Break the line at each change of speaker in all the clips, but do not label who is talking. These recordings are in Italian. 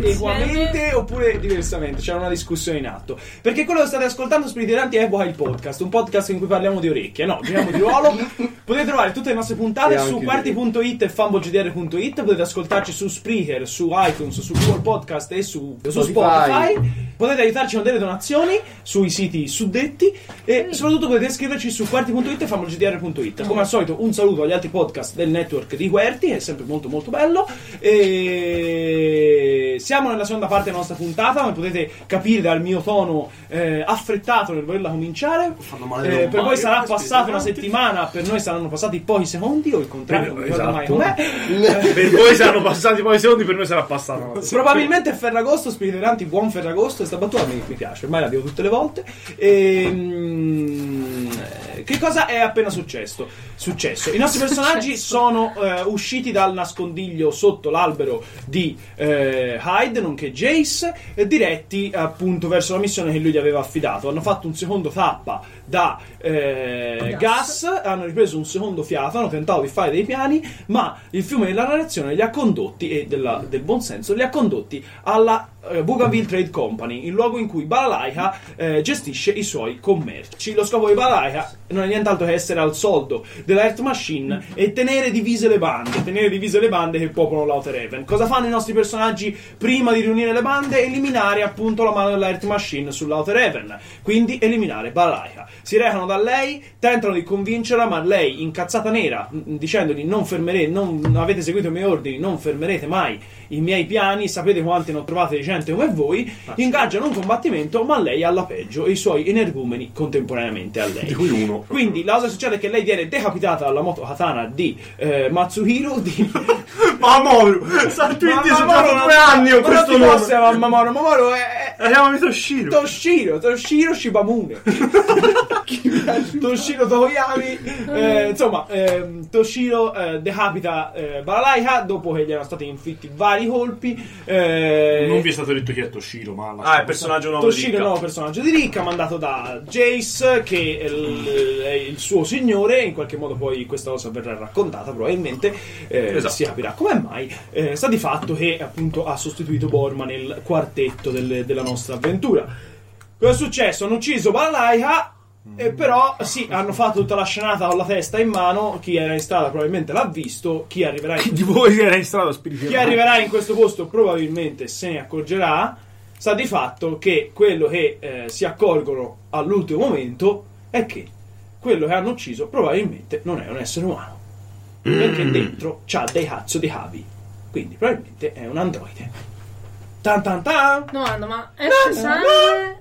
eguamente oppure diversamente. C'era una discussione in atto. Perché quello che state ascoltando, Spiritiranti, è Evoca il podcast, un podcast in cui parliamo di orecchie. No, giriamo di ruolo. potete trovare tutte le nostre puntate
E
su
anche
quarti.it e fumbogdr.it. Potete ascoltarci su Spreaker, su iTunes, su Google Podcast e su, su
Spotify.
Spotify. Potete aiutarci con delle donazioni sui siti suddetti. E soprattutto potete iscriverci su quarti.it e fumbogdr.it. Come al solito, un saluto agli altri podcast del network di Querti, è sempre molto, molto bello. E siamo nella seconda parte della nostra puntata, ma potete capire dal mio tono eh, affrettato nel volerla cominciare.
Fanno male
Eh,
le
per voi
lombardi,
sarà
questi
passata una
davanti.
settimana, per noi saranno passati pochi secondi o il contrario, non ricordo mai
Esatto.
com'è.
per voi saranno passati poi i secondi, per noi sarà passato.
Probabilmente è Ferragosto, spiriteranti, buon Ferragosto, questa battuta mi, mi piace, ormai la dico tutte le volte. Ehm, che cosa è appena successo? Successo. I nostri personaggi sono eh, usciti dal nascondiglio sotto l'albero di eh, Hyde, nonché Jace, eh, diretti appunto verso la missione che lui gli aveva affidato. Hanno fatto un secondo tappa da eh, gas.
Gas.
hanno ripreso un secondo fiato, hanno tentato di fare dei piani, ma il fiume della narrazione li ha condotti, e della- del buon senso, li ha condotti alla eh, Bougainville Trade Company, il luogo in cui Balalaika eh, gestisce i suoi commerci. Lo scopo di Balalaika non è nient'altro che essere al soldo della Earth Machine e tenere divise le bande, tenere divise le bande che popolano l'Outer Heaven. Cosa fanno i nostri personaggi prima di riunire le bande? Eliminare appunto la mano della Earth Machine sull'Outer Heaven, quindi eliminare Balalaika. Si recano da lei, tentano di convincerla, ma lei, incazzata nera, mh, dicendogli non fermerete, non non avete seguito i miei ordini, non fermerete mai i miei piani, sapete quante ne ho trovate di gente come voi,
Ah,
ingaggiano un combattimento, ma lei alla peggio e i suoi energumeni contemporaneamente a lei.
Di cui uno.
Quindi la cosa che succede è che lei viene decapitata dalla moto katana di eh, Matsuhiro di
Mamoru, Sartwindi sono due anni con questo
non
nome.
Ma Mamoru, Mamoru è, è
La chiamami Toshiro.
Toshiro, Toshiro Shibamune. Toshiro Tokoyami. Eh, insomma, ehm, Toshiro eh, decapita eh, Balalaika dopo che gli erano stati infitti vari colpi. eh,
Non vi è stato detto chi è Toshiro, ma la-
Ah, è il personaggio nuovo
Toshiro è
di
il nuovo personaggio di Rick, mandato da Jace, che è il, è il suo signore. In qualche modo poi questa cosa verrà raccontata, probabilmente eh,
Esatto.
si capirà come mai. Eh, sta di fatto che appunto ha sostituito Borma nel quartetto del- della nostra avventura. Cosa è successo? Hanno ucciso Balalaika.
Mm.
eh, però sì, hanno fatto tutta la scenata con la testa in mano. Chi era in strada probabilmente l'ha visto. Chi arriverà in
Di voi era in strada spirituale.
chi arriverà in questo posto probabilmente se ne accorgerà. Sta di fatto che quello che eh, si accorgono all'ultimo momento è che quello che hanno ucciso probabilmente non è un essere umano.
Mm.
Perché dentro c'ha dei cazzo di cavi. Quindi probabilmente è un androide. Tan tan tan!
Domanda, ma esce sangue?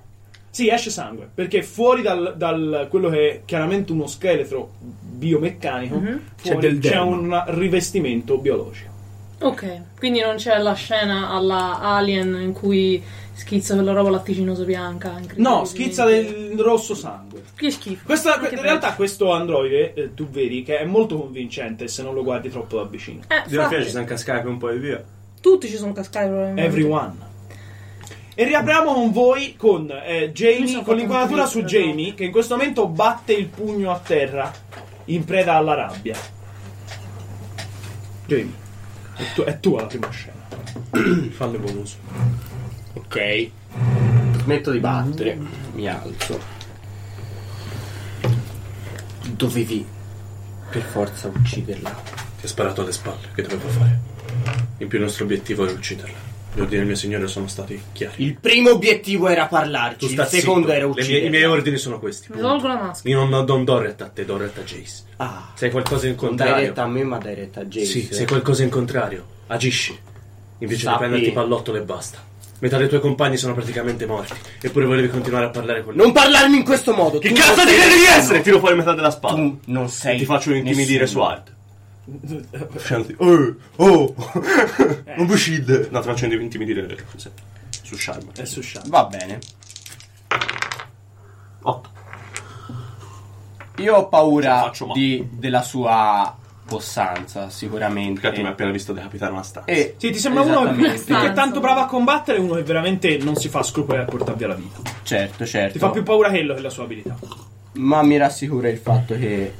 Sì, esce sangue, perché fuori dal, dal- quello che è chiaramente uno scheletro biomeccanico, fuori
C'è del
c'è
derma.
un rivestimento biologico.
Ok, quindi non c'è la scena alla Alien in cui schizza quella roba latticinoso bianca.
No,
incredibilmente.
schizza del rosso sangue.
Che schifo.
Questa-
Anche
in
bello.
realtà questo androide, eh, tu vedi, che è molto convincente se non lo guardi troppo da vicino.
Eh,
Di una fine
frate,
ci siamo cascati un po' e via.
tutti ci sono cascati probabilmente.
Everyone. E riapriamo con voi, con eh,
Mi
Jamie,
sono
con
fatta
l'inquadratura
una
su
triste, no?
Jamie, che in questo momento batte il pugno a terra, in preda alla rabbia. Jamie, è, tu- è tua la prima scena.
Fallo bonus.
Ok.
Smetto di battere. Mi alzo. Dovevi per forza ucciderla.
Ti ha sparato alle spalle, che dovevo fare? In più il nostro obiettivo era ucciderla. Gli ordini del mio signore sono stati chiari.
Il primo obiettivo era parlarci, il
zitto.
secondo
Le
era
mie-
ucciderla.
I miei ordini sono questi.
Mi
punto.
tolgo la maschera.
Io non, non do retta a te, do retta a Jace.
Ah,
Sei qualcosa in
non dai retta
contrario.
a me, ma dai retta a Jace.
Sì, sei qualcosa in contrario. Agisci. Invece
Sappi.
di prenderti pallottole e basta. Metà dei tuoi compagni sono praticamente morti. Eppure volevi continuare a parlare con loro.
Non parlarmi in questo modo.
Che
tu
cazzo
non
ti
sei
credi di
nessuno.
essere? Tiro fuori metà della spada.
Tu non sei.
ti faccio intimidire
nessuno.
su Art. Scendi. Oh, oh. non mi uccide. No, ti faccio intimidire cos'è? su Sharma.
È Eh, su Shana.
Va bene.
8.
Io ho
Ce la
paura
faccio, ma-
di, della sua possanza, sicuramente.
Perché tu mi hai appena visto decapitare una stanza.
E-
Sì, ti sembra uno che
esattamente.
è tanto bravo a combattere e uno che veramente non si fa scrupoli a portare via la vita.
Certo, certo.
Ti fa più paura quello che la sua abilità.
Ma mi rassicura il fatto che,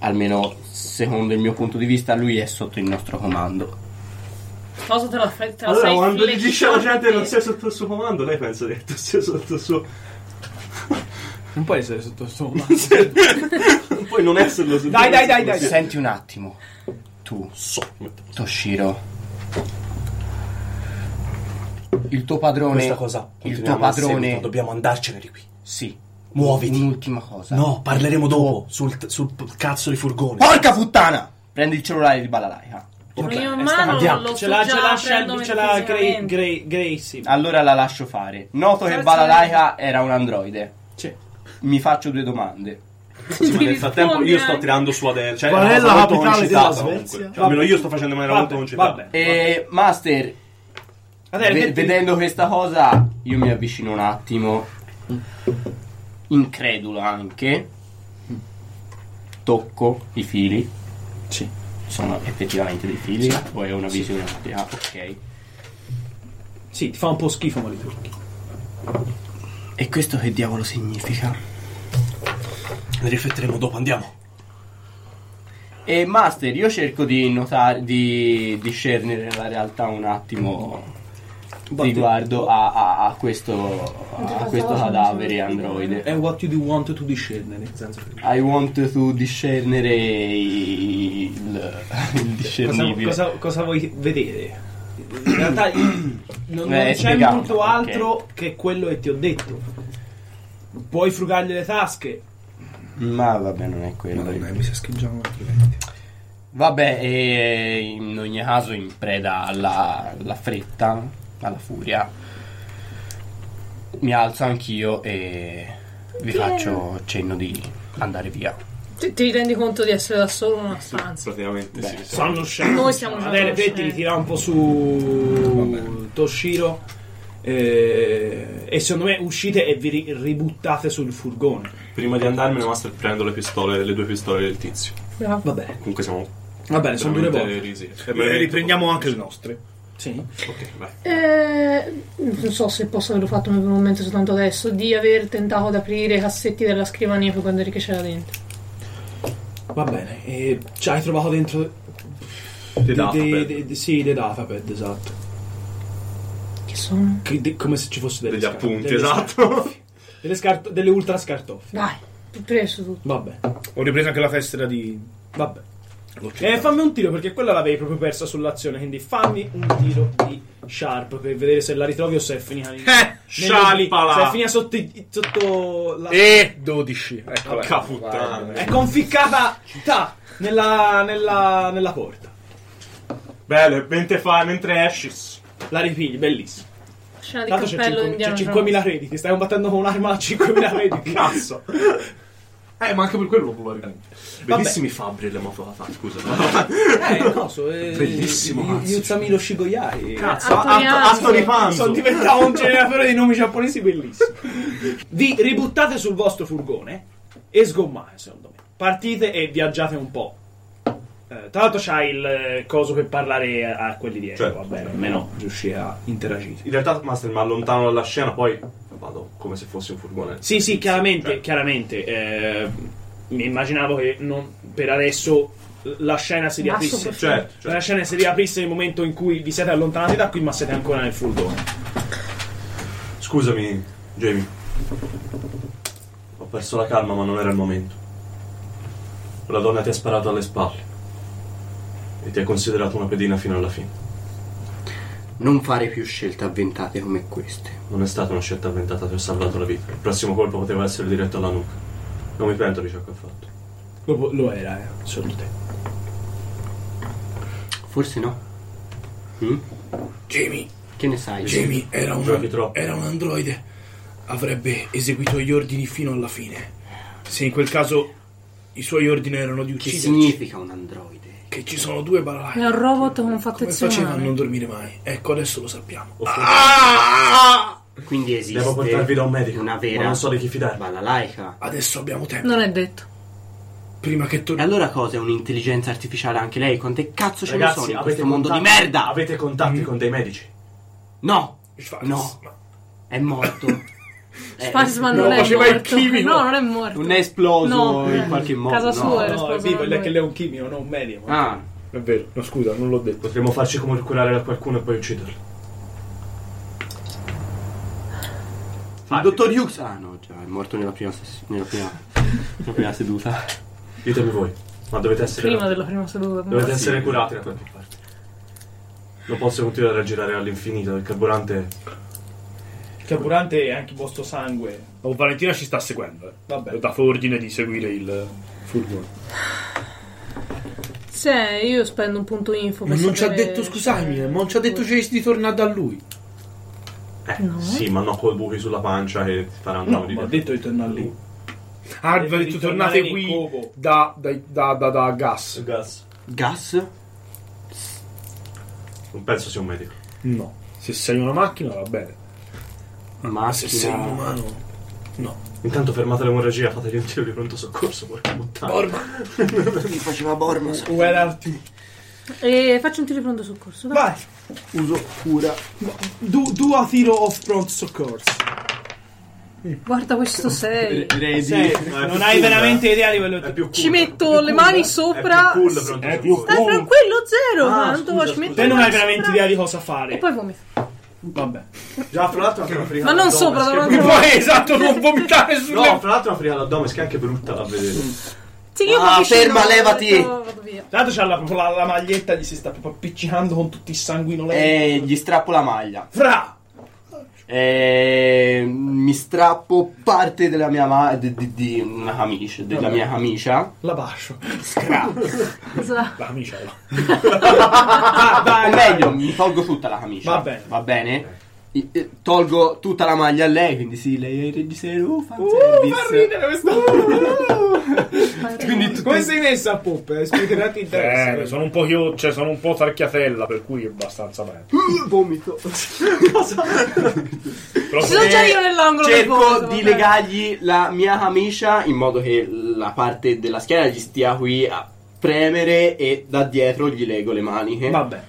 almeno secondo il mio punto di vista, lui è sotto il nostro comando.
Cosa te la, fai- te la
Allora,
sei
quando gli dice alla gente che non
flecciante?
sei sotto il suo comando, lei pensa che tu sia sotto il suo.
Non puoi essere sotto il suo mano.
Puoi non esserlo sotto
Dai, dai, dai, dai.
Senti un attimo. Tu,
So, metto-
Toshiro. Il tuo padrone.
Questa cosa
Il
continuiamo
tuo
al seguito,
padrone.
Dobbiamo andarcene di qui.
Sì.
Muoviti.
Un'ultima cosa.
No, parleremo dopo sul, sul cazzo di furgone.
Porca puttana! Prendi il cellulare di Balalaika.
Io in
sta-
mano
andiamo.
lo
Ce
sto
l'ha,
già
ce l'ha,
prendo
Shelby, ce l'ha Gray,
metafisicamente.
Gray, Gracie.
Allora la lascio fare. Noto che
Forza,
Balalaika era un androide.
Sì.
Mi faccio due domande.
Ti eh?
Sì, ma nel frattempo
risponde
io sto
anche.
tirando su adesso. Cioè,
Qual
una
è
cosa
la
molto
capitale della
concitata,
Svezia?
comunque. Cioè, almeno io sto facendo in maniera molto
Vabbè,
concitata.
vabbè.
E Master,
Vabbè,
ve-
metti-
vedendo questa cosa, io mi avvicino un attimo. Incredulo anche. Tocco i fili.
Sì.
Sono effettivamente dei fili. O è una visione ottica? Ok.
Sì, ti fa un po' schifo, ma li tocchi.
E questo che diavolo significa?
Ne rifletteremo dopo, andiamo.
E Master, io cerco di notare, di discernere la realtà un attimo Boh,
Batte-
riguardo a, a- a questo, a questo cadavere
È
androide.
what you do want to discernere, nel senso che...
I want to discernere il, il
Cosa,
discernibile.
cosa- cosa vuoi vedere? In realtà non, non
Eh,
c'è
spiegato,
molto
ok.
altro che quello che ti ho detto. Puoi frugargli le tasche.
Ma vabbè, non è quello.
Madonna, mi
si Vabbè, e in ogni caso in preda alla, alla fretta, alla furia, mi alzo anch'io e vi faccio cenno di andare via.
Ti, ti rendi conto di essere da solo in una stanza?
Praticamente sì. sì.
Stanno uscendo.
Noi stiamo già
Adele,
conoscendo.
Petti li tira un po' su Toshiro. eh, e secondo me uscite e vi ri- ributtate sul furgone.
Prima di andarmene, Master prendo le pistole, le due pistole del tizio.
Bravo.
Va bene,
Comunque siamo
va bene, Eh, sono due
veramente
volte. Eh,
risi.
E riprendiamo anche le nostre.
Sì.
Eh, Ok, vai.
Eh, non so se posso averlo fatto nel momento soltanto adesso, di aver tentato di aprire i cassetti della scrivania per guardare che c'era dentro.
Va bene, e ci hai trovato dentro.
Dei
dei- dei-
datapad.
dei- sì, dei datapad, esatto.
Che sono?
Che- de- come se ci fosse delle
Degli
scar-
appunti,
delle scar-
esatto.
delle, scart- delle ultra scartoffie.
Dai, preso tutto.
Vabbè,
Ho ripreso anche la tessera di.
vabbè. Eh, fammi un tiro perché quella l'avevi proprio persa sull'azione. Quindi fammi un tiro di Sharp per vedere se la ritrovi o se è finita. in-
Eh,
nello-
scialpala!
Se è finita sotto, i- sotto la.
E 12. Eccola.
Eh, Porca puttana. Eh,
È conficcata ta, nella, nella, nella porta.
Bello, mentre, fa, mentre esci.
La ripigli, bellissima.
Scena di
Tanto c'è,
cappello
5,
indiano.
c'è 5.000 crediti. Stai combattendo con un'arma a 5.000 crediti. Cazzo.
Eh, ma anche per quello lo puoi Bellissimi fabbri le moto fa, scusa.
Eh, coso, eh,
Bellissimo,
Yu-
mazzo.
Yuzamiro Shigoyai.
Cazzo,
Anthony
Anto-
Anthony.
Anthony
Ah, Sono
Panzo.
diventato un generatore di nomi giapponesi bellissimo. Vi ributtate sul vostro furgone e sgommate, secondo me. Partite e viaggiate un po'. Eh, tra l'altro c'hai il eh, coso per parlare a, a quelli dietro,
Certo.
va bene, almeno riuscire a interagire.
In realtà, Master, mi allontano dalla scena, poi vado come se fosse un furgone.
Sì, sì, chiaramente,
Cioè,
chiaramente. eh, mi immaginavo che non- per adesso la scena si
Basso
riaprisse.
profilo.
Certo, certo.
La scena si riaprisse nel momento in cui vi siete allontanati da qui, ma siete ancora nel furgone.
Cioè, Scusami, Jamie. Ho perso la calma, ma non era il momento. Quella donna ti ha sparato alle spalle. E ti ha considerato una pedina fino alla fine.
Non fare più scelte avventate come queste.
Non è stata una scelta avventata, ti ho salvato la vita. Il prossimo colpo poteva essere diretto alla nuca. Non mi pento di ciò che ho fatto.
Lo, lo era, eh, secondo te.
Forse no. Hm?
Jamie,
Che ne sai?
Jamie era
Giochi
un,
troppo.
era un androide. Avrebbe eseguito gli ordini fino alla fine. Se in quel caso i suoi ordini erano di
Che
ucciderci,
significa un androide?
che ci sono due balalai.
È un cioè, robot con
Come faceva a
fattezionale.
non dormire mai? Ecco, adesso lo sappiamo.
Ah!
Ah!
Quindi esiste
Devo portarvi da un medico.
una vera
Ma non so di chi fidarmi.
balalaica.
Adesso abbiamo tempo.
Non è detto.
Prima che
E
torni.
allora cosa è un'intelligenza artificiale anche lei? Quante cazzo ce ne sono
Ragazzi,
in
avete
questo mondo di
contatti-
merda? Mm.
Avete contatti con dei medici?
No!
Eh,
Schwarz.
No! È morto. È-
Spaceman
Eh, no,
non è
faceva il
morto.
chimico.
No, non è morto.
Non è esploso
No,
in
eh,
qualche modo.
casa
no.
sua.
No, no,
era
è
esploso
vivo,
una
è che
nube.
lei è un chimico, non un medium.
Ah,
È vero, no scusa, non l'ho detto.
Potremmo farci come curare da qualcuno e poi ucciderlo.
Il dottor Hughes. Ah no, già, è morto nella prima, sess- nella prima, nella prima seduta.
Ditemi voi, ma dovete essere,
Prima della prima seduta.
dovete essere curati da qualche parte. Non posso continuare a girare all'infinito, il carburante
Il carburante e anche il vostro sangue.
Oh, Valentina ci sta seguendo, eh.
Vabbè.
Ho dato ordine di seguire il furgone.
Se io spendo un punto info. per
Non ci ha
sapere-
detto, scusami, eh, non ci ha detto Jace di tornare da lui.
Eh,
No.
sì, ma no col buchi sulla pancia che ti faranno
No,
morire.
ma ha detto di tornare lì.
Ah,
Devi
vi ha detto
tornare
tornate
nel
qui
covo."
da, da, da, da, da gas.
Sul gas.
Gas?
Non penso sia un medico.
No. Se sei una macchina va bene.
Ma se
umano.
Intanto fermate l'emorragia, fategli un tiro di pronto soccorso, porca puttana.
mi faceva borma. sa-
Where are you?
E Eh, faccio un tiro di pronto soccorso. dai.
Vai!
Uso cura.
Do, do a tiro of pronto soccorso.
Guarda questo 6.
Sei-
ma è
non
più
hai
cool, eh.
veramente idea di quello
È
che...
più cool.
Ci metto le mani sopra.
È più cool pronto
È più
soccorso.
Stai
Oh.
tranquillo, zero.
Ah,
tanto
scusa,
ci metto
Te
le
non hai
mani
veramente
sopra
idea di cosa
E
fare.
poi vomito.
Vabbè.
Già, fra l'altro anche una friga
Ma non
all'addome,
sopra,
che
da
è
un'altra
brutta.
Poi esatto, non vomitare sulle
No, fra l'altro una friga all'addome, che è anche brutta da vedere.
Sì, io
Ah,
mi avvicino,
ferma,
ho
levati.
detto, Vado via.
Tanto c'ha la, proprio la, la maglietta, gli si sta proprio appiccicando con tutti i
Eh.
sanguinolenti.
E Eh, gli strappo la maglia.
Fra!
E mi strappo parte della mia ma- di, di- di una camicia, della mia camicia.
La bascio.
Cosa-
La camicia là.
Ah, dai,
o
dai.
meglio, mi tolgo tutta la camicia.
Va bene.
Va bene? I- eh, Tolgo tutta la maglia a lei, quindi sì, lei è il reggiseno, oh, fan
Uh,
service.
fa ridere questa...
Quindi tu-
Come sei messa a poppe? Spiegherati in testa.
Eh, sono un po' io, cioè sono un po' tarchiatella, per cui è abbastanza bene.
Mm, vomito.
Però
Ci sono già io nell'angolo del
Cerco
vomito,
di
vabbè.
legargli la mia camicia in modo che la parte della schiena gli stia qui a premere e da dietro gli lego le maniche.
Vabbè.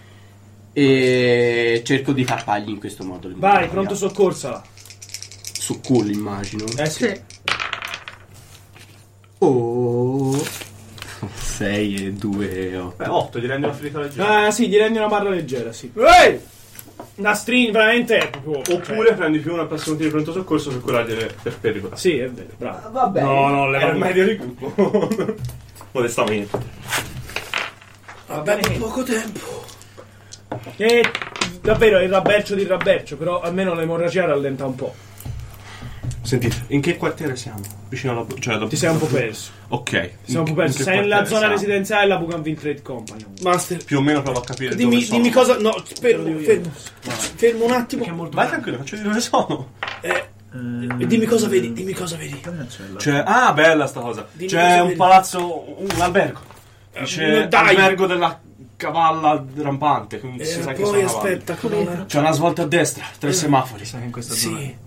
E cerco di tappargli in questo modo. le
Vai,
maniche.
pronto soccorsa.
Su culo immagino.
Eh
Sì.
Oh. 6 e 2 8.
Beh, 8, gli rendi una ferita leggera.
Ah, sì, gli rendi una barra leggera, sì.
Ehi!
Una string veramente è proprio...
Eh,
Oppure prendi più una persona di pronto soccorso per curargli le- per pericolazione.
Sì, è vero, bravo.
Vabbè.
No, no, le
Era il
mani.
medio di gruppo. Modestamente.
Abbiamo
poco tempo.
E davvero è il rabbercio di rabbercio, però almeno l'emorragia rallenta un po'.
Sentite, in che quartiere siamo? Vicino alla... Cioè, dopo...
Ti sei un po' perso.
Ok.
Ti sei un po' perso. Sei nella zona residenziale della Bougainville Trade Company.
Master,
Più o meno provo a capire dove
dimmi,
sono.
dimmi cosa. No,
Te
fermo,
lo dico
fermo. Fermo un attimo.
Vai tranquillo, faccio vedere dove sono.
Eh, e dimmi cosa
Mm.
vedi, dimmi cosa vedi.
C'è... Ah, bella sta cosa.
Dimmi
C'è
cosa
un
vedi.
palazzo... Un albergo. C'è
no, dai.
albergo della cavalla rampante. che non si sa
Eh,
che sono
poi
cavalli.
aspetta, come era?
C'è una svolta a destra, tre semafori.
Sì.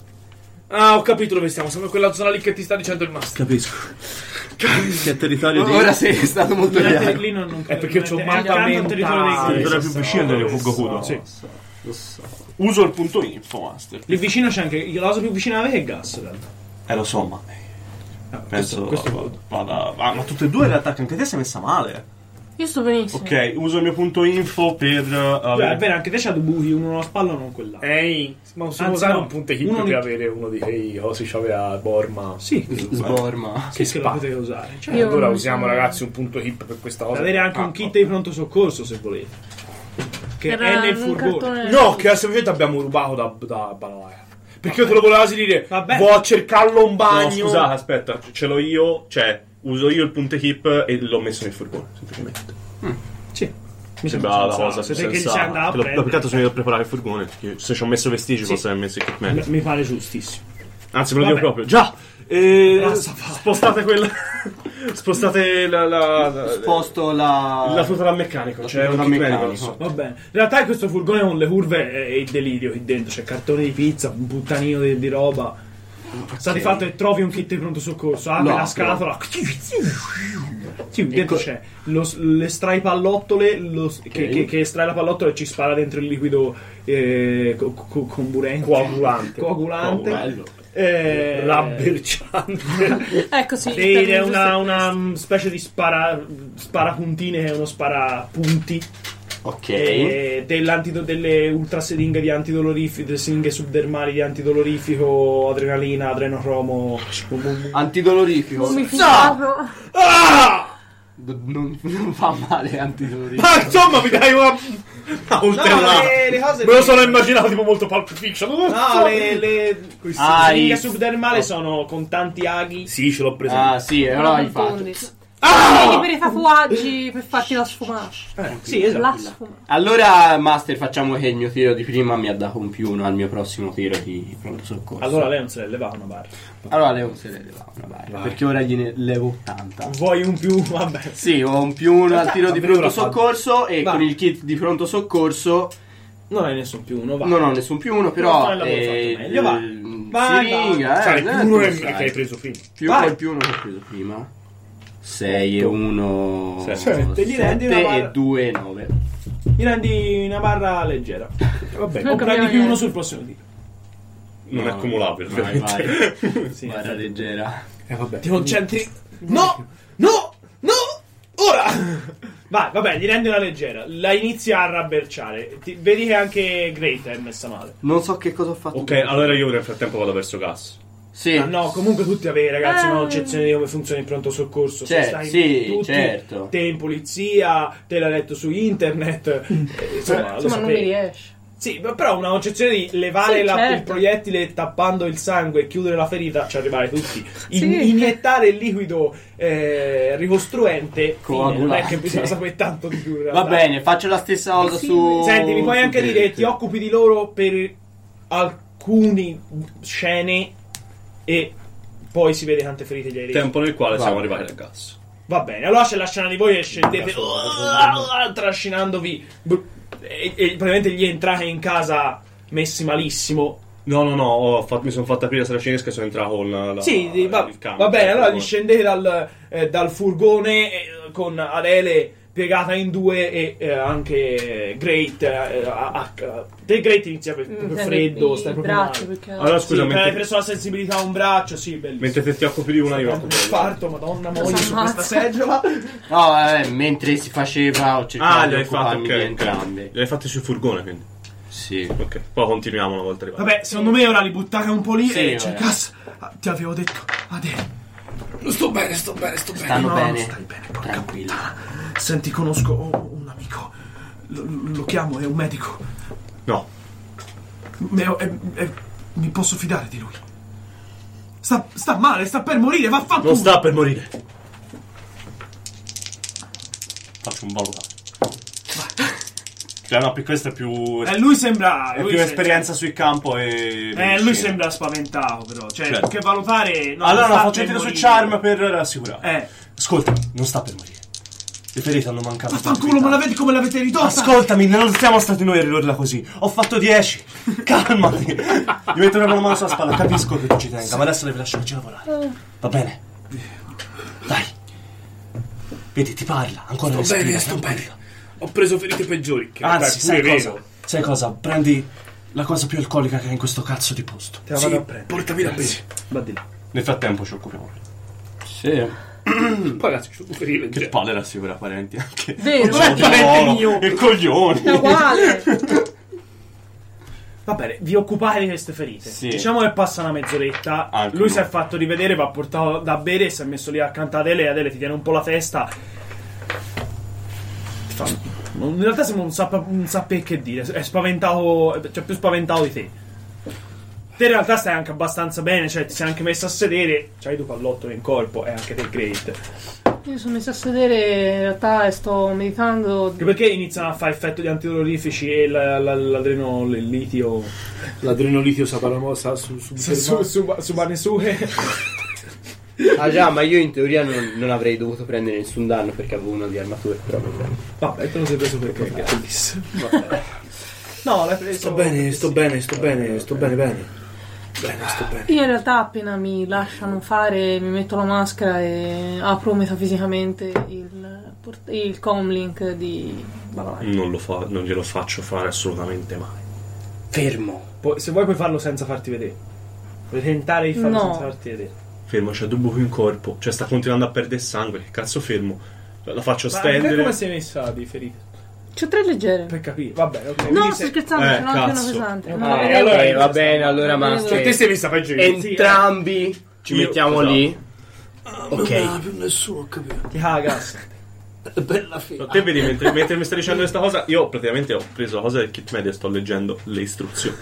Ah, ho capito dove stiamo. Siamo in quella zona lì che ti sta dicendo il master.
Che territorio
Ora sei stato molto
Eh.
chiaro.
lì non, non
È perché c'ho un
è accanto al territorio dei
mappa
Grey.
Era Ah, più vicino delle Fugokudo.
Sì.
Uso il punto info, master.
Lì vicino c'è anche la cosa più vicina a me che è gas, in realtà.
Eh, lo so, ma...
Ah,
Penso...
questo- questo-
vada- va- Ah, ma tutte e due in realtà, che anche te sei messa male.
Io sto benissimo.
Ok, uso il mio punto info per... eh,
Cioè, è
avere-
vero, anche te c'ha due buchi, uno alla spalla e uno quella.
Ehi! Ma possiamo
Anzi,
usare
no,
un punto equip
uno
per
di-
avere uno di quei cosi c'aveva Borma.
Sì,
Sborma.
che, che la potete usare. Cioè,
Io
Allora
non
usiamo
so.
ragazzi un punto hip per questa cosa.
avere anche un kit di pronto soccorso se volete. Che è
Era
nel
un
furgone.
cartone-
No, che adesso vedete abbiamo rubato da, da Balalaia. Perché io te lo volevo quasi dire,
Vabbè.
vado a cercarlo un bagno.
No, scusate, aspetta, ce l'ho io, cioè, uso io il punto hip e l'ho messo nel furgone, semplicemente.
Sì. Mi
Sembrava la
sensato.
cosa
Se
più
te che gli
sensata.
sei andato a
L'ho- L'ho
prendere,
peccato sono io a preparare il furgone, perché se ci ho messo vestigi
Sì.
posso aver messo il kit
mi-
meglio.
mi pare giustissimo.
Anzi, ve lo dico
Vabbè.
proprio. Già! Eh,
Basta fare.
spostate quella... spostate la... la, la
Posto la.
la tuta da meccanico, cioè
tuta
un
da
kit
meccanico.
medico.
Va bene. In realtà questo furgone con le curve è è il delirio qui dentro. C'è cartone di pizza, un puttanino di, di roba. Sta di fatto che trovi un kit di pronto soccorso, apri
No,
la
però-
scatola. Sì,
Ecco.
dentro c'è lo, s- l'estrai pallottole lo s- che, che- che estrae la pallottola e ci spara dentro il liquido eh, co- co- comburente
Coagulante. Oh,
coagulante.
Bello.
Eh,
Rabberciante.
Ecco sì. il
Ed è
termine
una,
giusto.
una, mm, specie di spara, sparapuntine, è uno sparapunti
Ok.
eh, dell'antido- delle ultraseringhe di antidolorifico, delle siringhe subdermali di antidolorifico, adrenalina, adrenocromo.
Antidolorifico.
Mummificato.
D- Non, non fa male antidolorifico.
Ma Ah, insomma, mi dai una. una ulteriore-
le, le cose
Me lo sono immaginato tipo molto Pulp Fiction.
No, le, le
Ah,
siringhe
i-
subdermali sono con tanti aghi.
Sì, ce l'ho preso.
Ah,
Esatto.
sì, e allora hai fatto.
Confondi.
Ah!
Prendi Per i tatuaggi, per farti la sfumata.
Sì, esatto.
La sfumata.
Allora, Master, facciamo che il mio tiro di prima mi ha dato un più uno al mio prossimo tiro di pronto soccorso.
Allora lei non se ne leva una barra.
allora Leon se ne leva una barra. Perché ora gliene levo 80.
Vuoi un più? Vabbè.
Sì, ho un più uno al tiro di pronto
Cioè, ora fa-
soccorso e
Va.
con il kit di pronto soccorso
Non hai nessun più uno, va.
non ho nessun più uno, però...
fai il lavoro
eh,
fatto meglio, va.
il-
Vai,
siringa, eh,
Sai, il
non è
più uno
tu
è-
sai.
che hai preso prima.
Più
Vai. Ecco.
col più uno che ho preso prima. 6 e 1
Sette. Gli rendi una barra.
e 2 e 9.
Gli rendi una barra leggera.
Vabbè,
Non prendi
Noi cambiamo
più uno
niente.
sul prossimo tiro.
Non è accumulabile,
Vai,
veramente.
vai.
Sì,
Barra
infatti.
leggera.
Eh, vabbè.
Ti concentri. No! No! No! Ora! Vai, vabbè, gli rendi una leggera. La inizia a rabberciare. Ti- vedi che anche Great è messa male.
Non so che cosa ho fatto.
Ok, allora io nel frattempo vado verso gas.
Sì.
Ah, no, comunque tutti avevi, ragazzi,
Eh.
una concezione di come funziona il pronto soccorso. Se
Cioè,
stai
sì,
tutti,
certo.
Te in polizia, te l'ha letto su internet. eh, insomma, lo
Insomma, non mi
sapevi.
riesce.
Sì, beh, però una concezione di levare
Sì,
la-
certo.
il proiettile tappando il sangue e chiudere la ferita, ci arrivare tutti. In-
Sì.
Iniettare il liquido eh, ricostruente, fine, non è
Coagulante.
che bisogna sapere tanto di più. in realtà.
Va bene, faccio la stessa cosa
Sì.
su.
Eh Senti, mi puoi
su
anche dire,
Great.
ti occupi di loro per alcune scene e poi si vede quante ferite gli hai reso.
Tempo nel quale
Vai.
siamo arrivati a gas.
Va bene, allora c'è la scena di voi e scendete ah, trascinandovi br- e, e praticamente gli entrate in casa messi malissimo.
No, no, no, ho fatto- mi sono fatta aprire la sala cinesca e sono entrato con la, la-
Sì, sì, va,
Ah, il cambio.
va bene, allora gli scendete dal, eh, dal furgone eh, con Adele piegata in due e eh, anche Great. eh, a- a- te Great inizia per, proprio freddo, stai proprio
Mm, braccio,
male.
perché...
Allora
Sì,
scusa,
hai
mentre,
preso la sensibilità a un braccio, sì, bellissimo.
mentre te ti occupi di una, io mi
Tanto
occupo
un
dell'altra.
infarto, madonna moglie, su
ammazza.
questa seggiola.
No, vabbè, mentre si faceva ho cercato
Ah,
di
le hai fatte,
occuparmi
ok.
di
ok.
entrambe.
Le hai fatte sul furgone, quindi.
Sì.
Ok, poi continuiamo una volta arrivati.
Vabbè, secondo me ora li buttate un po' lì
Sì,
eh.
e
vabbè.
cercasse. Ah, Ti avevo detto, Adele.
Sto bene, sto bene, sto bene.
Stanno
no,
bene.
stai bene, porca
Tranquilli.
Senti, conosco oh, un amico. Lo, lo chiamo, è un medico.
No,
Me- è- è- mi posso fidare di lui. Sta, sta male, sta per morire, vaffanculo.
non sta per morire. Faccio un valutare. Cioè, no, per questo è più.
Eh, lui sembra.
è
lui
più
se- cioè-
esperienza sul campo e.
Eh, lui sembra spaventato, però. Cioè,
Certo.
più che valutare. no,
Allora,
sta
no, faccio
per
un tiro su
morire.
charm per rassicurare.
Eh,
Ascolta, non sta per morire. Le ferite hanno mancato.
vaffanculo, ma la vedi come l'avete ridotta?
Ascoltami, non siamo stati noi a ridurla così. Ho fatto 10. Calmati. Gli metto proprio la mano sulla spalla. Capisco che tu ci tenga, ma adesso devi lasciarci
Eh.
lavorare. Va bene. Dai. Vedi, ti parla. Ancora
Sto
respira,
bene, sto
tranquillo.
bene. Ho preso ferite peggiori. Che
Ah,
Anzi, sai
dai, pure
cosa? Sai cosa? Prendi la cosa più alcolica che hai in questo cazzo di posto.
Te la
vero.
vado a
Sì,
prendere.
portami da bene.
Va di là.
Nel frattempo ci occupiamo.
Sì.
Poi ragazzi, ci sono ferite.
cioè.
Che
palle rassicura parenti anche.
Vero,
Non
è
parenti mio. E coglioni.
uguale.
Va bene, vi occupate di queste ferite.
Sì.
Diciamo che passa una mezz'oretta.
Anche
lui
no.
si è fatto rivedere, va portato da bere e si è messo lì accanto ad Adele. e Adele ti tiene un po' la testa. Ti fa- non- In realtà sembra un sa, un sape che dire. È spaventato, cioè più spaventato di te. Te in realtà stai anche abbastanza bene, cioè ti sei anche messo a sedere. C'hai due pallottole in corpo e anche te great.
Io sono messa a sedere, in realtà e sto meditando.
Anche perché iniziano a fare effetto di antidolorifici e la- la- l'adreno, il litio.
L'adrenolitio saparamosa su, su,
Su, su, su, su, Banesue.
Ah già, ma io in teoria non, non avrei dovuto prendere nessun danno perché avevo uno di armatura, però va bene.
Vabbè, te lo sei preso perché è gratis. No, l'hai preso.
Sto bene, sto bene, sto bene, sto bene, bene. Bene, sto bene.
Io in realtà appena mi lasciano fare, mi metto la maschera e apro metafisicamente il, port- il comlink di Balai.
Non, lo fa, non glielo faccio fare assolutamente mai.
Fermo.
Poi- se vuoi puoi farlo senza farti vedere. Per tentare di farlo
No.
senza farti vedere.
Fermo, c'è dubbo qui in corpo. Cioè, sta continuando a perdere sangue. Che cazzo fermo? La faccio
Ma anche te
stendere.
come sei messa di ferite?
C'ho tre leggere.
Per capire, vabbè, ok.
No,
quindi
sto
se-
scherzando,
eh,
ce n'ho anche una
cazzo.
pesante.
Eh,
No, vabbè,
allora-
Ok, va bene, allora
Cioè,
Master.
Te sei messa peggio io.
Entrambi ci
Io-
mettiamo
esatto.
lì. Ok.
Esatto. più nessuno, ho capito.
Ti cagas.
Bella fine.
No, te vedi, mentre, mentre mi stai dicendo questa cosa, io praticamente ho preso la cosa del kit media e sto leggendo le istruzioni.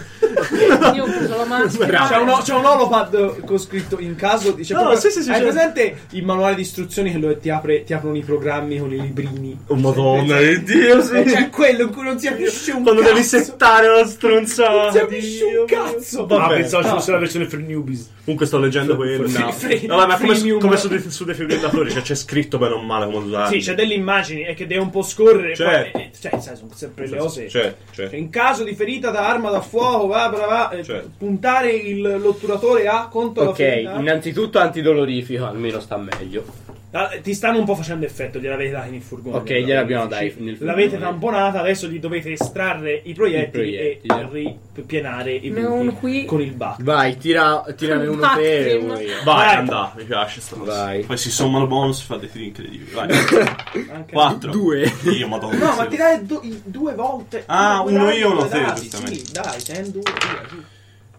Io ho preso la maschera.
C'è, uno, c'è un holopad con scritto in caso di... Cioè,
No,
proprio-
sì, sì, sì,
Hai
c'è-
presente il manuale di istruzioni che lo- ti, apre, ti aprono i programmi con i librini?
Oh, madonna di Dio, sì.
Cioè, Eh, C'è quello in cui non si capisce un
Quando
cazzo.
devi settare una
Non si
stronzata.
capisce un
Dio.
cazzo.
Vabbè.
Ah, pensavo ci
No.
fosse la versione per newbies.
Comunque sto leggendo quella.
Free-
No, ma come, su,
freemium.
come su, dei- su dei defibrillatori, cioè c'è scritto bene o male come usare.
Sì, c'è delle immagini e che deve un po' scorrere.
Certo.
poi- eh, cioè, sai, sono sempre le cose...
Cioè, cioè.
In caso di ferita da arma da fuoco, va, va, va, eh,
Certo.
puntare il, l'otturatore a contro
Ok,
la ferita.
innanzitutto antidolorifico, almeno sta meglio.
Ah, Ti stanno un po' facendo effetto, gliel'avete dai nel furgone.
Ok, gliel'abbiamo dai nel
L'avete
furgone.
tamponata, adesso gli dovete estrarre i proiettili,
proiettili.
e ripienare i
Ne ho uno
buchi
qui.
con il bat.
Vai, tira, tirane uno
Master.
te e uno io.
Vai,
Vai.
andà, mi piace sta cosa.
Vai.
Poi si sommano bonus, fa dei tiri incredibili. Vai.
Anche-
4.
Due.
Io, madonna.
No, ma
sì.
tirare do- i- due volte.
Ah,
Due
uno
dadi,
io, uno
due
te,
dadi,
giustamente.
Sì, dai, 10, 2, via, su.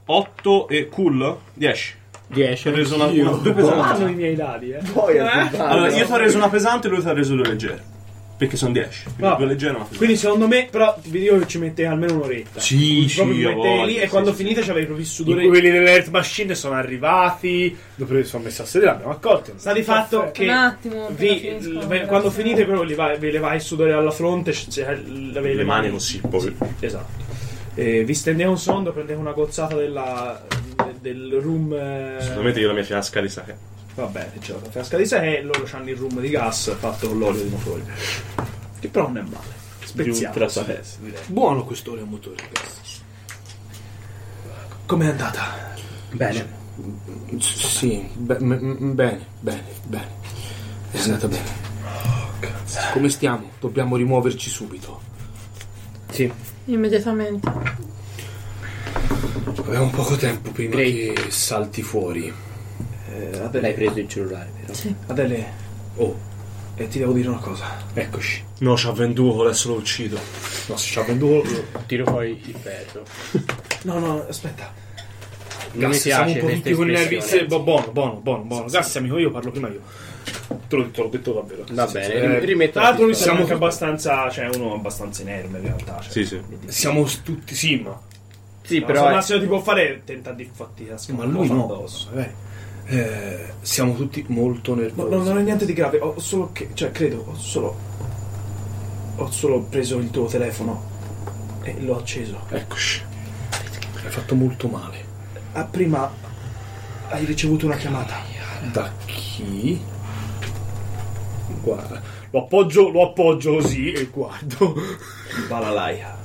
8 e cool? 10. Ti
10.
ho reso una, una due pesanti.
Fanno i miei dadi, eh.
Allora, io ti ho reso una pesante e lui ti ha reso due leggere. Perché sono 10. Quindi
No.
due leggere e una pesante.
Quindi secondo me, però, vi dico che ci mette almeno un'oretta.
Sì,
Proprio
sì,
vi
a
mette
voglia,
lì e
sì,
quando
sì,
finite c'avete proprio il sudore.
Quelli delle Earth Machine sono arrivati. Dopo che sono messi a sedere, l'abbiamo accolto.
Sta di fatto
Un
che
attimo, appena
vi-
finisco,
l-
grazie.
quando finite però li va- ve le vai il sudore alla fronte, c- cioè, l- avete
Le mani così, poi.
Esatto. Eh, vi stendete un sonno, prendete una gozzata della, de- del room. eh,
Sicuramente io la mia fiasca di sake.
Vabbè, c'è la fresca di sé, e loro hanno il room di gas fatto con l'olio di motore. Che però non è male. Spezziato.
Buono quest'olio a motore, ragazzi.
Com'è andata?
Bene.
S- Sì, be- m- m- bene, bene, bene. È andata bene. Come stiamo? Dobbiamo rimuoverci subito.
Sì.
Immediatamente.
Abbiamo poco tempo prima
Great.
che salti fuori.
Eh,
L'hai
Adele,
preso il cellulare, però.
Adele, oh, e ti devo dire una cosa.
Eccoci.
No, ci ha venduto, adesso lo uccido.
No, se ci ha venduto...
Tiro fuori il ferro.
No, no, aspetta.
Non mi
siamo
piace
un po'
questa
tutti con i nervi.
espressione.
se- bo- Buono, buono, buono, buono. Gas, amico, io parlo prima io. Te l'ho detto, l'ho detto davvero.
Va
Sì,
bene,
sì,
rim-
eh,
rimetto
Tra
la
l'altro lui
pistola.
siamo anche abbastanza, cioè uno abbastanza inerme in realtà. Cioè,
Sì, sì.
quindi-
Siamo tutti, sì, ma.
Sì,
No,
però...
se
è-
il massimo ti può fare è tentare di fatti la
Ma
schiena
lui no.
addosso.
vabbè. Eh, siamo tutti molto
No,
nervosi.
no, non è niente di grave, ho solo che, cioè credo, ho solo ho solo preso il tuo telefono e l'ho acceso.
Eccoci. Hai fatto molto male.
Ah, prima hai ricevuto una chiamata.
Da chi?
Guarda, lo appoggio, lo appoggio così e guardo.
Balalaia.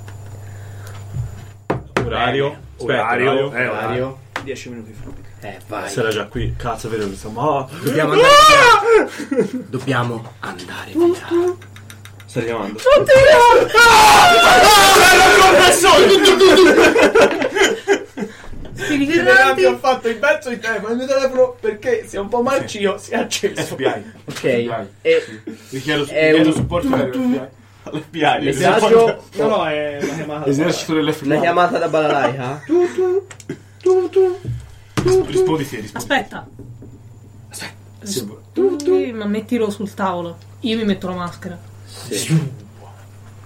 Orario. Aspetta,
Orario, eh, orario.
Mario?
10 minuti fa.
Eh, vai.
Sarà già qui. Cazzo, vedo che stiamo. Ah,
Dobbiamo andare via. Dobbiamo andare via.
sta chiamando.
Ah!
Spiriti
Abbiamo
erranti.
fatto il pezzo di tema, il mio telefono perché si è un po' marcio, si è acceso.
FBI.
Ok. E
Richiedo,
È
richiedo
un-
supporto all'FBI. All'FBI.
messaggio...
No, no, è una chiamata.
Una chiamata da Balalaika?
Rispondi te, rispondi.
Aspetta.
Sì.
Tu, tu, ma mettilo sul tavolo. Io mi metto la maschera.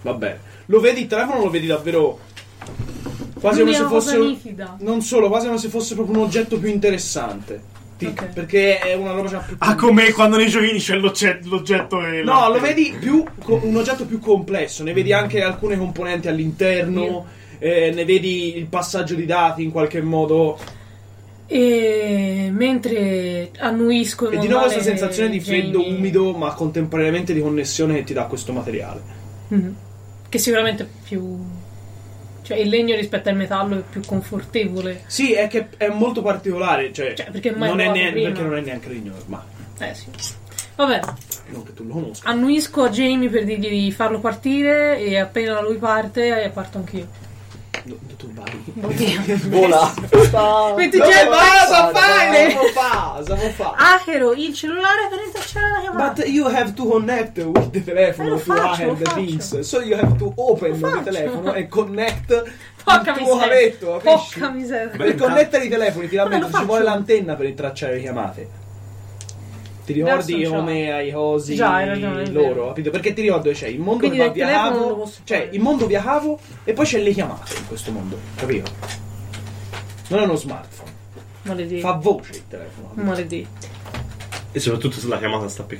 Vabbè. Lo vedi il telefono, lo vedi davvero quasi
Non
come
è
se
una cosa
fosse un-
nitida.
non solo, quasi come se fosse proprio un oggetto più interessante. Ti-
Ok.
Perché è una roba già più
Ah, come quando nei giovini c'è l'ogge- l'oggetto e.
No,
la-
lo vedi più co- un oggetto più complesso, ne vedi anche alcune componenti all'interno, eh, ne vedi il passaggio di dati in qualche modo.
E mentre annuisco in
E di nuovo
modale
questa sensazione di freddo
Jamie-
umido, ma contemporaneamente di connessione che ti dà questo materiale.
Mhm. Che sicuramente è più. Cioè, il legno rispetto al metallo è più confortevole.
Sì, è che è molto particolare, cioè,
Cioè, perché mai
non è
provato
neanche,
prima.
perché non è neanche legno normale,
Eh sì. Vabbè,
non che tu lo conosca.
annuisco a Jamie per dirgli di farlo partire e appena lui parte, eh, parto anch'io.
Do- Dottor Bari.
Oddio.
Vola.
Metti già
Cosa
il basso, fai!
fa? Cosa fa?
Achero, il cellulare per intercettare la chiamata.
But you have to connect with the
Eh, lo
telephone to
faccio, lo
hide the
faccio.
things. So you have to open
Lo
the
faccio.
telephone and connect
Porca
il tuo
miseria.
cavetto, capisci?
Porca miseria.
Per connettere i telefoni,
Ma
finalmente
lo
ci vuole
faccio.
l'antenna per tracciare le chiamate. Ti
Adesso
ricordi
ce l'ho.
come ai cosi
Già, hai ragione, è vero.
loro? capito? Perché ti ricordo che c'è il mondo
Quindi
che va
del
via
telefono non lo
cavo,
posso
cioè
fare.
il mondo via cavo e poi c'è le chiamate in questo mondo, capito? Non è uno smartphone, fa
Maledetti.
voce il telefono. capito?
Maledetti.
E soprattutto se la chiamata sta per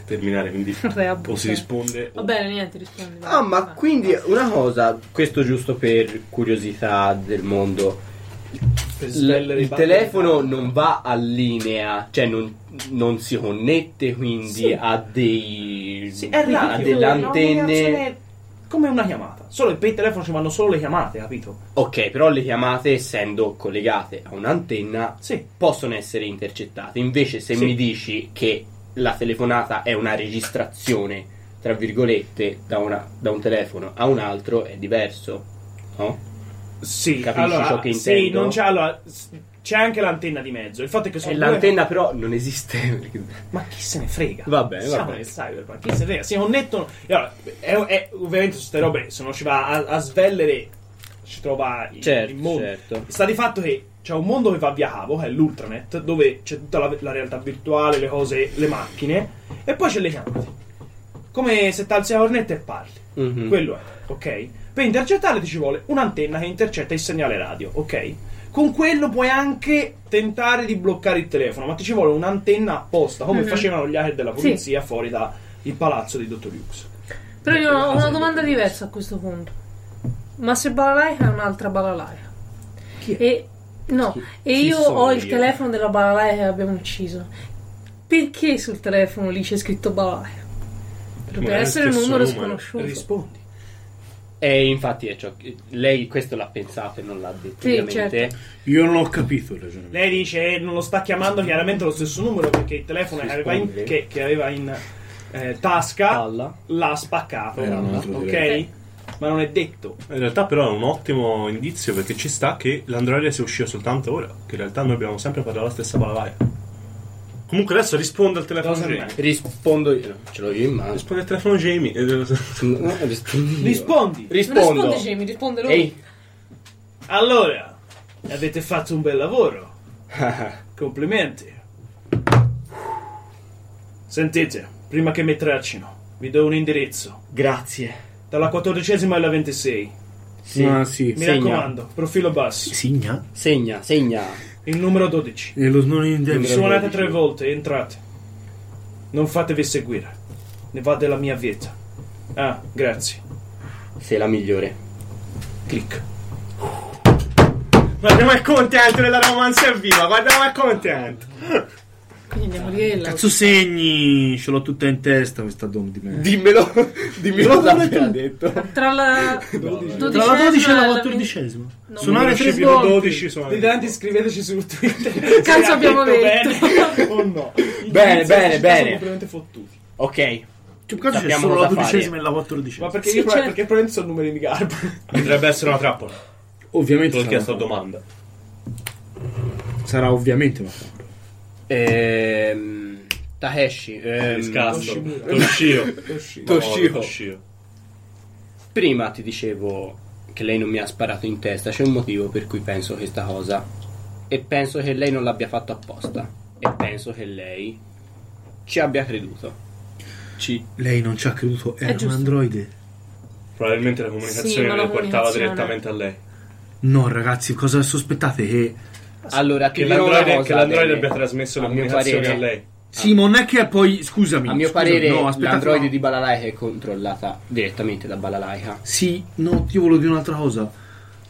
terminare, quindi
Re a
o si
buttare.
risponde
Va
o
bene, niente, rispondi.
Ah, ma
Va.
quindi una cosa, questo giusto per curiosità del mondo.
Per
l-
spellere i
il
bambini.
telefono non va a linea, cioè non, non si connette quindi
Sì.
a dei
Sì, è radio,
a delle
no?
antenne.
Un'azione Come una chiamata, solo che per il telefono ci vanno solo le chiamate, capito?
Ok, però le chiamate essendo collegate a un'antenna
Sì,
possono essere intercettate. Invece se
Sì.
mi dici che la telefonata è una registrazione tra virgolette da, una- da un telefono a un altro è diverso, no?
sì.
Capisci
allora,
ciò che
Sì,
intendo?
non c'è, allora, s- c'è anche l'antenna di mezzo. Il fatto è che sono
E
due-
l'antenna però non esiste.
Ma chi se ne frega?
Va bene, va
Siamo
bene.
nel cyberpunk, chi se ne frega? Si connettono. E allora, è, è- ovviamente su queste robe, se non ci va a, a svellere, ci trova il,
Certo,
il mondo.
certo.
Sta di fatto che c'è un mondo che va via cavo, che è l'ultranet, dove c'è tutta la, la realtà virtuale, le cose, le macchine, e poi c'è le chiamate. Come se t'alzi la cornetta e parli.
Mm.
Mhm.
Quello è, ok? Per intercettare ti ci vuole un'antenna che intercetta il segnale radio, ok? Con quello puoi anche tentare di bloccare il telefono, ma ti ci vuole un'antenna apposta, come
Mhm.
facevano gli hacker della polizia fuori dal palazzo di Dottor Hughes.
Però io ho una domanda diversa a questo punto. Ma se Balalaika è un'altra Balalaika?
Chi è?
E, no, e
chi
io
sono
ho il
io?
telefono della Balalaika che abbiamo ucciso. Perché sul telefono lì c'è scritto Balalaika? Dovrebbe
Ma è lo
essere un
stesso
numero
numero.
sconosciuto.
Rispondi.
E infatti è ciò che lei questo l'ha pensato e non l'ha detto
Sì, certo.
ovviamente.
Io non ho capito il ragionamento.
Lei dice eh, non lo sta chiamando chiaramente lo stesso numero perché il telefono che aveva in,
Rispondi.
che- che aveva in, eh, tasca
Palla.
l'ha spaccato,
Era un altro
ok?
telefono.
Ma non è detto.
In realtà però è un ottimo indizio perché ci sta che l'androide sia uscito soltanto ora, che in realtà noi abbiamo sempre parlato la stessa balalaia. Comunque adesso risponde al telefono
Cosa
Jamie.
mai?
Rispondo io. No, Ce l'ho io in mano.
Risponde al telefono Jamie. Eh,
No, rispondo io.
Rispondi.
Non
Rispondo.
risponde Jamie, risponde lui.
Ehi.
Allora, avete fatto un bel lavoro. Complimenti. Sentite, prima che mi traccino, vi do un indirizzo.
Grazie.
Dalla 14esima alla 26.
Sì.
Ah, sì.
Mi
Segna.
raccomando, profilo basso.
Signa?
Segna, segna.
Il numero 12.
E lo non indietro.
Suonate tre volte, entrate. Non fatevi seguire. Ne va della mia vita. Ah, grazie.
Sei la migliore.
Clic.
Guarda ma è contento della romanza viva, guarda ma è contento.
Quindi andiamo lì e la-
Cazzo segni, ce l'ho tutta in testa questa dom di me.
Dimmelo. Dimmelo cosa ti ha detto.
Tra la
Tra la 12 e
diciamo
la
14
14esima.
No.
Suonare tre
più
volte.
12 sono.
Literalmente scriveteci su Twitter.
Cazzo abbiamo
bene o no.
Bene, bene,
Sono
bene.
completamente fottuti.
Ok.
Che cazzo c'è
Sappiamo
solo la
cosa fare.
12esima e la 14esima?
Ma perché,
Sì,
io
cioè,
prob-
certo.
perché probabilmente sono numeri di garbo.
Potrebbe essere una trappola. Te
Ovviamente
l'ho
sarà,
chiesto a domanda.
sarà ovviamente una frappola.
Ehm Takeshi, ehm,
Scasso.
Toshimura.
Toshio.
Toshio.
Toshio.
prima ti dicevo che lei non mi ha sparato in testa, c'è un motivo per cui penso questa cosa e penso che lei non l'abbia fatto apposta e penso che lei ci abbia creduto. Ci
Lei non ci ha creduto, era un
giusto.
androide.
Probabilmente la
Sì,
comunicazione
ma la
le portava
comunicazione-
direttamente a lei.
No, ragazzi, cosa sospettate? Che.
Allora, ti
Che
dirò una
l'androide,
cosa,
che l'androide
Bene.
abbia trasmesso le
A mio
comunicazioni
parere-
a lei.
Sì, ma non è che poi. Scusami.
Ah. A mio
scusami,
parere,
no, aspetta,
l'androide
no.
di Balalaika è controllata direttamente da Balalaika.
Sì, no, io volevo dire un'altra cosa.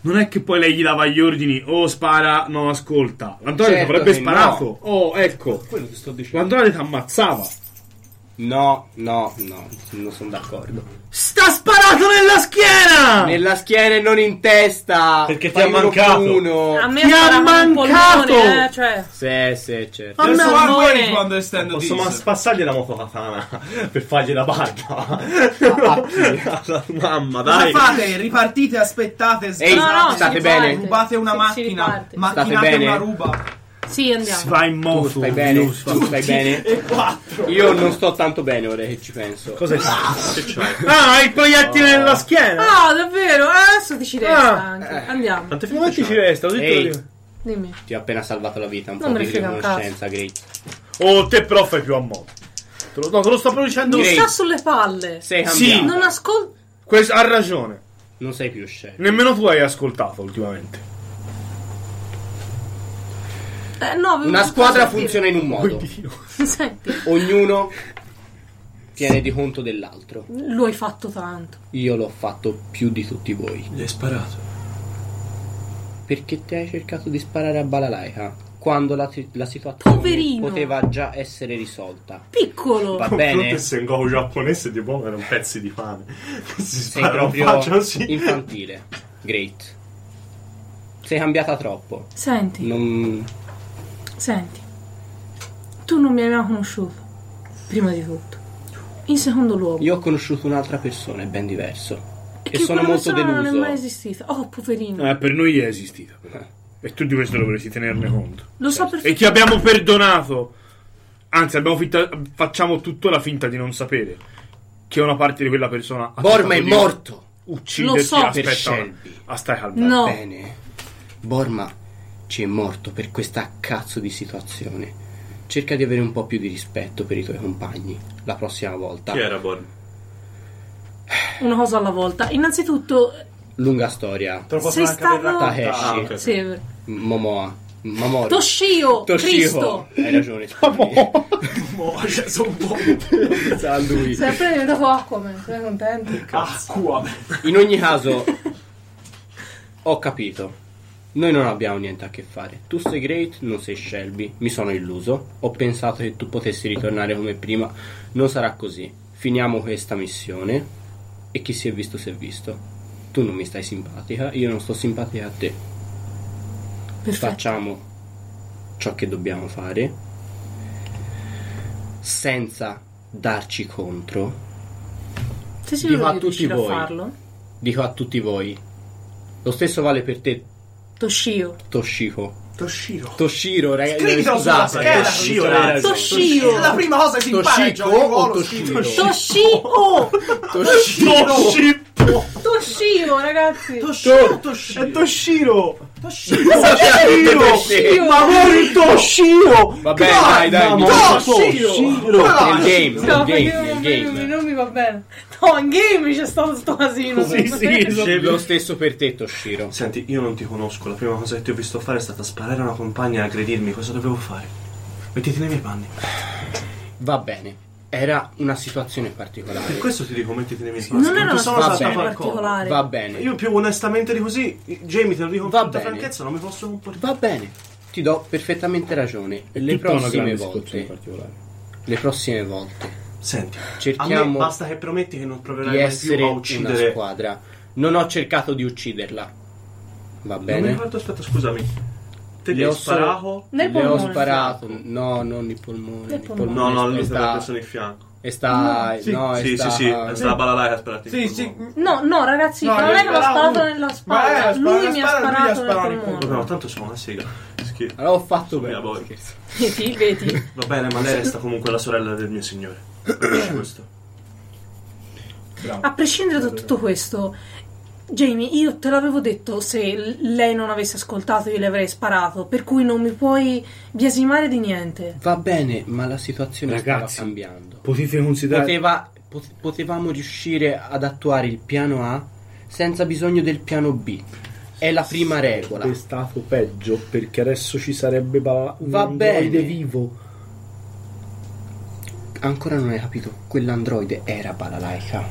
Non è che poi lei gli dava gli ordini, oh spara, no ascolta. L'androide
Certo
avrebbe
che
sparato.
no.
Oh, ecco.
Quello ti sto dicendo.
L'androide ti ammazzava.
No, no, no, non sono d'accordo.
Sta
sparato nella schiena!
Nella schiena e non in testa.
Perché ti
Fai
ha
uno
mancato.
più uno.
A me
Ti ha
ha sparato un
mancato!
polmone, eh, cioè.
Sì, sì, certo.
A me
Adesso
un
va-
dolore.
amore.
quando estendo
Posso ma
dis.
spassargli la mofana per fargli la barba. Alla Mamma, dai.
Cosa fate? Ripartite, aspettate,
Ehi,
No, no,
state,
si riparte.
bene.
Rubate una
Si- si
macchina,
riparte.
macchinate
State bene?
una ruba.
Sì, andiamo.
Si va in
Tu
moto.
stai bene, tu stai bene. Io non sto tanto bene ora che ci penso. Cosa
Ah, il proiettile nella schiena.
Ah, davvero? Eh, Adesso ti ci resta
Ah.
anche. Andiamo.
Quante
Come ti ci resta? Ho detto
Ehi.
io.
Dimmi.
Ti ho appena salvato la vita, un
Non
po'
me
di
ne frega un cazzo.
riconoscenza, Great.
Oh, te però fai più a moto. Te lo- No, te lo sto producendo.
Mi
Direi-
sta sulle palle.
Sei
Sì.
cambiato.
Non ascolto.
Questo- ha ragione.
Non sei più scemo.
Nemmeno tu hai ascoltato ultimamente.
Eh, no, avevo
Una
tutto
squadra
da dire.
funziona in un modo.
Senti,
Ognuno tiene di conto dell'altro.
lo hai fatto tanto.
Io l'ho fatto più di tutti voi.
Gli hai sparato.
Perché te hai cercato di sparare a Balalaika quando la, la situazione
Poverino.
poteva già essere risolta.
Piccolo.
Va
Confronto
bene?
se un goku giapponese di bomba erano pezzi di pane. Si
Sei
sparano in
proprio
faccia così.
infantile. Great. Sei cambiata troppo.
Senti,
Non...
senti. Tu non mi hai mai conosciuto. Prima di tutto. In secondo luogo.
Io ho conosciuto un'altra persona, è ben diverso.
E
e sono
quella
molto
persona non è
deluso. Eh.
mai esistita. Oh, poverino.
Eh, per noi è esistita. E tu di questo dovresti tenerne conto.
lo so
Certo. E
perfettamente.
ti abbiamo perdonato. Anzi, abbiamo finta- facciamo tuttora finta di non sapere che una parte di quella persona. ha
Borma è
tentato di
morto.
Ucciderti.
Lo so.
aspetta,
Per Shelby.
ah, stai calmo.
No.
Bene. Borma ci è morto per questa cazzo di situazione. Cerca di avere un po' più di rispetto per i tuoi compagni la prossima volta.
Chi era Bon?
Una cosa alla volta. Innanzitutto,
Lunga storia.
Te lo
sei
posso anche aver
stato.
raccontato.
Takeshi.
Ah, ok.
Sì, è vero.
Momoa. Mamori.
Toshio,
Toshio.
Cristo.
Hai ragione. scusami.
Sono buono.
Sa lui.
Sempre diventato Aquaman. Sei contento?
Acqua.
In ogni caso, ho capito. Noi non abbiamo niente a che fare. Tu sei Great, non sei Shelby. Mi sono illuso. Ho pensato che tu potessi ritornare come prima. Non sarà così. Finiamo questa missione. E chi si è visto si è visto. Tu non mi stai simpatica, io non sto simpatica a te.
Perfetto.
Facciamo ciò che dobbiamo fare senza darci contro
Sei
Dico
sicuro
a
che
tutti
riuscirò
voi.
a farlo?
Dico a tutti voi. Lo stesso vale per te,
Toshio.
Toshiko.
Toshiro.
Toshiro, ragazzi.
Scrivitelo sulla
Eh, Scusate,
scheda.
Toshiro,
Toshiro.
hai ragione.
È la
Toshio.
prima cosa che si impara ai giochi
Toshiko
di
o
ruolo,
Toshiro?
schifo.
Toshio.
Toshiro.
Toshio, ragazzi.
Toshiro, Toshiro.
Toshiro!
Toshiro.
Ma
Amore, Toshiro!
Va bene, dai, dai.
Mamma,
andiamo.
Toshiro!
Nel game, nel
No, perché non,
game, nel
mi-
game.
non mi va bene. No, in game c'è stato sto casino.
Lo stesso per te, Toshiro.
Senti, io non ti conosco. La prima cosa che ti ho visto fare è stata sparare a una compagna e aggredirmi. Cosa dovevo fare? Mettiti nei miei panni.
Va bene. Era una situazione particolare.
Per questo ti dico, mettiti nei miei panni.
Non era una
sono
va
situazione
bene.
saltato al collo.
particolare.
Va bene.
Io più onestamente di così, Jamie, te lo dico
Va
con tutta
bene.
franchezza, non mi posso comportare.
Va bene, ti do perfettamente ragione. Le
Tutta una
prossime
grande
volte,
situazione particolare.
le prossime volte
Senti, a me
Cerchiamo
basta che prometti che non proverai
di
mai più
essere
a
una
uccidere.
squadra. Non ho cercato di ucciderla. Va
Non mi
bene?
ricordo, aspetta, scusami. Te
Le
li
ho
hai
solo-
sparato?
Nel
Le ho
polmone.
sparato. No, non il polmone.
Nel
il
polmone.
No,
polmone
no, lui
è
è stata la
sta.
persona in fianco.
È sta. No, è
sì,
sta.
Mm. sì, sì, è stata la balalaia a spararti.
Sì,
in
sì.
polmone.
No, no, ragazzi,
No,
non
gli
è che l'ho
ha sparato
sparato
uno.
nella
Ma
spalla.
era la
Lui mi ha
spalla, lui gli ha
sparato nel
sparato in
polmone.
No, tanto sono una sega. Scherzo.
Allora ho fatto
Mia
bene.
boia.
Vedi, vedi.
Va bene, ma lei resta comunque la sorella del mio signore. Capisci questo?
A prescindere da tutto questo, Jamie, io te l'avevo detto se l- lei non avesse ascoltato io le avrei sparato, per cui non mi puoi biasimare di niente.
Va bene, ma la situazione
Ragazzi.
stava cambiando.
Potete considerare.
Poteva- pot- potevamo riuscire ad attuare il piano A senza bisogno del piano B. È la prima regola.
È stato peggio perché adesso ci sarebbe ba- un
Va
androide
bene.
vivo.
Ancora non hai capito, quell'androide era Balalaika.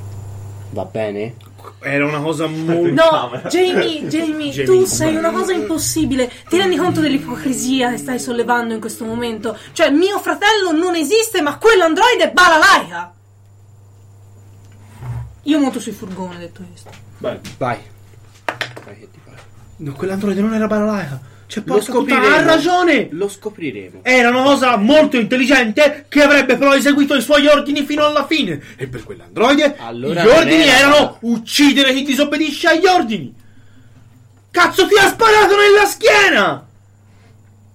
Va bene?
Era una cosa molto.
No, Jamie, Jamie, tu sei una cosa impossibile. Ti rendi conto dell'ipocrisia che stai sollevando in questo momento? Cioè, mio fratello non esiste, ma quell'androide è balalaika. Io monto sul furgone, detto questo.
Vai.
Vai. Vai che ti pare.
No, quell'androide non era balalaia. Cioè,
Lo
porca puttana,
scopriremo.
ha ragione!
Lo scopriremo.
Era una cosa molto intelligente che avrebbe però eseguito i suoi ordini fino alla fine. E per quell'androide
Allora
gli
non
ordini
era-
erano uccidere chi disobbedisce agli ordini. Cazzo, ti ha sparato nella schiena!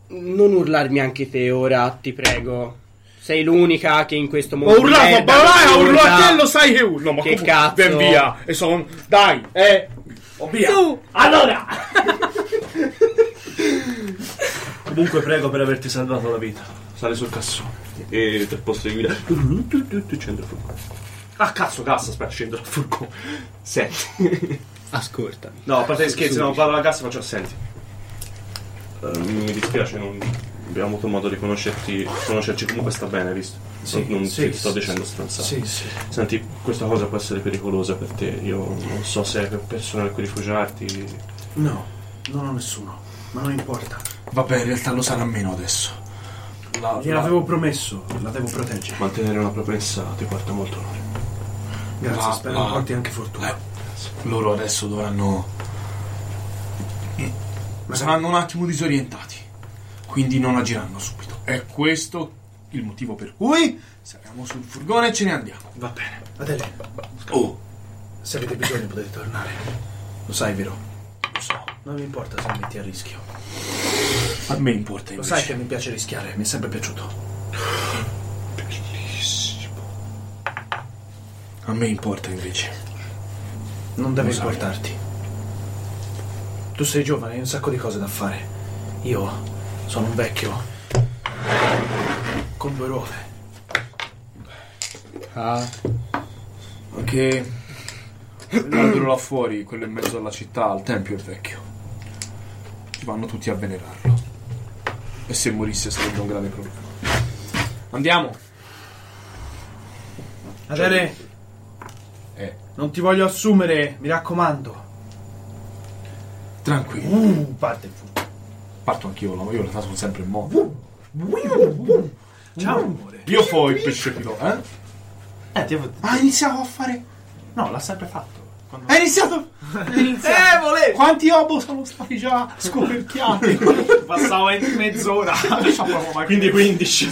Non urlarmi anche te ora, ti prego. Sei l'unica che in questo
Ho
momento.
urlato a ballare, ho urlato a te, lo sai che urlo. Ma
Che
comunque-
cazzo.
Ben via. E sono. Dai, eh.
Allora,
Comunque prego per averti salvato la vita. Sale sul cassone. E per posto di guida. Scendo il furgone. Ah cazzo, cazzo, aspetta, scendo il furgone. Senti.
Ascolta.
No, a parte gli scherzi, non parlo alla cassa e faccio senti. Eh, mi dispiace, non abbiamo avuto modo di conoscerti. Conoscerci comunque sta bene, visto? Sì, non
sì,
ti sto
sì,
dicendo stronzate. Senti, questa cosa può essere pericolosa per te. Io non so se hai persone a cui rifugiarti.
No, non ho nessuno, ma non importa. Vabbè, in realtà lo sarà meno adesso. Gliel'avevo promesso, la devo proteggere.
Mantenere una promessa ti porta molto onore.
Grazie,
Ma-
spero
ma-
porti anche fortuna.
Loro adesso dovranno. Ma saranno un attimo disorientati. Quindi non agiranno subito. È questo il motivo per cui saliamo sul furgone e ce ne andiamo.
Va bene. Adele,
Oh,
se avete bisogno potete tornare. Lo sai, vero?
lo so.
Non mi importa se mi metti a rischio.
A me importa
Lo
invece.
sai che mi piace rischiare, mi è sempre piaciuto.
A me importa invece.
Non deve
Lo sai.
importarti. Tu sei giovane, hai un sacco di cose da fare. Io sono un vecchio. Con due ruote.
Ah,
Ok. L'albero là fuori, quello in mezzo alla città, al tempio è vecchio. Vanno tutti a venerarlo. E se morisse sarebbe un grave problema. Andiamo!
Adele,
Eh,
non ti voglio assumere, mi raccomando.
tranquillo.
Uh, parte il fuoco.
Parto anch'io, la- io la sono sempre in moto.
Ciao, amore.
Io fo il pesce pilota, eh?
Eh, ti ho...
Ah, iniziamo a fare...
No, l'ha sempre fatto. Quando-
Hai iniziato!
Eh, volevo!
Quanti obo sono stati già scoperchiati?
Passavo in mezz'ora.
Quindi 15.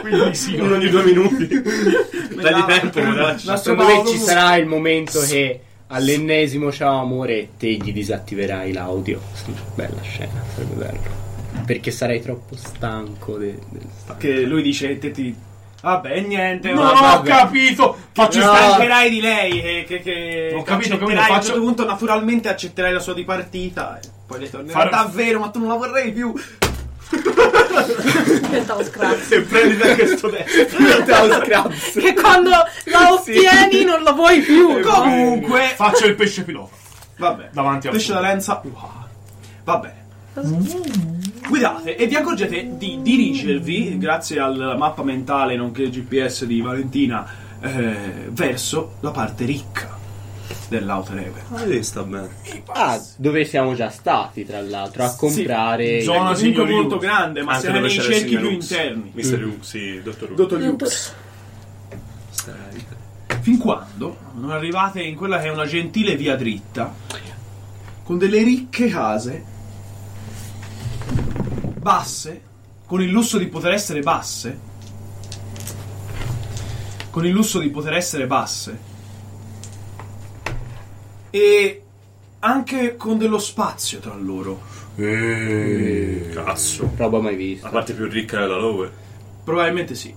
Quindi sì,
Uno ogni due minuti. Dagli tempo,
Cioè,
ragazzi.
secondo me ci sarà il momento che all'ennesimo ciao amore te gli disattiverai l'audio. Sì, Bella scena, sarebbe bello. Perché sarei troppo stanco de- del
che lui dice te ti Vabbè, niente,
Non
vabbè.
ho capito! Faccio
Ci
sta-
stancherai di lei che, che, che
Ho capito,
accetterai,
capito,
a un
faccio-
certo punto naturalmente accetterai la sua dipartita e poi le tornerà
Far-
davvero, ma tu non la vorrei più.
Pensavo scratch.
E prendi da questo testo.
che quando la ottieni non la vuoi più.
Comunque,
Faccio il pesce pilota.
vabbè.
Davanti al
Pesce da
fuoco.
lenza. Wow. Va bene. Guidate e vi accorgete di dirigervi, grazie alla mappa mentale nonché GPS di Valentina, eh, verso la parte ricca dell'Outer Heaven.
Ah, vedi, sta bene.
Ah, dove siamo già stati, tra l'altro, a comprare.
Zona
È comunque
signor
molto
Hughes.
grande, ma
Anche
siamo
dove
nei
c'era il
cerchi
signor
più
Hughes.
interni. Mm.
Mister Hughes, sì, dottor Hughes.
Dottor Hughes. Fin quando non arrivate in quella che è una gentile via dritta, con delle ricche case, basse, con il lusso di poter essere basse, con il lusso di poter essere basse, e anche con dello spazio tra loro.
Eeeh.
Cazzo.
Roba mai vista.
La parte più ricca è la Lowe.
Probabilmente sì.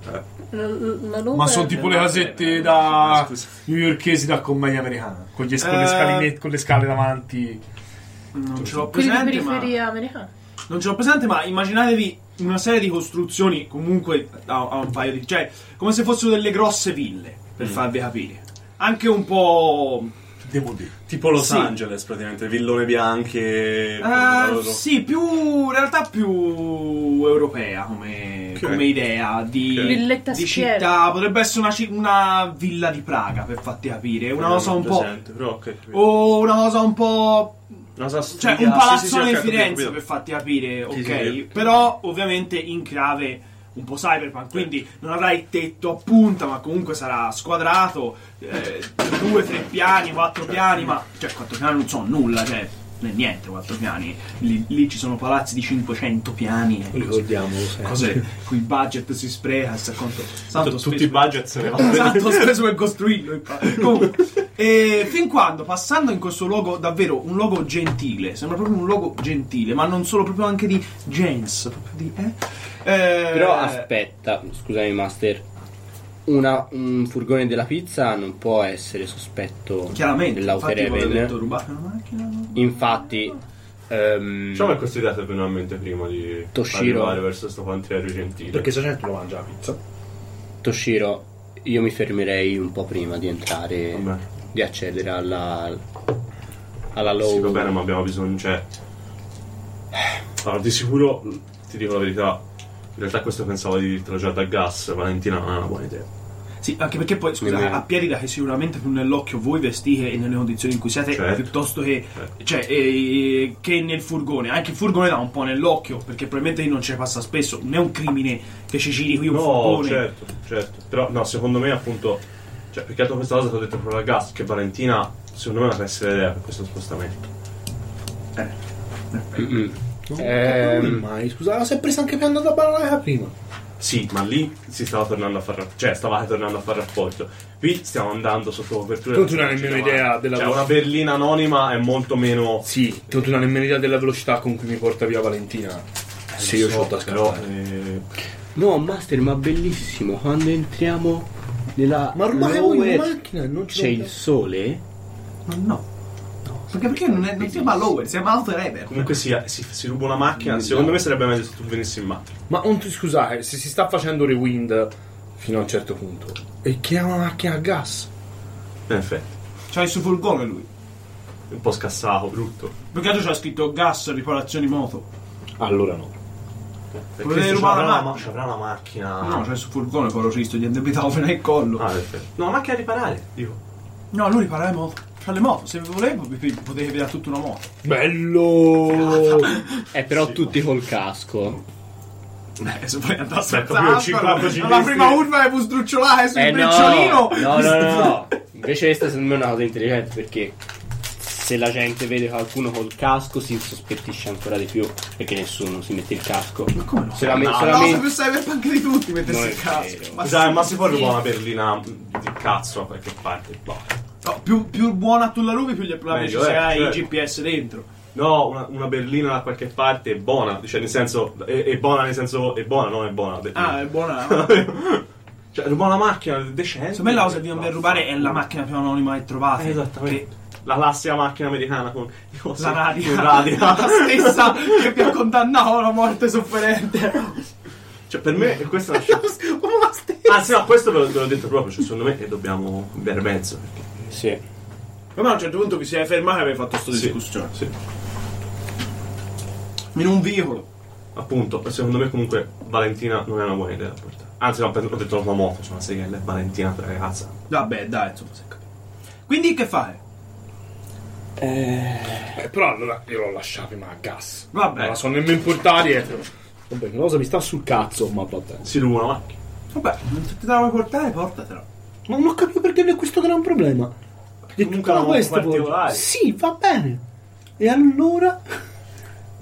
Ma sono tipo le casette da newyorkesi da commedia americana.
Con, gli- con le
Eh.
scalinette, con le scale davanti.
Non ce l'ho
Quelli di
presente, ma...
periferia americana.
Non ce l'ho presente, ma immaginatevi una serie di costruzioni comunque a, a un paio di... cioè, come se fossero delle grosse ville, per
Mm.
farvi capire. Anche un po'...
Devo dire.
Tipo Los
Sì.
Angeles, praticamente. Villone bianche.
eh,
loro.
sì, più... in realtà più europea come,
Ok.
come idea di,
Ok.
Villetta
di
schiera.
città. Potrebbe essere una, ci- una villa di Praga, per farti capire. Una
Non
cosa
ho
un po'...
presente, Però, ok.
O una cosa un po'...
Una cosa
Cioè,
sfiga-
un
sì, sì, sì, ho
palazzone di
capito,
Firenze,
capito.
per farti capire,
Sì,
ok?
sì, sì.
Però, ovviamente, in clave un po' cyberpunk, quindi
Certo.
non avrai tetto a punta, ma comunque sarà squadrato, eh, due, tre piani, quattro
Certo.
piani, ma cioè quattro piani non so nulla, cioè né niente, quattro piani. Lì, lì ci sono palazzi di 500 piani. ecco, e cose-
eh.
Cose cui il Cioè, budget si spreca, sa quanto- santo
Tutti i
speso-
budget se ne vanno.
Esatto, ho speso per costruirlo. infatti. Comunque, e fin quando, passando in questo luogo, davvero un luogo gentile, sembra proprio un luogo gentile, ma non solo, proprio anche di gens, proprio di... Eh? Eh,
Però aspetta, scusami Master, Una- un furgone della pizza non può essere sospetto
Chiaramente, infatti avevo
dell'Outer
detto
Heaven.
rubate la macchina. no?
Infatti, ehm,
Diciamo che questa idea ti è venuta in mente prima di
Toshiro.
arrivare verso sto pantriero gentile.
Perché se gente lo mangia la pizza.
Toshiro, io mi fermerei un po' prima di entrare,
Vabbè.
di accedere alla, alla
Sì, va
low.
bene, ma abbiamo bisogno, cioè... Allora, di sicuro, ti dico la verità, in realtà questo pensavo di dirtelo già da gas, Valentina non è una buona idea.
Sì, anche perché poi, scusate,
Quindi-
a Pierida che sicuramente più nell'occhio voi vestite e nelle condizioni in cui siete,
Certo.
piuttosto che,
Certo.
cioè, eh, che nel furgone. Anche il furgone dà un po' nell'occhio, perché probabilmente lì non ce ne passa spesso. Non è un crimine che ci giri qui un
No,
furgone.
certo, certo. Però, no, secondo me, appunto, cioè, perché altro questa cosa ti ho detto proprio da gas, che Valentina, secondo me, è una pessima idea per questo spostamento.
Mm-mm.
Ma
Ehm,
come mai? Scusa, la sei presa anche piano da banana prima.
Sì, ma lì si stava tornando a fare, cioè stavate tornando a fare rapporto. Qui stiamo andando sotto copertura.
Tu non hai nemmeno
Cioè,
idea della
Cioè, una berlina anonima è molto meno.
Sì, tu non hai nemmeno idea della velocità con cui mi porta via Valentina. Se io
so,
ho da
però,
scappare.
eh,
No, Master, ma bellissimo, quando entriamo nella
Ma ormai voi in
lower
macchina e non ci
c'è il sole?
Ma no. Perché, perché non, è, non siamo a lower, siamo a outer ever.
comunque si, si, si ruba una macchina. Secondo me sarebbe meglio se tu venissi in macchina.
Ma non ti scusate, se si sta facendo rewind fino a un certo punto. E chi ha una macchina a gas?
In effetti,
C'ha il suo furgone lui.
è un po' scassato, brutto.
Perché altro c'ha scritto gas, riparazioni moto.
Allora no.
Volevi rubare la macchina?
Avrà la macchina.
No, c'ha il suo furgone, povero Cristo, gli è indebitato fino al collo.
Ah, in effetti. No, la macchina da riparare. Dico.
No, lui ripara le moto. Fa le moto, se volevo potevi dare tutta una moto.
Bello!
Eh, però tutti col casco.
Eh, se poi andasse a
Ecco, qui ho cinque
Zappara,
autogiristi.
la prima urva che può sdrucciolare sul
eh
briciolino.
no, no, no, no, no. Invece questa secondo me è una cosa intelligente perché se la gente vede qualcuno col casco si sospettisce ancora di più perché nessuno si mette il casco. Ma come no?
Ah, No, no, sei più cyberpunk di tutti mettersi
Non è
il casco.
vero.
Ma
Dai,
sì.
ma si può rubare una berlina di cazzo a qualche parte. Boh.
No, più, più buona tu la rubi, più gli applausi ci
Meglio, eh,
sarai il
certo.
GPS dentro.
No, una, una berlina da qualche parte è buona. Cioè, nel senso. È, è buona, nel senso. È buona, non è buona.
Ah, è buona.
Cioè, ruba una macchina decente.
Secondo me la cosa che dobbiamo rubare è la macchina più anonima che trovate.
Eh, esattamente. La classica macchina americana con con-
La radio.
con radio.
La stessa che vi ha condannato alla morte sofferente.
Cioè, per me questa è una scelta.
Come la stessa.
Anzi, no, questo ve l'ho, ve l'ho detto proprio. Cioè, secondo me che dobbiamo avere mezzo. Perché...
Sì.
Ma a un certo punto vi siete fermati e avete fatto sto
Sì,
discorso.
sì.
In un vicolo.
Appunto, secondo me comunque Valentina non è una buona idea da portare. Anzi, no, ho detto la tua moto, cioè una seghella è Valentina, ragazza.
Vabbè, dai, insomma, si è capito. Quindi che fai?
Eh, però allora io l'ho lasciata ma a gas.
Vabbè,
Non la so nemmeno portare dietro. Vabbè, una cosa mi sta sul cazzo, ma vabbè.
Si ruba una macchina.
vabbè, non ti la vuoi portare, portatela.
Ma non ho capito perché ne questo gran problema. Perché
Comunque
tutto
eravamo
questo poi-
particolari.
Sì, va bene. E allora.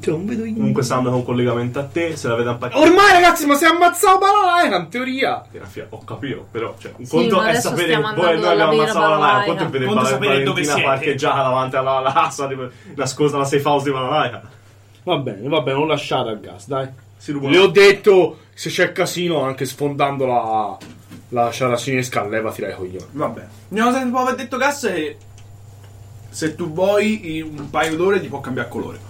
Cioè, non vedo niente.
Comunque sta andando con collegamento a te, se la vede un pacchetto.
Ormai ragazzi, ma si è ammazzato Balalaika in teoria.
Tira fia- Ho capito, però cioè, un conto
ma
è
adesso
sapere che
stiamo
poi
andando
noi abbiamo
alla
ammazzato
vera
la Laica, un conto è
Balalaika.
vedere
Conto
Val-
sapere dove
Valentina
siete.
parcheggiata davanti alla, alla casa tipo, nascosta alla safe house di Balalaika.
Va bene, va bene, l'ho lasciata a gas, dai.
Si ruba
Le ho detto, se c'è casino, anche sfondando la, la sciara cinesca, levati dai coglioni.
Vabbè. Una cosa che può aver detto Gas è che se tu vuoi in un paio d'ore ti può cambiare colore.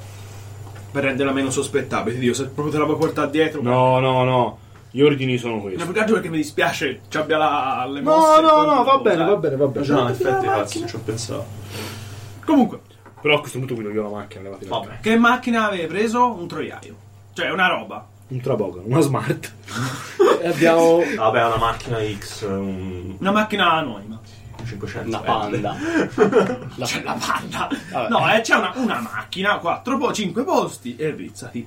Per renderla meno sospettabile, ti dico, se proprio te la puoi portare dietro.
No, no, no, gli ordini sono
Ma
questi.
più che altro perché mi dispiace ci abbia la, le
No,
mosse.
no, no,
contro-
va bene, va bene, va bene.
No, in effetti, cazzo, ci ho pensato.
Comunque,
Però a questo punto mi io la macchina, levati dai.
Vabbè.
che macchina avevi preso? Un troiaio. Cioè, una roba.
Un trabogano, una smart.
E abbiamo
Vabbè, una macchina X, un
Una macchina anonima.
500.
una
eh.
panda. La-
C'è la palla.
Vabbè.
No, eh, c'è una, una macchina, 4 po- 5 posti e rizzati.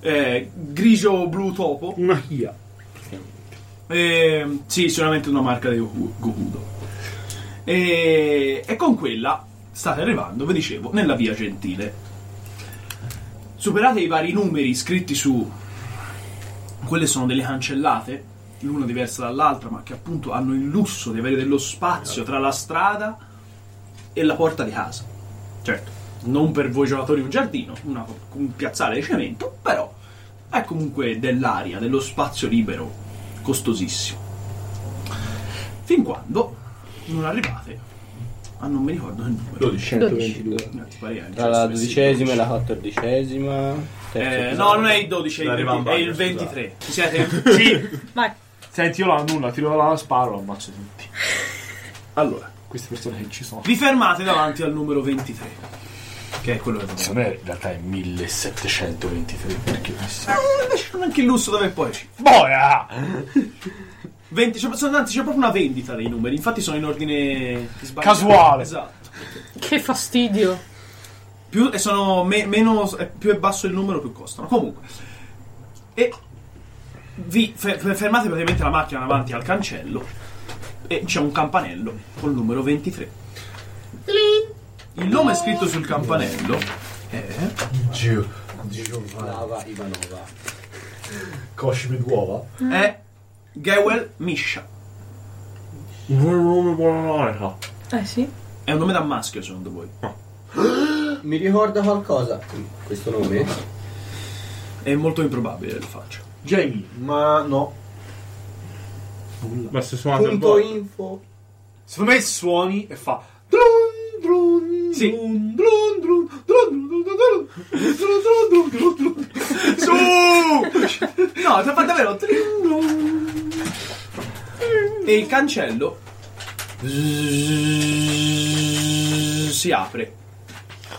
Eh, grigio blu topo.
Una Kia.
Ehm, sì, sicuramente una marca di Goku- Gokudo. E, e con quella state arrivando, vi dicevo, nella via gentile. Superate i vari numeri scritti su... Quelle sono delle cancellate, l'una diversa dall'altra, ma che appunto hanno il lusso di avere dello spazio tra la strada e la porta di casa. Certo, non per voi giocatori un giardino, una- un piazzale di cemento, però è comunque dell'aria, dello spazio libero, costosissimo. Fin quando non arrivate a non mi ricordo il numero.
12. 122.
No, ti pare anche,
Tra la
giusto, eh, sì,
dodicesima e la quattordicesima. terzo
Eh, no,
episodio.
non è il 12, è il,
Arriva in
20 è
bagno,
il 23. Ci siete?
Sì.
Vai.
Senti, io la nulla, tiro la sparo, ammazzo tutti.
Allora,
queste persone che ci sono.
Vi fermate davanti al numero 23. Che è quello che
Se non è, in realtà è 1723. Perché
Eh, invece non è anche il lusso dove poi ci.
Boia!
20, c'è, sono- anzi, c'è proprio una vendita dei numeri. Infatti, sono in ordine sbagliato.
Casuale.
Esatto.
Che fastidio.
Più, e sono me- meno, eh, più è basso il numero, più costano. Comunque, e vi fe- fe- fermate praticamente la macchina davanti al cancello. E c'è un campanello col numero 23. Il nome scritto sul campanello è.
Gio. Giovanna Ivanova. Coscime d'uova.
è Gewel Misha.
Eh sì.
È un nome da maschio secondo voi?
Mi ricorda qualcosa questo nome?
È molto improbabile lo faccio.
Jamie. Ma no.
Ma se suonate un
Punto
po'.
info.
Secondo me suoni e fa.
Sì. Su! No, ti ha fatto davvero. E il cancello si apre.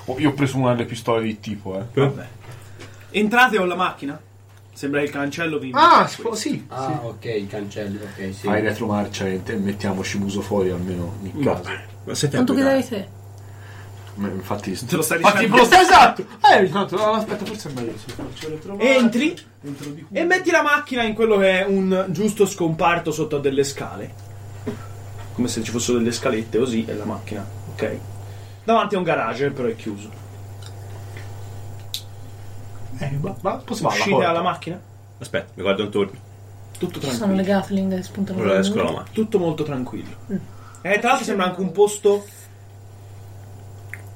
Oh, io ho preso una delle pistole di tipo, eh.
Vabbè. Entrate con la macchina? Sembra che il cancello vi
Ah, si può- sì.
Ah, ok, il cancello, ok, sì.
Fai retromarcia e te- mettiamoci muso fuori almeno in caso.
Ma siete
Quanto chiederei te?
Ma Infatti,
Te lo stai
Infatti,
dicendo.
lo stai esatto! Eh, tanto, no, aspetta, forse è meglio se faccio le trovate.
Entri
Dentro di qui.
e metti la macchina in quello che è un giusto scomparto sotto a delle scale. Come se ci fossero delle scalette così e la macchina, ok? Davanti a un garage, però è chiuso.
Ma possiamo alla
Eh, Uscite
porta.
dalla macchina?
Aspetta, mi guardo intorno.
Tutto
Ci sono le Mm.
tranquillo.
Gatling che spuntano
Allora
dal
esco
muro.
dalla macchina.
Tutto molto tranquillo. E tra l'altro sembra anche un posto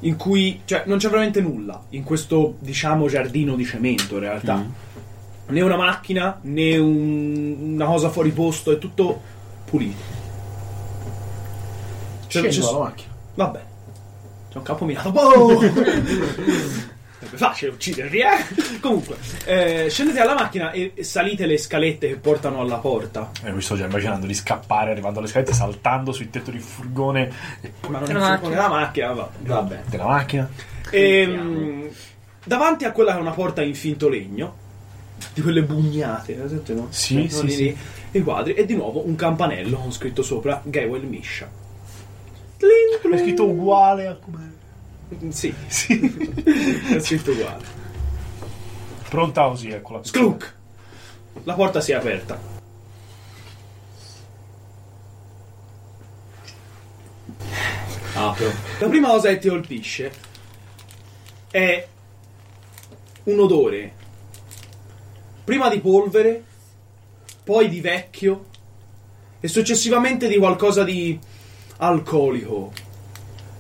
in cui, cioè, non c'è veramente nulla in questo, diciamo, giardino di cemento in realtà.
Mm.
Né una macchina, né un- una cosa fuori posto, è tutto pulito. C'è, c'è,
la macchina.
va bene. C'è un campo minato. Boh! Sarebbe facile uccidervi, eh? Comunque, eh, scendete alla macchina e e salite le scalette che portano alla porta.
Eh, mi sto già immaginando di scappare arrivando alle scalette, saltando sul tetto di furgone e poi
Ma non è
Della
il furgone, la macchina, va.
Vabbè.
della macchina.
Ehm, davanti a quella che è una porta in finto legno, di quelle bugnate, eh, senti, no?
Sì,
Eh,
sì,
lì,
sì.
lì, I quadri, e di nuovo un campanello con scritto sopra Gewel Misha. Tling,
È
tlung.
scritto uguale a come.
Sì, è scritto uguale.
Pronta così, eccola.
Sclunk! La porta si è aperta.
Apro.
La prima cosa che ti colpisce è un odore. Prima di polvere, poi di vecchio e successivamente di qualcosa di alcolico,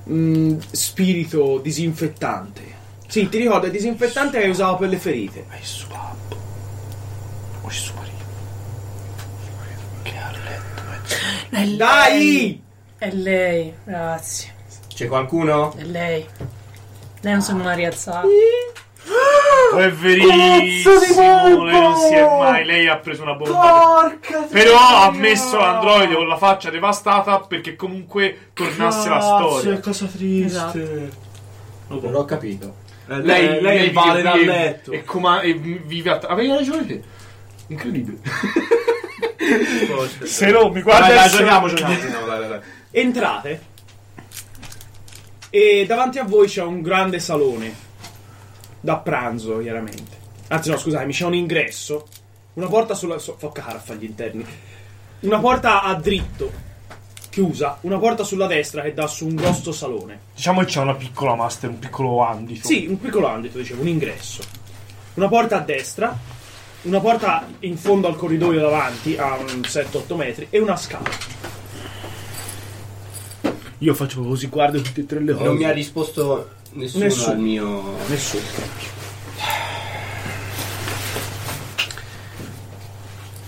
mm, spirito disinfettante. Sì, ti ricordo, è disinfettante che usavo per le ferite.
È il swap. O il suarino. Che ha letto.
È lei.
Dai!
È lei, ragazzi.
C'è qualcuno?
È lei. Lei non
Ah.
sembra una rialzata.
È verissimo, lei non si è mai. Lei ha preso una bomba.
Porca
Però ha messo l'androide con la faccia devastata perché comunque tornasse la storia.
cosa triste.
Esatto.
Non ho capito.
Eh,
Lei, lei
vale
vive
dal
e-
letto.
E, coma- e vive a. Avevi ragione te. Incredibile.
Se no, mi guarda.
Dai, dai,
il se-
giochiamo,
No, dai, dai, dai.
Entrate e davanti a voi c'è un grande salone da pranzo, chiaramente. Anzi, no, scusatemi, c'è un ingresso. Una porta sulla. So, fa caro a fare gli interni. una porta a dritto, chiusa, una porta sulla destra che dà su un grosso salone.
Diciamo che c'è una piccola master, un piccolo andito.
Sì, un piccolo andito, dicevo, un ingresso. Una porta a destra, una porta in fondo al corridoio davanti, a un 7-8 metri, e una scala.
Io faccio così, guardo tutte e tre le cose.
Non mi ha risposto nessuno,
Nessuno.
al mio.
Nessuno.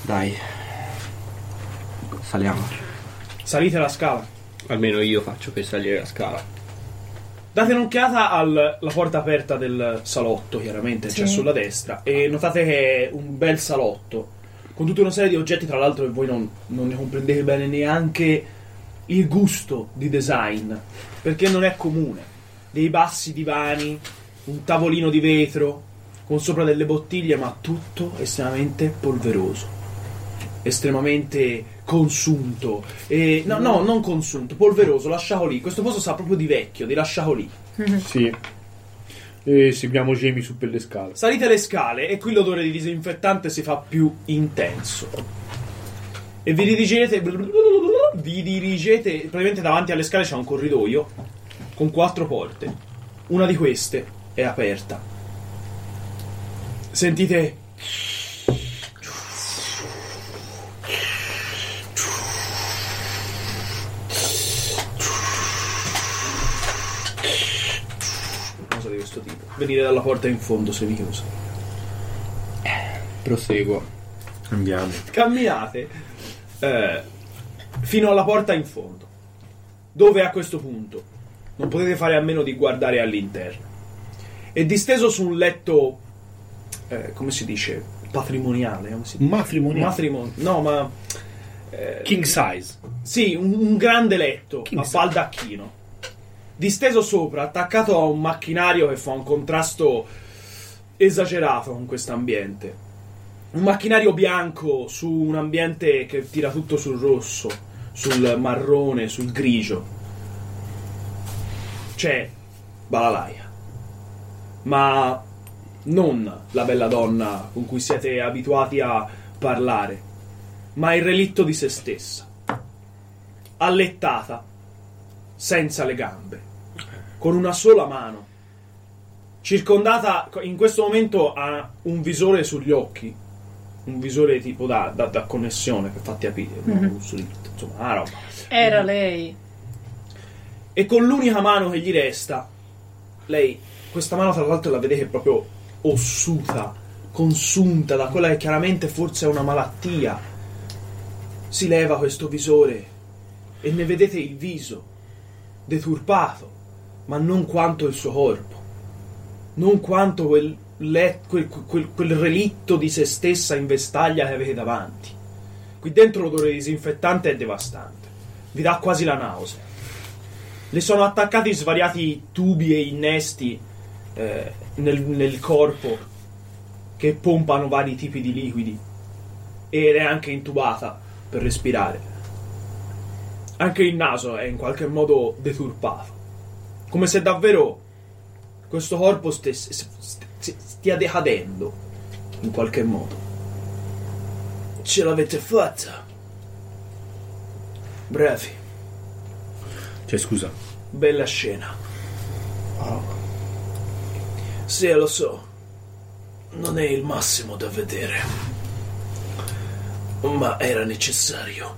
Dai. Saliamo.
Salite la scala.
Almeno io faccio per salire la scala.
Date un'occhiata alla porta aperta del salotto, chiaramente, c'è
Sì.
sulla destra, e notate che è un bel salotto, con tutta una serie di oggetti, tra l'altro, che voi non, non ne comprendete bene neanche il gusto di design, perché non è comune. Dei bassi divani, un tavolino di vetro, con sopra delle bottiglie, ma tutto estremamente polveroso, estremamente consunto, e, no, no, non consunto, polveroso, lasciato lì. Questo posto sa proprio di vecchio, di lasciato lì.
Sì. E seguiamo Jamie su per le scale.
Salite le scale e qui l'odore di disinfettante si fa più intenso. E vi dirigete. Vi dirigete. Praticamente davanti alle scale c'è un corridoio con quattro porte. Una di queste è aperta. Sentite. Cosa di questo tipo. Venire dalla porta in fondo se vi chiusa.
Proseguo.
Andiamo. Camminate eh, fino alla porta in fondo, dove a questo punto non potete fare a meno di guardare all'interno. È disteso su un letto, eh, come si dice, patrimoniale. Come si dice?
Matrimoniale.
Matrimon- no, ma... eh,
King size.
Sì, un, un grande letto a baldacchino. Disteso sopra, attaccato a un macchinario che fa un contrasto esagerato con quest'ambiente. Un macchinario bianco su un ambiente che tira tutto sul rosso, sul marrone, sul grigio. C'è Balalaia. Ma non la bella donna con cui siete abituati a parlare, ma il relitto di se stessa allettata, senza le gambe, con una sola mano, circondata in questo momento ha un visore sugli occhi, un visore tipo da, da- da connessione per fatti capire, no?
Mhm.
Su- insomma, una roba.
Era lei.
E con l'unica mano che gli resta, lei, questa mano tra l'altro la vedete proprio ossuta, consunta da quella che chiaramente forse è una malattia, si leva questo visore e ne vedete il viso, deturpato, ma non quanto il suo corpo, non quanto quel, le- quel- quel- quel relitto di se stessa in vestaglia che avete davanti. Qui dentro l'odore disinfettante è devastante, vi dà quasi la nausea. Le sono attaccati svariati tubi e innesti eh, nel, nel corpo che pompano vari tipi di liquidi ed è anche intubata per respirare. Anche il naso è in qualche modo deturpato, come se davvero questo corpo stesse- s- st- si- stia decadendo in qualche modo. Ce l'avete fatta. Bravi.
Cioè, scusa.
Bella scena. Sì, lo so. Non è il massimo da vedere. Ma era necessario.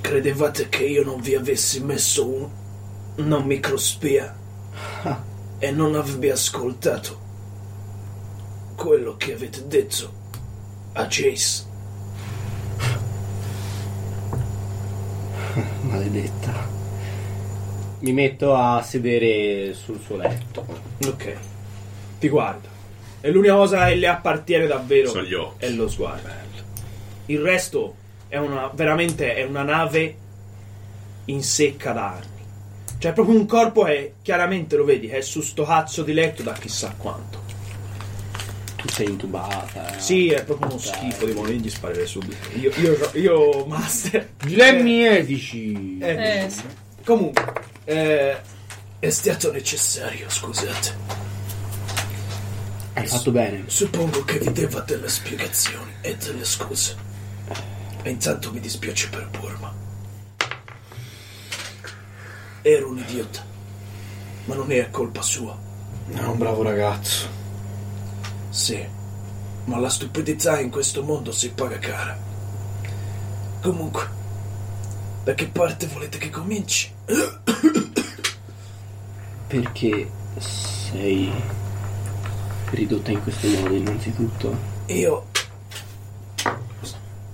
Credevate che io non vi avessi messo un... una microspia e non avrebbe ascoltato quello che avete detto a Jace.
Maledetta. Mi metto a sedere sul suo letto.
Ok. Ti guarda. E l'unica cosa che le appartiene davvero
Sono gli occhi.
è lo sguardo. Il resto è una, veramente è una nave in secca da anni. Cioè, è proprio un corpo che chiaramente lo vedi, che è su sto cazzo di letto da chissà quanto.
Tu sei intubata. eh.
Sì, è proprio uno schifo, devo venirgli sparare subito. Io, io, io master.
Dilemmi etici.
Eh, Comunque, eh, è stato necessario, scusate.
Hai fatto bene.
Suppongo che vi debba delle spiegazioni e delle scuse. E intanto mi dispiace per Burma. Ero un idiota, ma non è colpa sua.
È un bravo ragazzo.
Sì, ma la stupidità in questo mondo si paga cara. Comunque, da che parte volete che cominci?
Perché sei ridotta in questo modo innanzitutto?
Io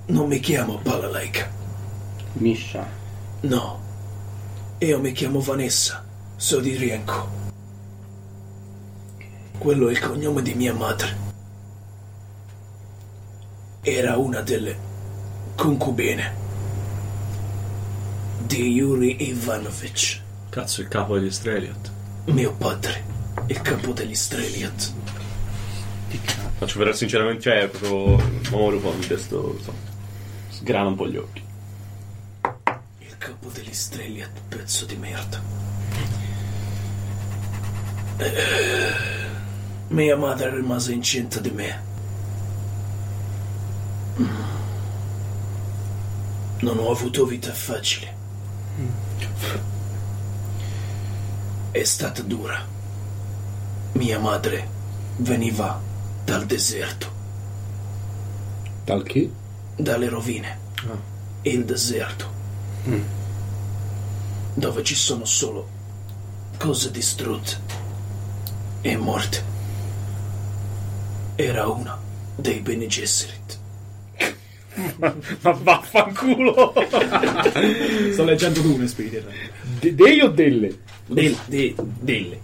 non mi chiamo Balalaika.
Misha,
No, io mi chiamo Vanessa, sono di Rienco. Quello è il cognome di mia madre. Era una delle concubine di Yuri Ivanovich,
Cazzo, il capo degli Streliot.
mio padre, il capo degli Streliot.
Faccio vedere sinceramente, cioè, proprio muovo un po' mi testo, insomma, sgrana un po' gli occhi.
Il capo degli Streliat, pezzo di merda. Eh, Mia madre rimase incinta di me. Non ho avuto vita facile. È stata dura. Mia madre veniva dal deserto,
Dal chi?
dalle rovine.
Ah.
Il deserto.
Mm.
dove ci sono solo cose distrutte e morte. Era una dei Bene Gesserit.
Ma, ma vaffanculo!
Sto leggendo tu un Spirit.
De- dei o delle?
Del, de- delle.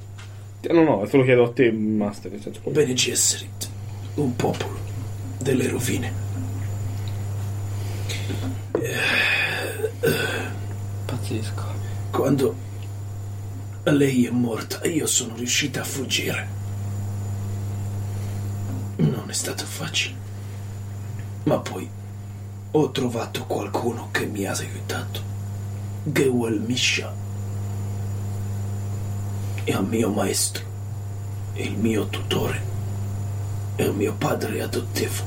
No, no, te lo chiedo a te, Master. Nel senso,
Bene Gesserit, un popolo delle rovine. Eh,
Pazzesco.
Quando lei è morta, io sono riuscita a fuggire. Non è stato facile. Ma poi ho trovato qualcuno che mi ha aiutato. Gewel Misha. È il mio maestro, il mio tutore, è il mio padre adottivo.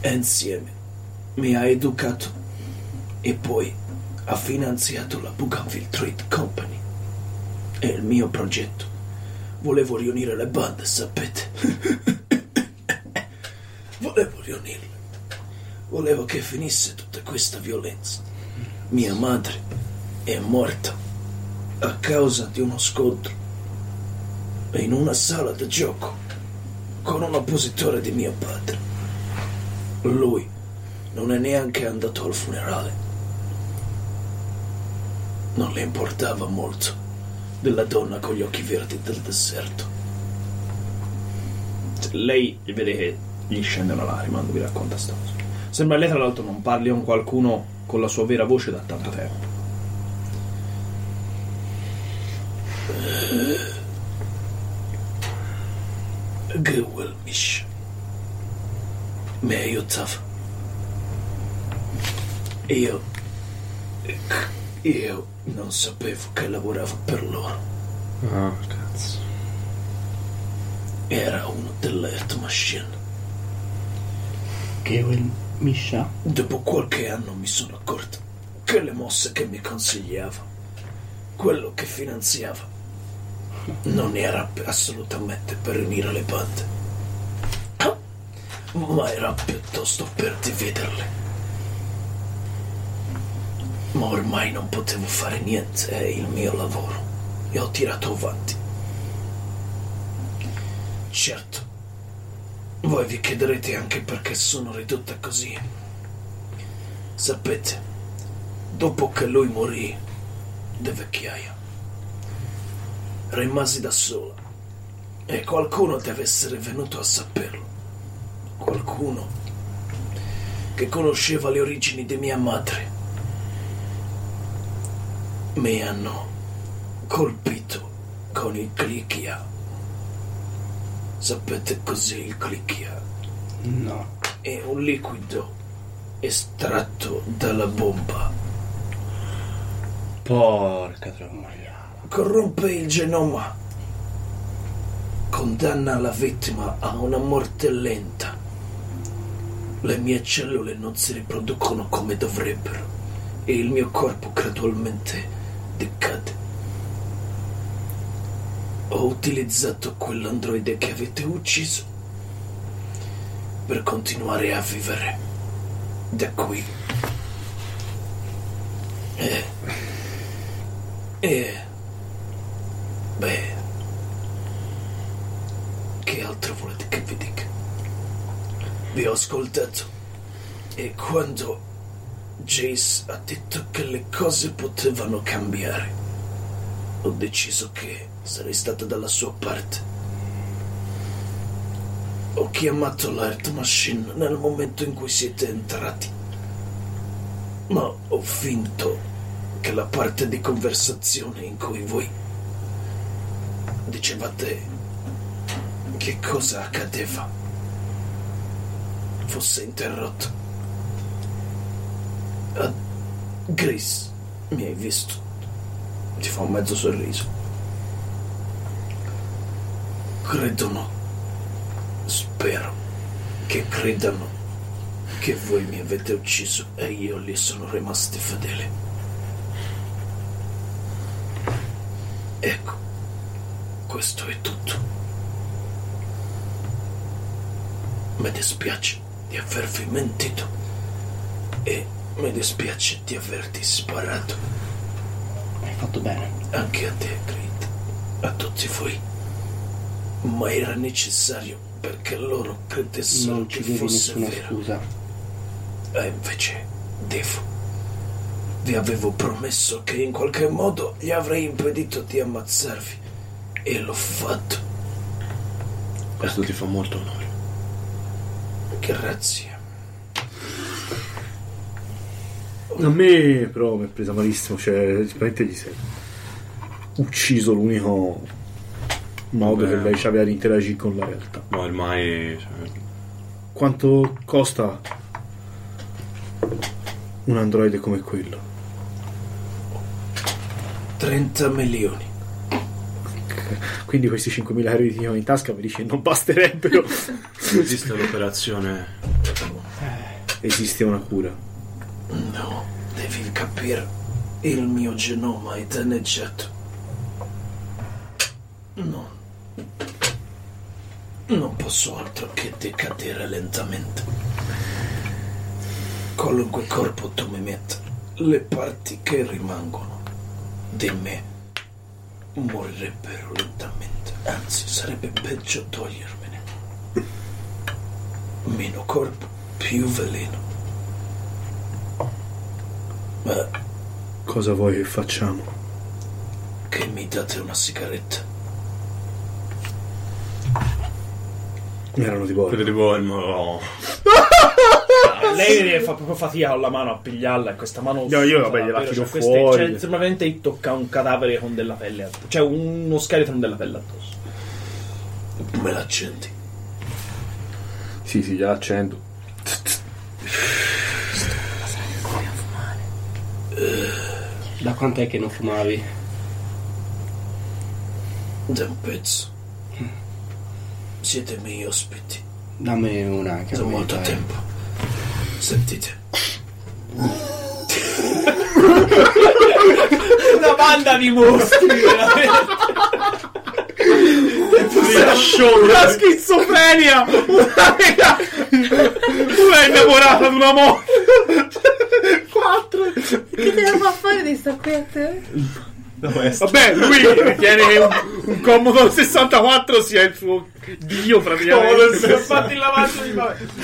E insieme mi ha educato e poi ha finanziato la Bougainville Trade Company. È il mio progetto. Volevo riunire le bande, sapete? Volevo riunirle. Volevo che finisse tutta questa violenza. Mia madre è morta a causa di uno scontro in una sala da gioco con un oppositore di mio padre. Lui non è neanche andato al funerale non le importava molto della donna con gli occhi verdi del deserto.
Lei vede che gli scende una lacrima quando vi racconta sta cosa. Sembra lei tra l'altro non parli con qualcuno con la sua vera voce da tanto tempo.
Gewell Mish mi aiutava. Io. Io non sapevo che lavoravo per loro.
Ah, cazzo.
Era uno dell'Earth Machine.
Gewel Misha?
Dopo qualche anno mi sono accorto che le mosse che mi consigliava, quello che finanziava, non era assolutamente per unire le bande, Ah, ma era piuttosto per dividerle. Ma ormai non potevo fare niente, è il mio lavoro e ho tirato avanti. Certo, voi vi chiederete anche perché sono ridotta così. Sapete, dopo che lui morì di vecchiaia, rimasi da sola e qualcuno deve essere venuto a saperlo. Qualcuno che conosceva le origini di mia madre. Mi hanno colpito con il clicchia. Sapete cos'è il clicchia?
No.
è un liquido estratto dalla bomba.
Porca troia.
Corrompe il genoma, condanna la vittima a una morte lenta. Le mie cellule non si riproducono come dovrebbero e il mio corpo gradualmente decade. Ho utilizzato quell'androide che avete ucciso per continuare a vivere da qui. Eh, E... e beh... Che altro volete che vi dica? Vi ho ascoltato e quando Jace ha detto che le cose potevano cambiare, ho deciso che sarei stata dalla sua parte. Ho chiamato l'Art Machine nel momento in cui siete entrati, ma ho finto che la parte di conversazione in cui voi dicevate che cosa accadeva fosse interrotto. Ah, Gris, mi hai visto? Ti fa un mezzo sorriso. Credono, spero che credano che voi mi avete ucciso e io gli sono rimasto fedele. Ecco, questo è tutto. Mi dispiace di avervi mentito e mi dispiace di averti sparato. Hai fatto bene. Anche a te, Creed, a tutti voi. Ma era necessario perché loro credessero
Non ci
che
devi
fosse
nessuna
vero.
scusa.
E Eh, invece devo. Vi avevo promesso che in qualche modo gli avrei impedito di ammazzarvi. E l'ho fatto.
Questo ti fa molto onore.
Grazie.
A me però mi è presa malissimo, cioè sicuramente gli sei ucciso l'unico modo che lei aveva di interagire con la realtà.
No, ormai. cioè,
Quanto costa un androide come quello?
30 milioni.
Quindi questi 5.000 euro che ti ho in tasca mi dici non basterebbero.
Esiste l'operazione.
Esiste una cura.
No, devi capire. Il mio genoma è danneggiato. Non. Non posso altro che decadere lentamente. Qualunque corpo tu mi metta, le parti che rimangono di me morirebbero lentamente. Anzi, sarebbe peggio togliermene. Meno corpo, più veleno. Ma
Cosa vuoi che facciamo?
che mi date una sigaretta?
Erano di Borgo.
Quello di Bormo. no.
Lei ne fa proprio fatica con la mano a pigliarla e questa mano...
No, io, vabbè, gliela
davvero,
tiro
queste-
fuori.
Cioè, sembra veramente che tocca un cadavere con della pelle addosso. Cioè, uno scheletro con della pelle addosso.
Me l'accendi?
Sì, sì, gliela accendo.
Da quant'è che non fumavi?
Da un pezzo. Siete miei ospiti.
Dammi una anche.
Da
come
molto
fai.
tempo. Sentite.
Una banda di mostri, veramente.
La schizofrenia! Una raga! Una è innamorata di una morte!
Che te la fa fare di sta qui a te?
Vabbè, lui ritiene che un, un Commodore 64 sia il suo dio praticamente.
Si è fatto il lavaggio di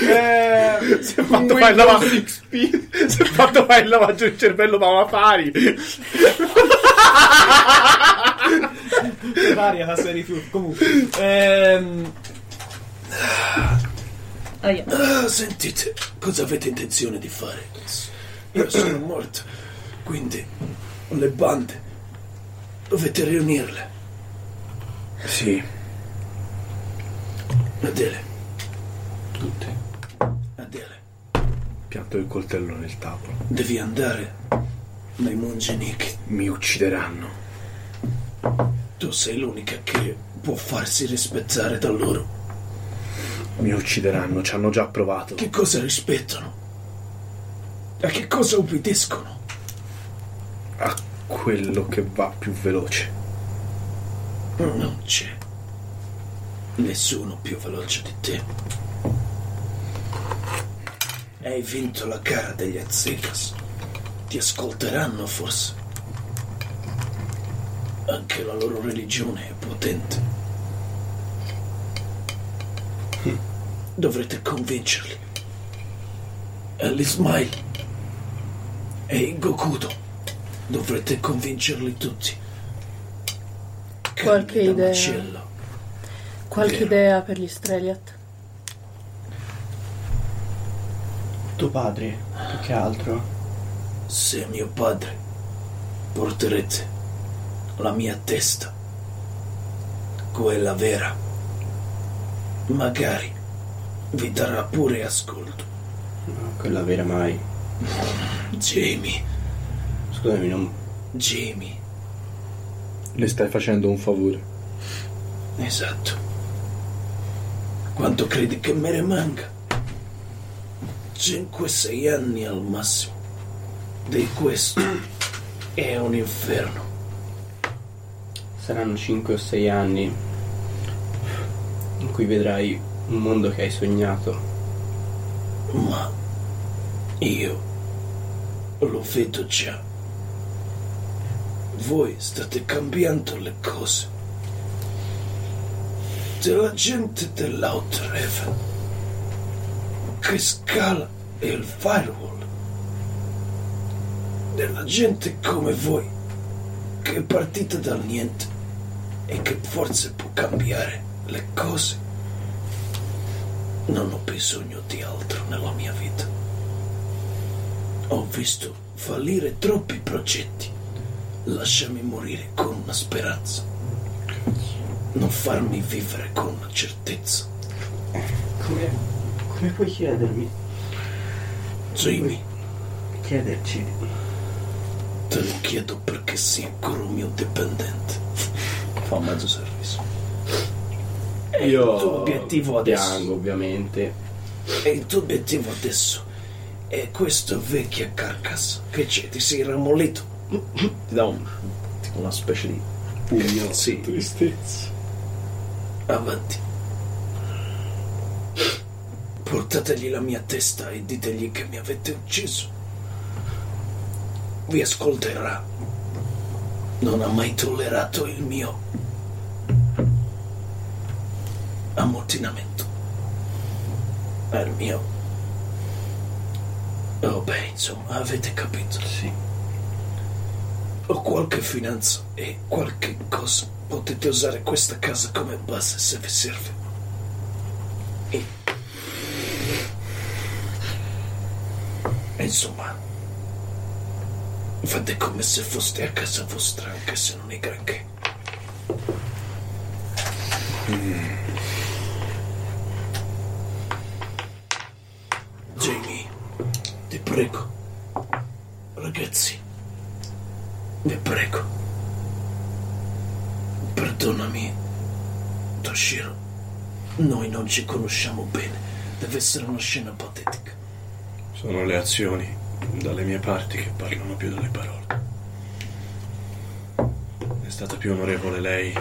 eh,
Si è fatto fare il lavaggio Si è fatto fare il lavaggio del cervello ma pari.
varia la serie più comunque ehm,
Aia.
Ah, sentite, cosa avete intenzione di fare? Io sono morto, quindi le bande dovete riunirle.
Sì.
Adele. Tutte. Adele,
Pianto il coltello nel tavolo.
devi andare dai mongenicchi.
Mi uccideranno.
Tu sei l'unica che può farsi rispettare da loro.
Mi uccideranno, ci hanno già provato.
Che cosa rispettano? A che cosa obbediscono?
A quello che va più veloce.
Non c'è nessuno più veloce di te. Hai vinto la gara degli Azecas. Ti ascolteranno forse. Anche la loro religione è potente. Dovrete convincerli. All'Ismail e in Gokudo dovrete convincerli tutti.
Qualche
da
idea.
macello.
Qualche
Vero.
idea per gli Streliat?
Tuo padre, più che altro. Se mio padre porterete la mia testa, quella vera, magari vi darà pure ascolto.
Quella vera mai.
Jamie.
Scusami, non.
Jamie,
Le stai facendo un favore.
esatto. Quanto credi che me ne manca? 5-6 anni al massimo. Di questo è un inferno.
Saranno 5 o 6 anni in cui vedrai un mondo che hai sognato.
Ma io lo vedo già. Voi state cambiando le cose. Della gente dell'Outer Heaven che scala il firewall. Della gente come voi che è partita dal niente e che forse può cambiare le cose. Non ho bisogno di altro nella mia vita. Ho visto fallire troppi progetti. Lasciami morire con una speranza. Non farmi vivere con una certezza.
Come, come puoi chiedermi?
Jamie,
Chiederci.
te lo chiedo perché sei ancora un mio dipendente. Fa mezzo sorriso. È
Io
il tuo obiettivo adesso.
piango, ovviamente.
E il tuo obiettivo adesso è questa vecchia carcassa che c'è, ti sei ramolito. Ti dà un- tipo una specie di pugno. Sì. Tristezza. Avanti. Portategli la mia testa e ditegli che mi avete ucciso. Vi ascolterà. Non ha mai tollerato il mio ammortinamento. È il mio. Oh beh, insomma, avete capito. Sì. Ho qualche finanza e qualche cosa. Potete usare questa casa come base se vi serve. E... e Insomma, fate come se foste a casa vostra, anche se non è granché. Jamie, ti prego. Ragazzi, vi prego. Perdonami, Toshiro. Noi non ci conosciamo bene. Deve essere una scena patetica.
Sono le azioni dalle mie parti che parlano più delle parole. È stata più onorevole lei.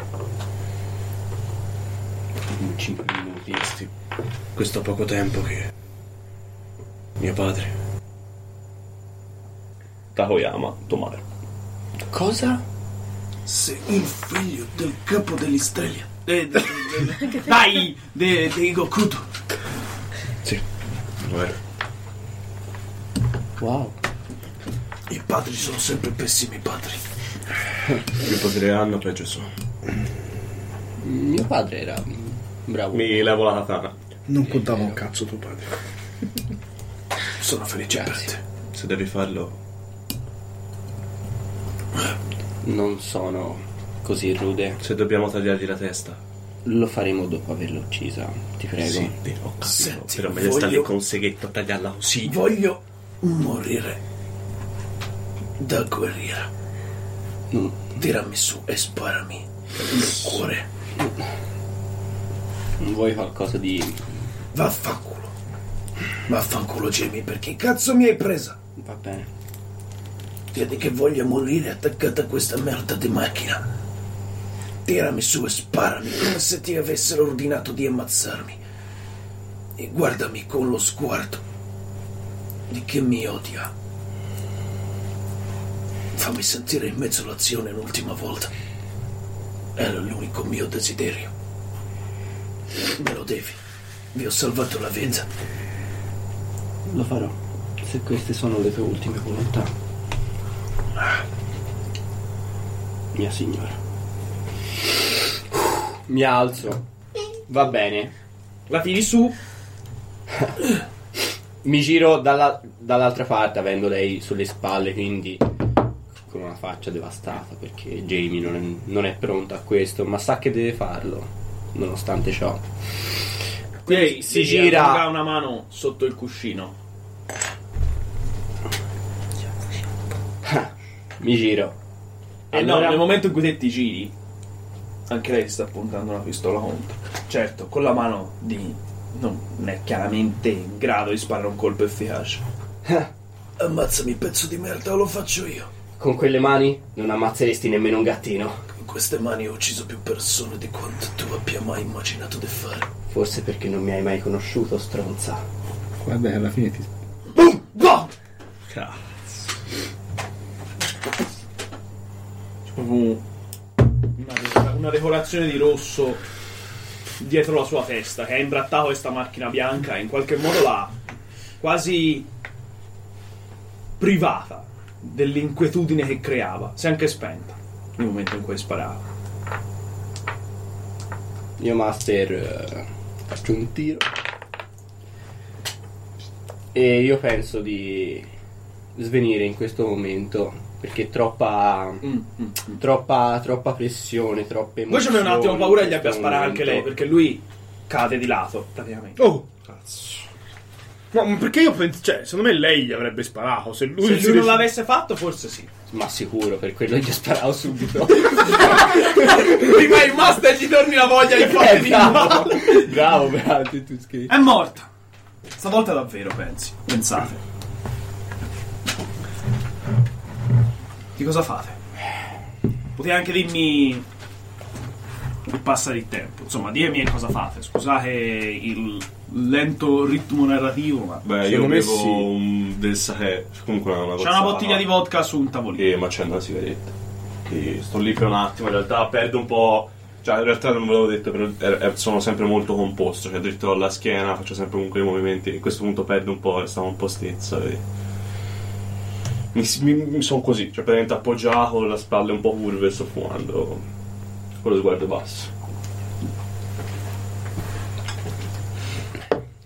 In cinque minuti. Questi, questo poco tempo che mio padre. Takoyama Tomare.
Cosa? Sei il figlio del capo Eh, dell'Istrelia.
Eh, Dai! De, de Gokuto.
Sì.
Wow.
I padri sono sempre pessimi padri.
Più potere hanno, peggio sono.
Mio padre era bravo.
Mi levo la katana.
Non contava un cazzo tuo padre.
Sono felice per te.
Se devi farlo,
Non sono così rude.
se dobbiamo tagliargli la testa.
Lo faremo dopo averla uccisa, ti prego.
Eh, Sì, ho capito,
Senti,
però me ne sta lì
voglio-
con un seghetto a tagliarla così.
Voglio morire da
Mm.
guerriera. Tirami su e sparami nel cuore.
Non vuoi qualcosa di...
Vaffanculo. Vaffanculo, Jamie, perché cazzo mi hai presa?
Va bene.
Vedi che voglio morire attaccata a questa merda di macchina. Tirami su e sparami come se ti avessero ordinato di ammazzarmi. E guardami con lo sguardo di chi mi odia. Fammi sentire in mezzo all'azione un'ultima volta. Era l'unico mio desiderio. Me lo devi. Vi ho salvato la vita.
Lo farò, se queste sono le tue ultime volontà. Mia signora. Mi alzo. Va bene.
La tiri su.
Mi giro dalla- dall'altra parte avendo lei sulle spalle, quindi con una faccia devastata perché Jamie non è, non è pronta a questo, ma sa che deve farlo, nonostante ciò.
Lei si
si gira.
gira. una mano sotto il cuscino.
Mi giro.
E Eh, no, nel momento in cui te ti giri, anche lei sta puntando una pistola contro. Certo, con la mano di. non è chiaramente in grado di sparare un colpo efficace.
Eh, Ammazzami, pezzo di merda, o lo faccio io.
Con quelle mani non ammazzeresti nemmeno un gattino.
Con queste mani ho ucciso più persone di quanto tu abbia mai immaginato di fare.
Forse perché non mi hai mai conosciuto, stronza.
Vabbè, alla fine ti.
Go!
C'è proprio un- una, decora- una decorazione di rosso dietro la sua testa che ha imbrattato questa macchina bianca e in qualche modo l'ha quasi privata dell'inquietudine che creava. Si è anche spenta nel momento in cui sparava.
Io master eh, faccio un tiro. E io penso di svenire in questo momento perché troppa mm. troppa troppa pressione, troppe
Voi ce n'è un attimo
emozioni
paura e
in
gli abbia
questo
sparato anche lei
momento.
perché lui cade di lato praticamente.
Oh, cazzo. No, ma perché io penso. Cioè, secondo me lei gli avrebbe sparato. Se lui,
Se
si
lui non
decide-
l'avesse fatto forse sì.
Ma sicuro, per quello gli ho sparato subito.
Prima il master gli torni la voglia di fare
Eh,
di
bravo.
male.
Bravo, veramente tu scherzi.
È morta. Stavolta davvero, pensi. Pensate. Di cosa fate? Potete anche dirmi il passare il tempo. Insomma, ditemi che cosa fate. Scusate il lento ritmo narrativo, ma
Beh, io
Secondo me
bevo
sì.
un del sake, comunque una, una
C'è una bottiglia di vodka su un tavolino.
E mi accendo una sigaretta. E sto lì per un attimo, in realtà perdo un po'... Cioè, in realtà non ve l'avevo detto, però er- er- sono sempre molto composto, cioè dritto alla schiena, faccio sempre comunque i movimenti. A questo punto perdo un po', stavo un po' stezza e... Mi, s- mi- mi sono così, cioè praticamente appoggiato, le spalle un po' curve e sto fumando con lo sguardo basso.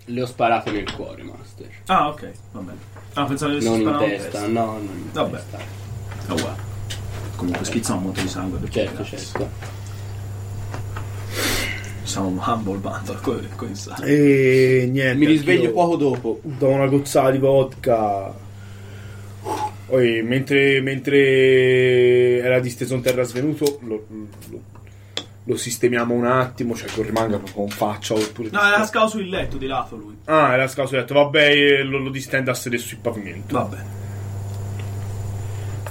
Le ho sparato nel cuore, master.
Ah, ok, va bene. Ah, pensavo che
Non
avessi
in
sparato
testa, no, non in
Vabbè.
testa.
È uguale. Ah, Comunque schizza un moto di sangue per
Certo, certo.
Siamo un humble bundle con, con il sangue.
E niente.
Mi risveglio
anch'io
poco dopo.
Do una gozzata di vodka. Poi, mentre, mentre era disteso in terra svenuto, lo, lo- lo sistemiamo un attimo, cioè che rimanga proprio con faccia oppure.
No, era scavo sul letto di lato lui.
Ah, era scaso, ho detto, vabbè, eh, lo, lo distendo a sedere sul pavimento.
Vabbè.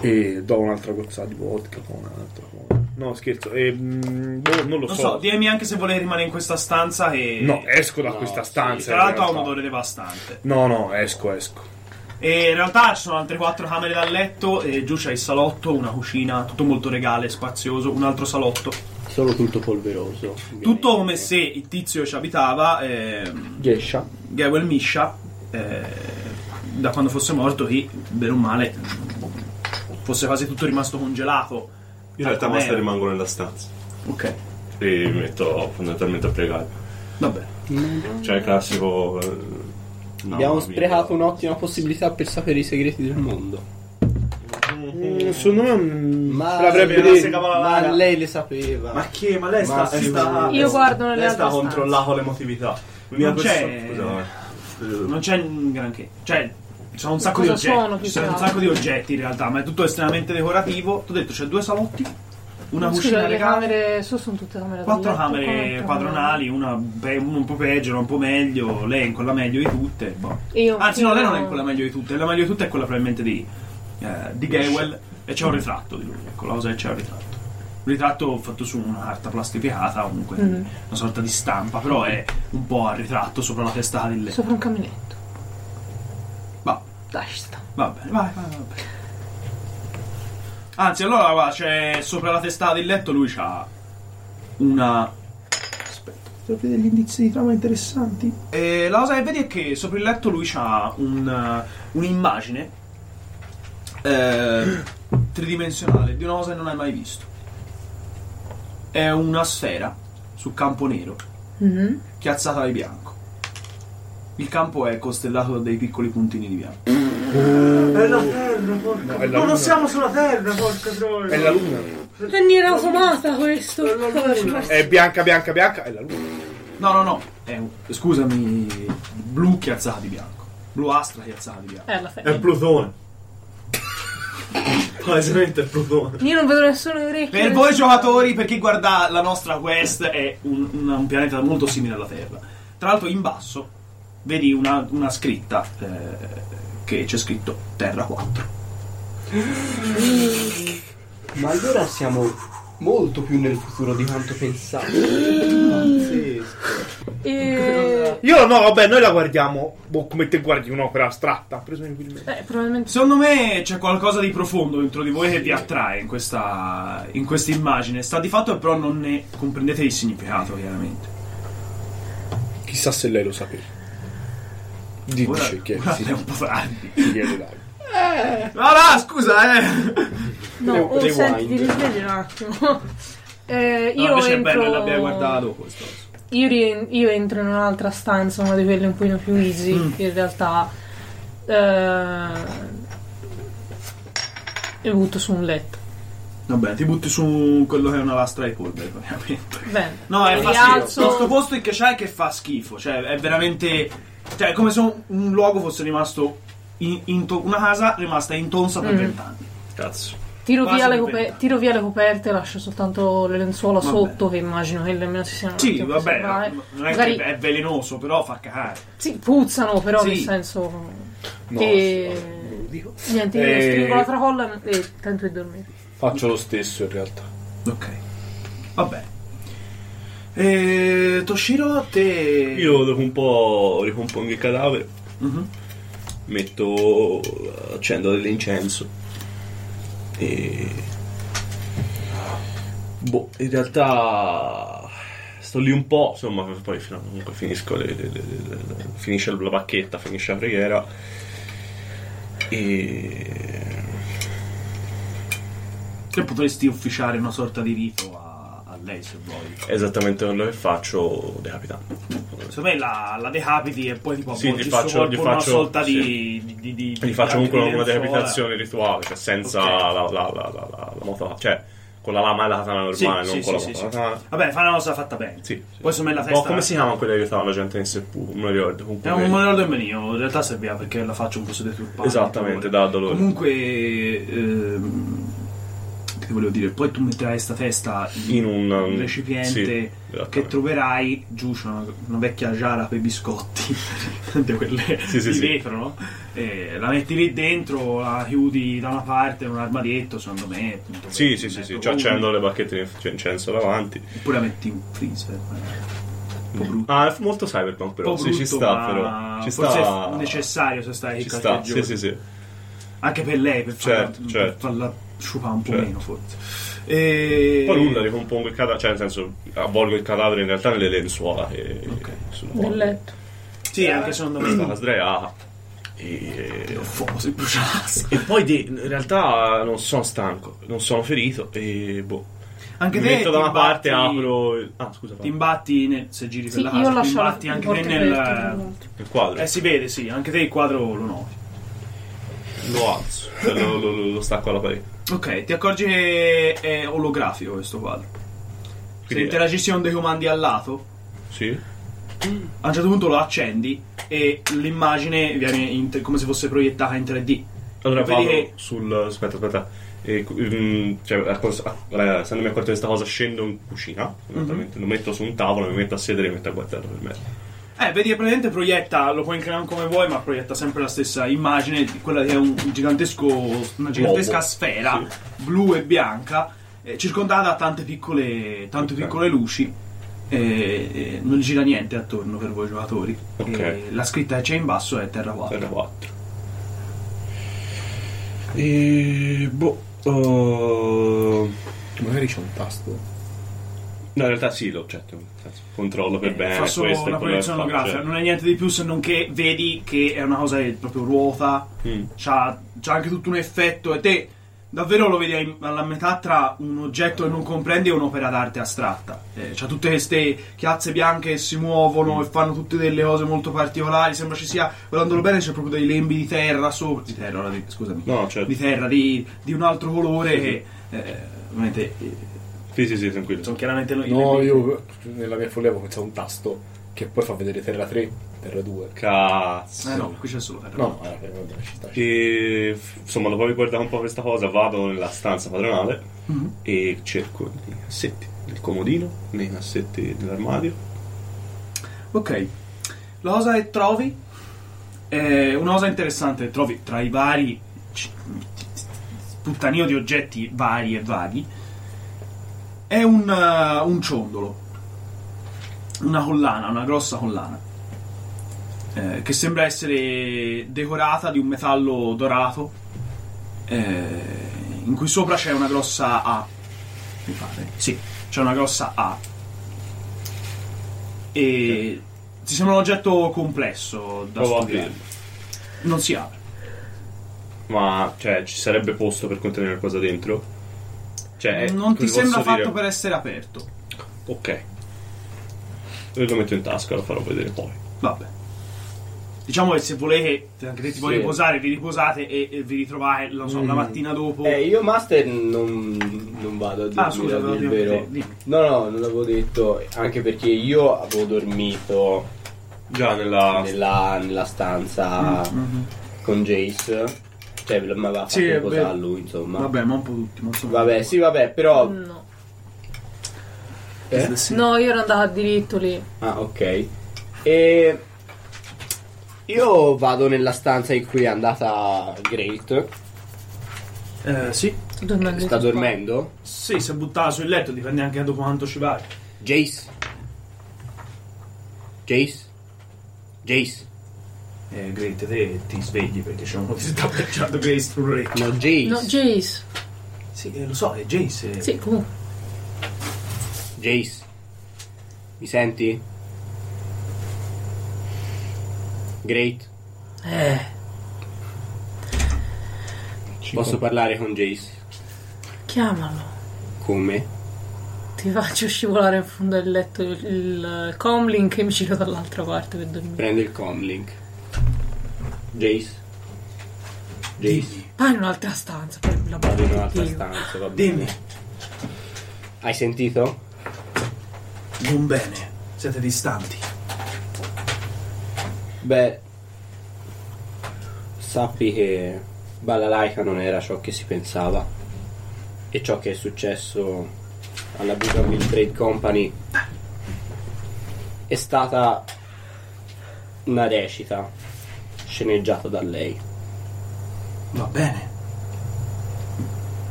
E do un'altra gozzata di vodka, poi un'altra. poi- No, scherzo, e, mm, boh, non lo
Non
so.
so, dimmi anche se volevi rimanere in questa stanza e...
No, esco da questa stanza,
Tra l'altro
in
ha un
realtà.
odore devastante.
No, no, esco, esco.
E in realtà ci sono altre quattro camere da letto, e giù c'è il salotto, una cucina, tutto molto regale, spazioso, un altro salotto.
Solo tutto polveroso.
Tutto come se il tizio che ci abitava, ehm,
Gescia.
Gewel Misha, eh, da quando fosse morto, che bene o male fosse quasi tutto rimasto congelato.
In realtà
Com'era?
basta rimango nella stanza.
Ok,
E mi metto fondamentalmente a pregare.
vabbè.
Cioè, il classico. eh, no,
Abbiamo
ma
sprecato un'ottima possibilità per sapere i segreti del mondo.
Mm, secondo me mm,
Ma,
ce l'avrebbe
ma-
detto.
ma lei le sapeva.
Ma che? Ma lei sta.
sì.
sta
Io guardo nelle
lei sta
altre
controllato l'emotività. L'unica
Non c'è,
persona- Scusa, vai.
non c'è granché. Cioè, ci sono un sacco
Cosa
di oggetti.
sono, più
ci sono
che
un
altro?
sacco di oggetti in realtà, ma è tutto estremamente decorativo. Ti ho detto, c'è due salotti. una
Scusa,
cucina
le
legata.
camere su sono tutte camere da
Quattro
letto,
camere
quattro.
padronali, una, be- una un po' peggio, una un po' meglio, lei è in quella meglio di tutte. boh.
Io-
Anzi, no,
io-
lei non è in quella meglio di tutte, la meglio di tutte è quella probabilmente di, eh, di Gawel e c'è un ritratto di lui, ecco la cosa è che c'è un ritratto. Un ritratto fatto su una carta plastificata, comunque
Mhm.
una sorta di stampa, però è un po' a ritratto sopra la testa di lei.
Sopra un caminetto.
Va.
Dai, ci sta.
Va bene, vai, vai, va bene. Anzi, allora guarda, c'è sopra la testata del letto lui c'ha una
Trovi degli indizi di trama interessanti?
E la cosa che vedi è che sopra il letto lui ha un'immagine eh, tridimensionale di una cosa che non hai mai visto. È una sfera su campo nero,
Mhm.
chiazzata di bianco. Il campo è costellato da dei piccoli puntini di bianco.
È la terra, porca.
Oh. No, è la
No,
luna.
non siamo sulla terra, porca troia.
È la luna.
È Nier Automata questo.
È bianca, bianca, bianca. È la luna.
No, no, no, è un- scusami, blu chiazzata di bianco. Bluastra chiazzata di bianco.
È alla fine.
È Plutone. Palesemente è Plutone.
Io non vedo nessuno le orecchie.
Per voi giocatori, per chi guarda la nostra quest, è un, un- un pianeta molto simile alla Terra. Tra l'altro in basso vedi una, una scritta eh, che c'è scritto Terra 4.
Ma allora siamo molto più nel futuro di quanto pensavo. Pazzesco.
E...
Io no, vabbè, noi la guardiamo boh, come te guardi un'opera astratta, presumibilmente.
Beh, Eh, probabilmente
Secondo me c'è qualcosa di profondo dentro di voi che vi attrae in questa, in questa immagine. Sta di fatto che però non ne comprendete il significato, chiaramente.
Chissà se lei lo sapeva. Dici
Ora-
che
ora è un po' tardi.
Eh.
No, no, scusa, eh.
No,
Devo-
oh,
rewind.
senti, ti risvegli un attimo. Eh,
No,
io entro...
invece è bello che l'abbia guardato questo.
Io, rien- io entro in un'altra stanza, una di quelle un pochino più easy,
Mm.
in realtà. Eh, E butto su un letto.
Vabbè, ti butti su quello che è una lastra di polvere, ovviamente.
Bene.
No, è
Mi
fa schifo.
alzo.
Questo posto che c'è che fa schifo. Cioè, è veramente. Cioè, è come se un, un luogo fosse rimasto. in- in to- una casa rimasta intonsa per
Mm.
vent'anni. Cazzo.
Tiro
Quasi
via, le
per
cope- tiro via le coperte, lascio soltanto le lenzuola
Vabbè.
sotto, che immagino che nemmeno si siano.
Sì,
attenti a
vabbè,
eh.
preservare.
non è
Magari-
che è velenoso, però fa cagare.
Sì, puzzano, però
Sì.
nel senso.
No,
e... Niente, io
Eh.
stringo la tracolla e tento di dormire.
Faccio lo stesso in realtà.
Ok. Vabbè. E Eh, Toshiro, te. Io
dopo un po' ricompongo il cadavere.
Mhm.
Metto. accendo dell'incenso. E. Boh, in realtà. Sto lì un po', insomma, poi fino- comunque finisco le- le- le- le- le- finisce la bacchetta, finisce la preghiera. E.
Che potresti officiare una sorta di rito a, a lei se vuoi.
Esattamente quello che faccio, decapitando.
Secondo me la, la decapiti e poi tipo
Sì,
appoggi
gli
il
faccio-
suo corpo
gli
in una
faccio-
sorta
sì.
di, di, di, di- eh.
Gli faccio comunque una, una
lenzuola.
decapitazione rituale, cioè senza la, la, la, la, la, la moto, cioè con la lama e la katana
Sì,
normale, non
sì,
con la
sì,
moto.
sì, sì.
katana.
Vabbè, fa una cosa fatta bene. Poi su me la
Un po'
testa.
come si chiama quella che aiutava la gente in seppu? Non me lo ricordo. Comunque,
È un monero del menino, in realtà serviva perché la faccio un po' deturpata.
Esattamente, dà dolore.
Comunque, ehm, che ti volevo dire, poi tu metterai questa testa
In un- um,
un recipiente
sì,
che troverai giù c'è una, una vecchia giara per i biscotti, di quelle
Sì, sì,
di
sì.
vetro, no? E la metti lì dentro, la chiudi da una parte in un armadietto, secondo me. appunto,
Sì, sì, sì,
Ecco,
sì. Cioè, accendo le bacchette di inf- incenso davanti.
Oppure metti un freezer.
Ah, è molto cyberpunk, però.
Un po'
sì, ci
brutto,
sta,
ma
però. Ci
forse
sta.
è necessario se stai
Ci
in
sta,
qualche
sì,
giorno.
sì, sì.
Anche per lei, per farla,
Certo, certo.
farla sciupare un po'
Certo.
meno, forse. E...
Poi nulla, ricompongo il cadavere, cioè nel senso, avvolgo il cadavere in realtà nelle lenzuola che sulla
Nel letto.
Sì, anche secondo
me. Stava sdraiata. E... E poi di- in realtà non sono stanco, non sono ferito e boh.
Anche
Mi
te
metto
ti
da una
imbatti-
parte, apro. il- Ah, scusa.
Ti imbatti nel- se giri
Sì,
per
io
la casa, ti
lascio la-
imbatti anche te
il
nel...
portafoglio.
Il quadro.
Eh, si vede, sì, anche te il quadro lo noti.
Lo alzo, cioè, lo, lo- lo stacco alla parete.
Ok, ti accorgi che è olografico questo quadro. Se
Quindi-
interagisci con dei comandi al lato,
Sì.
a un certo punto lo accendi e l'immagine viene in- come se fosse proiettata in 3D.
Allora
vedi
vado
che-
sul... aspetta, aspetta. E, mm, cioè, accor- ah, essendomi accorto di questa cosa, scendo in cucina.
Mhm.
fondamentalmente, Lo metto su un tavolo, mi metto a sedere e mi metto a guardarlo per me.
Eh, vedi che praticamente proietta, lo puoi inclinare come vuoi, ma proietta sempre la stessa immagine, di quella che è un gigantesco, una gigantesca
Globo.
sfera blu e bianca, eh, circondata da tante piccole, tante piccole luci. eh, eh, non gira niente attorno per voi giocatori.
Ok. Eh,
Eh, la scritta che c'è in basso è Terra 4.
Terra 4. E boh. oh,
Magari c'è un tasto.
No, in realtà sì, l'oggetto. Controllo per bene.
Eh, Fa solo
questo,
una
quello che
proiezione
faccio.
olografica, non è niente di più se non che vedi che è una cosa che proprio ruota,
Mm.
c'ha, c'ha anche tutto un effetto e te davvero lo vedi ai- alla metà tra un oggetto che non comprendi e un'opera d'arte astratta. Eh, c'ha tutte queste chiazze bianche che si muovono e fanno tutte delle cose molto particolari, sembra ci sia, guardandolo bene c'è proprio dei lembi di terra sopra, di terra, ora di- scusami,
No, certo.
di terra, di, di un altro colore
Sì, sì.
che... eh, ovviamente eh,
Sì, sì, sì, tranquillo.
sono chiaramente i
No,
lembi-
io nella mia follia avevo pensato a un tasto che poi fa vedere Terra 3, Terra 2.
Cazzo.
Eh no, qui c'è solo terra.
No, eh, vabbè, ci sta.
E f- insomma, dopo aver guardato un po' questa cosa, vado nella stanza padronale
Mm-hmm.
e cerco i cassetti del comodino, nei cassetti dell'armadio.
Ok, la cosa che trovi è una cosa interessante che trovi tra i vari c- puttanio di oggetti vari e vaghi è un, eh, un ciondolo, una collana, una grossa collana eh, che sembra essere decorata di un metallo dorato eh, in cui sopra c'è una grossa A, mi pare. Sì, c'è una grossa A e ti sembra un oggetto complesso da
Provo a
studiare.
aprirlo.
Non si apre.
Ma, cioè, ci sarebbe posto per contenere cosa dentro? Cioè,
non
come
ti sembra
posso
fatto
dire?
per essere aperto.
Ok. E Lo metto in tasca, lo farò vedere poi.
Vabbè. Diciamo che se volete, anche se ti vuoi
Sì.
riposare, vi riposate e, e vi ritrovate, non so, la
Mm.
mattina dopo.
Eh, io master non, non vado a dormire,
Ah, scusa,
a
volevo
dir
dire
il
te, dimmi.
No, no, non l'avevo detto, anche perché io avevo dormito
già nella,
nella, stanza
Mm, mhm.
con Jace, cioè me l'aveva fatto
Sì, è
riposare
vero.
a lui, insomma.
Vabbè, ma Mm. un po' tutti, ma insomma.
Vabbè, sì, vabbè, però...
No.
Eh?
No, io ero andata diritto lì.
Ah, ok. E io vado nella stanza in cui è andata Great.
Eh, sì.
Sta dormendo?
Sì, se buttava sul letto, dipende anche da quanto ci vai.
Jace. Jace. Jace.
Eh, Great, te ti svegli perché c'è uno che ti sta piacciando Grace sull'orecchio.
No, Jace.
No, Jace.
Sì, eh, lo so, è Jace. eh.
Sì, comunque.
Jace. Mi senti? Great.
Eh.
Posso parlare con Jace?
Chiamalo.
Come?
Ti faccio scivolare in fondo al letto il,
eh,
il comlink e mi giro dall'altra parte per dormire.
Prende il comlink. Jace. Jace.
Vai Ah, in un'altra stanza. per l'amor
Vado
di
in un'altra
Dio.
stanza, va bene. Hai sentito?
Non bene, siete distanti.
Beh, sappi che Balalaika non era ciò che si pensava e ciò che è successo alla Bougainville Trade Company è stata una recita sceneggiata da lei.
Va bene.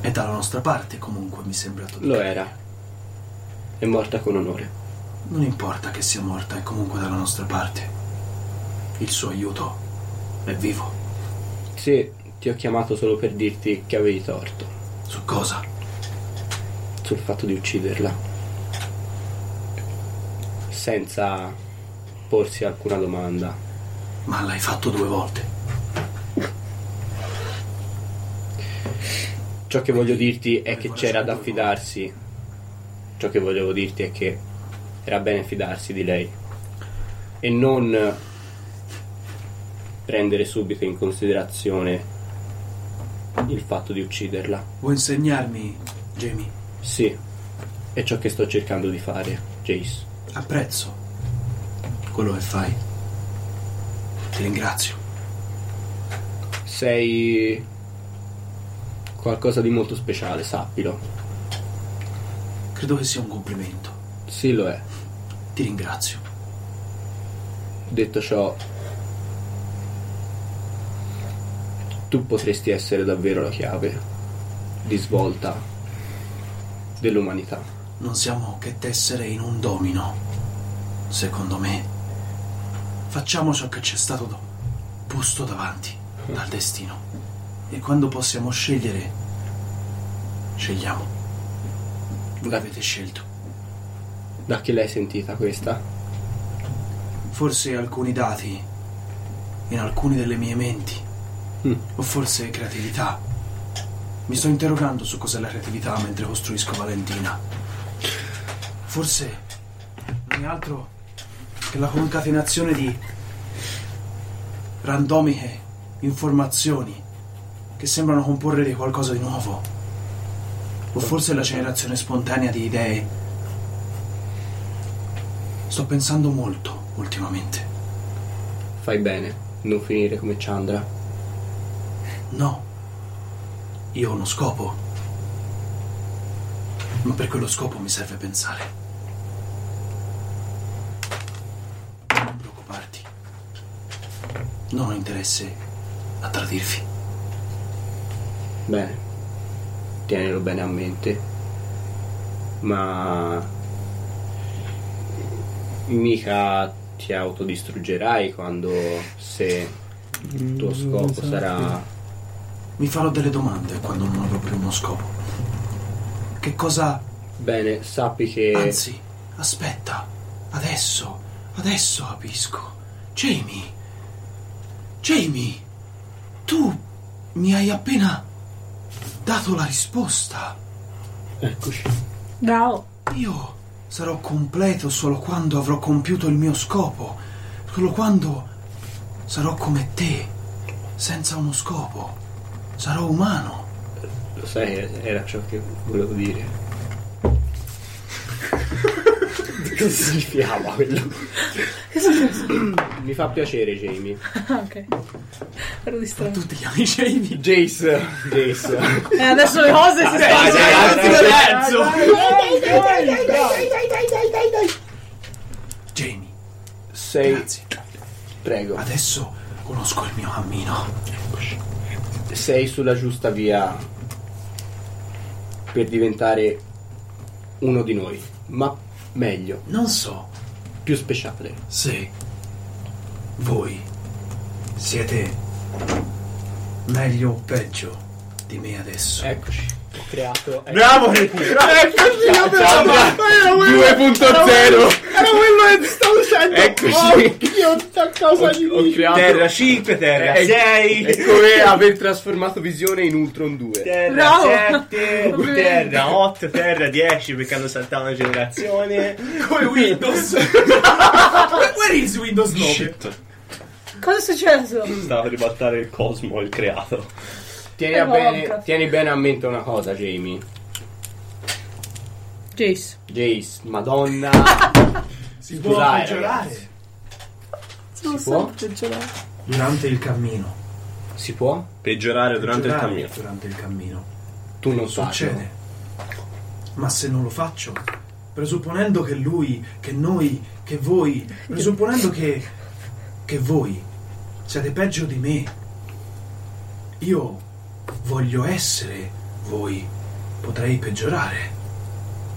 È dalla nostra parte comunque, mi sembra tutto.
Lo era. È morta con onore.
Non importa che sia morta, è comunque dalla nostra parte. Il suo aiuto è vivo.
Sì, ti ho chiamato solo per dirti che avevi torto
Su cosa?
sul fatto di ucciderla. Senza porsi alcuna domanda.
Ma l'hai fatto due volte.
Ciò che voglio dirti è che c'era da fidarsi. Ciò che volevo dirti è che era bene fidarsi di lei e non prendere subito in considerazione il fatto di ucciderla.
Vuoi insegnarmi, Jamie?
Sì, è ciò che sto cercando di fare, Jace.
Apprezzo quello che fai. Ti ringrazio.
sei qualcosa di molto speciale, sappilo.
Credo che sia un complimento.
Sì, lo è.
Ti ringrazio.
Detto ciò, tu potresti essere davvero la chiave di svolta dell'umanità.
Non siamo che tessere in un domino, secondo me. Facciamo ciò che ci è stato do- posto davanti dal destino. E quando possiamo scegliere, scegliamo. Voi avete scelto.
Da chi l'hai sentita questa?
Forse alcuni dati in alcune delle mie menti. O forse creatività. Mi sto interrogando su cos'è la creatività mentre costruisco Valentina. Forse non è altro che la concatenazione di randomiche informazioni che sembrano comporre di qualcosa di nuovo. O forse la generazione spontanea di idee. Sto pensando molto ultimamente.
Fai bene, non finire come Chandra.
No, io ho uno scopo. Ma per quello scopo mi serve pensare. Non preoccuparti. Non ho interesse a tradirvi.
Bene, tienilo bene a mente, ma mica ti autodistruggerai quando se il tuo scopo sarà
Mi farò delle domande quando non avrò più uno scopo. Che cosa...
Bene, sappi che...
Anzi, aspetta. Adesso, adesso capisco. Jamie. Jamie. Tu mi hai appena dato la risposta.
Eccoci.
Bravo. Io sarò completo solo quando avrò compiuto il mio scopo. Solo quando sarò come te, senza uno scopo. Sarò umano.
Lo sai, era ciò che volevo dire. Che Schifiava quello. Mi fa piacere, Jamie.
ok. Ero distratto.
Tutti gli amici Jamie.
Jace. Jace.
E Eh, adesso le cose si stanno...
Jamie.
Sei. Prego.
Adesso conosco il mio cammino.
Sei sulla giusta via per diventare uno di noi, ma meglio.
Non so.
Più speciale.
Se voi siete meglio o peggio di me adesso.
Eccoci. Ho creato.
ecco.
Bravo,
Era quello che stavo dicendo.
Eccoci.
Oddio, sta cosa di
Ho creato
Terra 5, Terra
È-
6.
È come Ecco aver trasformato Visione in Ultron 2.
Terra
Bravo.
7, Terra 8, Terra 10 perché hanno saltato una generazione.
Come Windows.
Where
is Windows
9?
Cosa è successo?
Stava per ribaltare il cosmo, il creato.
Tieni,
Eh,
a bene,
porca.
tieni bene a mente una cosa, Jamie.
Jace.
Jace, madonna.
Si
può Scusate, peggiorare.
Sono
Si può?
sempre gelato.
Durante il cammino.
Si può?
Peggiorare durante il
Peggiorare
cammino.
Durante il cammino.
Tu non
Succede. Ma se non lo faccio, presupponendo che lui, che noi, che voi, presupponendo che, che voi siete peggio di me, io voglio essere voi, potrei peggiorare.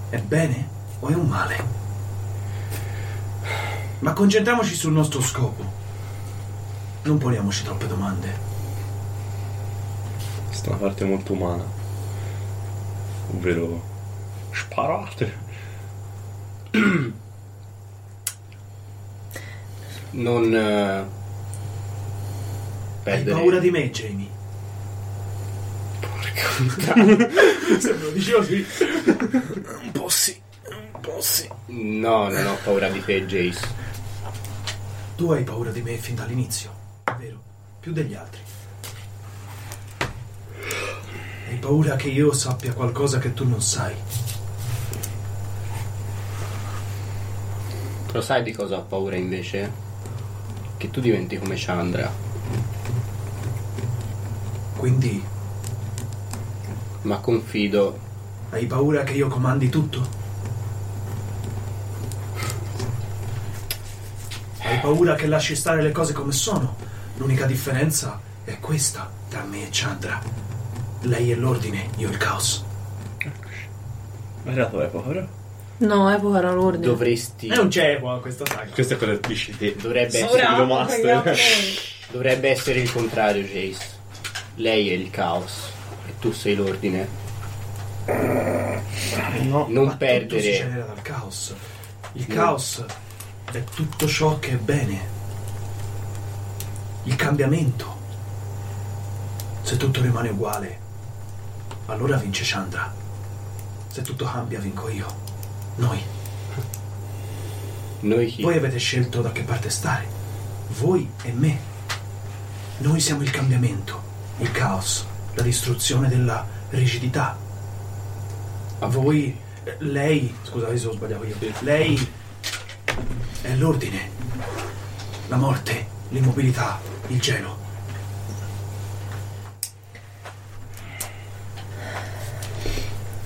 È bene o è un male? Ma concentriamoci sul nostro scopo. Non poniamoci troppe domande.
Questa è una parte molto umana. Ovvero. Sparate.
Non. eh,
Hai
perdere.
paura di me, Jamie?
Se me lo dicevo sì. Un po' sì. Un po' sì.
No, non ho paura di te, Jace.
Tu hai paura di me fin dall'inizio, vero? Più degli altri. Hai paura che io sappia qualcosa che tu non sai.
Lo sai di cosa ho paura invece? Che tu diventi come Chandra.
quindi
ma confido
hai paura che io comandi tutto? Hai paura che lasci stare le cose come sono? L'unica differenza è questa tra me e Chandra. Lei è l'ordine, io il caos.
Ma era tua paura?
No, Epo era l'ordine.
dovresti
E non c'è qua questa saga.
Questa è quella eh, che dici te.
Dovrebbe
Sì,
essere,
lo master.
dovrebbe essere il contrario, Jace. Lei è il caos e tu sei l'ordine. non
Tutto si
perdere.
genera dal caos. Il
No.
caos è tutto ciò che è bene. Il cambiamento. Se tutto rimane uguale, allora vince Chandra. Se tutto cambia, vinco io. Noi.
Noi chi?
Voi avete scelto da che parte stare. Voi e me. Noi siamo il cambiamento, il caos, la distruzione della rigidità. A voi, eh, lei, scusate se ho sbagliato io, lei è l'ordine, la morte, l'immobilità, il gelo.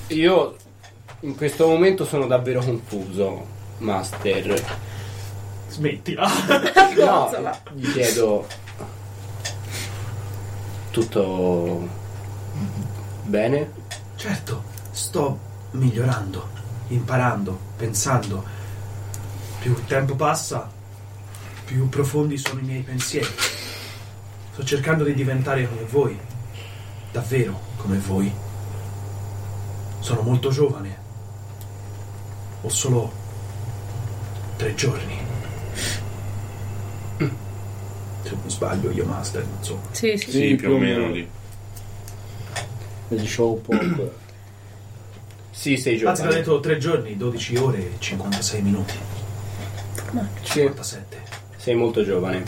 Io in questo momento sono davvero confuso, Master.
Smettila.
No, gli chiedo. Tutto bene?
Certo, sto migliorando, imparando, pensando. Più il tempo passa, più profondi sono i miei pensieri. Sto cercando di diventare come voi, davvero come voi. Sono molto giovane. Ho solo tre giorni. Se non sbaglio io, Master, non so.
Sì, sì.
Sì, più o meno lì.
Gli show poco.
Sì, sei
Anzi, ho detto 3 giorni, 12 ore e 56 minuti. 57.
Sei molto giovane.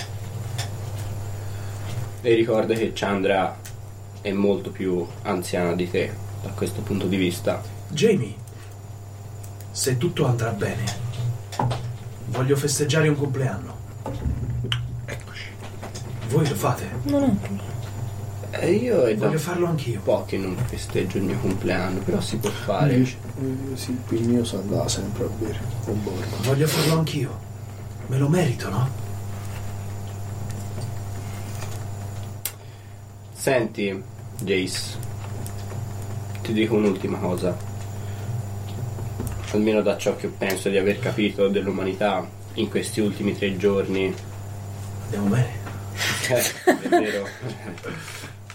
E ricorda che Chandra è molto più anziana di te da questo punto di vista.
Jamie, se tutto andrà bene, voglio festeggiare un compleanno. Eccoci. Voi lo fate?
Non è un problema.
E io è
Voglio farlo anch'io.
Po' che non festeggio il mio compleanno, però si può fare.
Eh, sì, il mio si andava sempre a bere con Borgo.
Voglio farlo anch'io. Me lo merito, no?
Senti, Jace, ti dico un'ultima cosa. Almeno da ciò che penso di aver capito dell'umanità in questi ultimi tre giorni.
Andiamo bene.
è vero.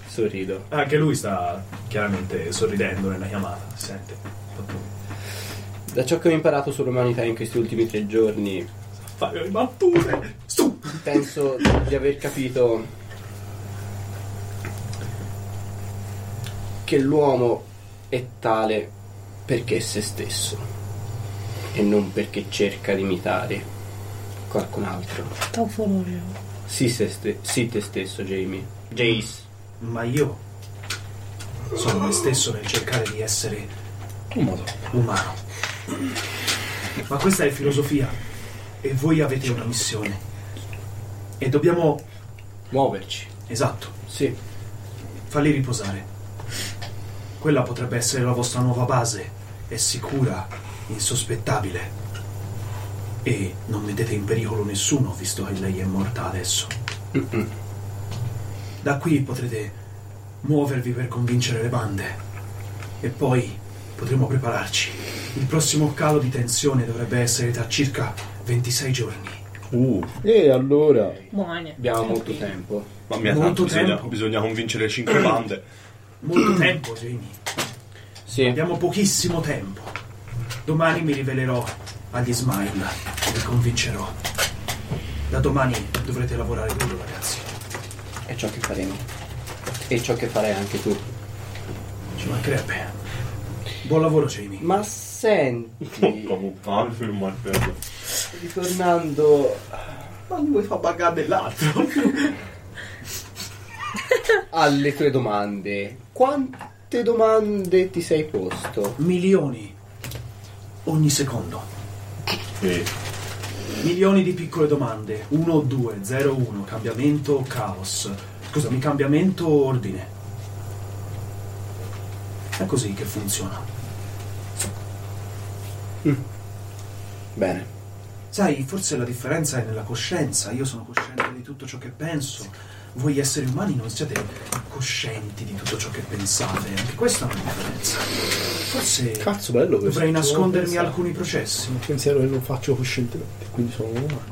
Sorrido.
Anche lui sta chiaramente sorridendo nella chiamata, si sente.
Da ciò che ho imparato sull'umanità in questi ultimi tre giorni,
Fare le battute.
penso di aver capito che l'uomo è tale perché è se stesso e non perché cerca di imitare qualcun altro.
Taufologia.
Sì, se ste- sì te stesso, Jamie. Jace.
Ma io sono me stesso nel cercare di essere umano. Ma questa è filosofia e voi avete una missione. E dobbiamo
muoverci.
Esatto.
Sì.
Falli riposare. Quella potrebbe essere la vostra nuova base. È sicura, insospettabile. E non mettete in pericolo nessuno, visto che lei è morta adesso. Da qui potrete muovervi per convincere le bande. E poi potremo prepararci. Il prossimo calo di tensione dovrebbe essere tra circa 26 giorni.
Uh,
E allora?
Buone.
abbiamo molto tempo.
Ma mia,
Molto
tanto bisogna,
tempo.
bisogna convincere le cinque bande.
Molto tempo, Jamie.
Sì.
Abbiamo pochissimo tempo. Domani mi rivelerò agli Smile e vi convincerò. Da domani dovrete lavorare duro, ragazzi.
È ciò che faremo. E ciò che farai anche tu.
Ci mancherebbe. Buon lavoro, Jamie.
Ma senti.
Porca puttana, il film martello.
Ritornando.
Ma lui fa pagare dell'altro.
alle tue domande. Quante domande ti sei posto?
Milioni. Ogni secondo. Milioni di piccole domande. 1, 2, 0, 1. Cambiamento, caos. Scusami, cambiamento, ordine. È così che funziona.
Bene.
Sai, forse la differenza è nella coscienza. Io sono cosciente di tutto ciò che penso. Voi esseri umani non siete coscienti di tutto ciò che pensate. Anche questa è una differenza. Forse
Cazzo, bello questo.
dovrei
Ci avevo
nascondermi
pensato.
alcuni processi.
Un pensiero che non faccio coscientemente, quindi sono umano.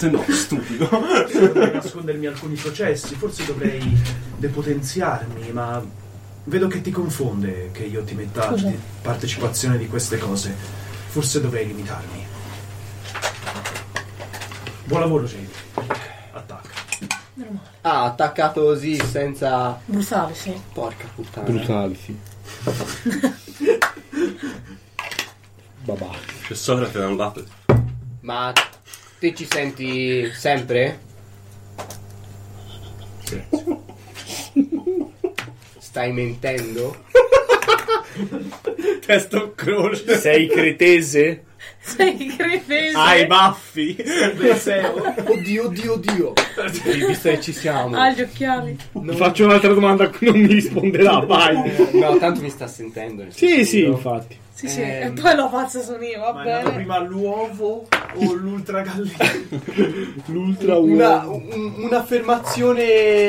No, stupido. Dovrei nascondermi alcuni processi, forse dovrei depotenziarmi, ma vedo che ti confonde che io ti metta
Scusa.
di partecipazione di queste cose. Forse dovrei limitarmi. Buon lavoro, Jamie. Attacca.
Ah, attaccato così senza.
Brutale, sì.
Porca puttana.
Brutality.
Babà.
C'è Socrate da un lato.
Ma te ci senti sempre? Stai mentendo?
Testo croce. Sei cretese?
Sei cretese.
Ah,
Hai i baffi?
oddio, oddio, oddio. Visto che ci siamo.
Ah,
Ha gli occhiali.
Faccio un'altra domanda a cui non mi risponderà, vai.
Eh, No, tanto mi sta sentendo. nel
Sì, sì,
senso.
infatti.
Sì, sì.
Ehm.
E poi la pazza su Neo, va
Ma è nato
bene.
prima l'uovo o l'ultra gallina?
L'ultra
Una-
uomo.
un- un'affermazione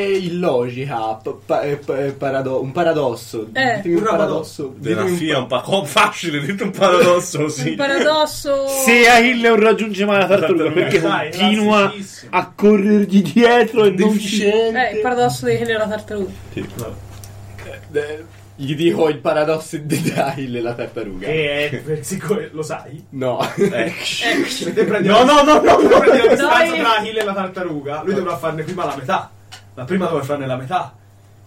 illogica, pa- pa- eh, pa- eh, parado- un paradosso.
Eh.
Ditemi un
Un
paradosso.
Della
Ditemi un-
FIA è un po' facile, dite un paradosso
Il
così.
paradosso.
Se Achille non raggiunge mai la tartaruga perché
Dai,
continua
classicissimo.
a corrergli dietro e non
Eh, il
scende.
paradosso di Helen la tartaruga.
Eh, Gli dico il paradosso di Dale la tartaruga.
Che è, per siccome lo sai,
No.
se te prendi la-
No, no, no, no,
se te
no.
prendi la distanza
Dai.
tra Achille e la tartaruga, lui dovrà farne prima la metà. Ma prima dovrà farne la metà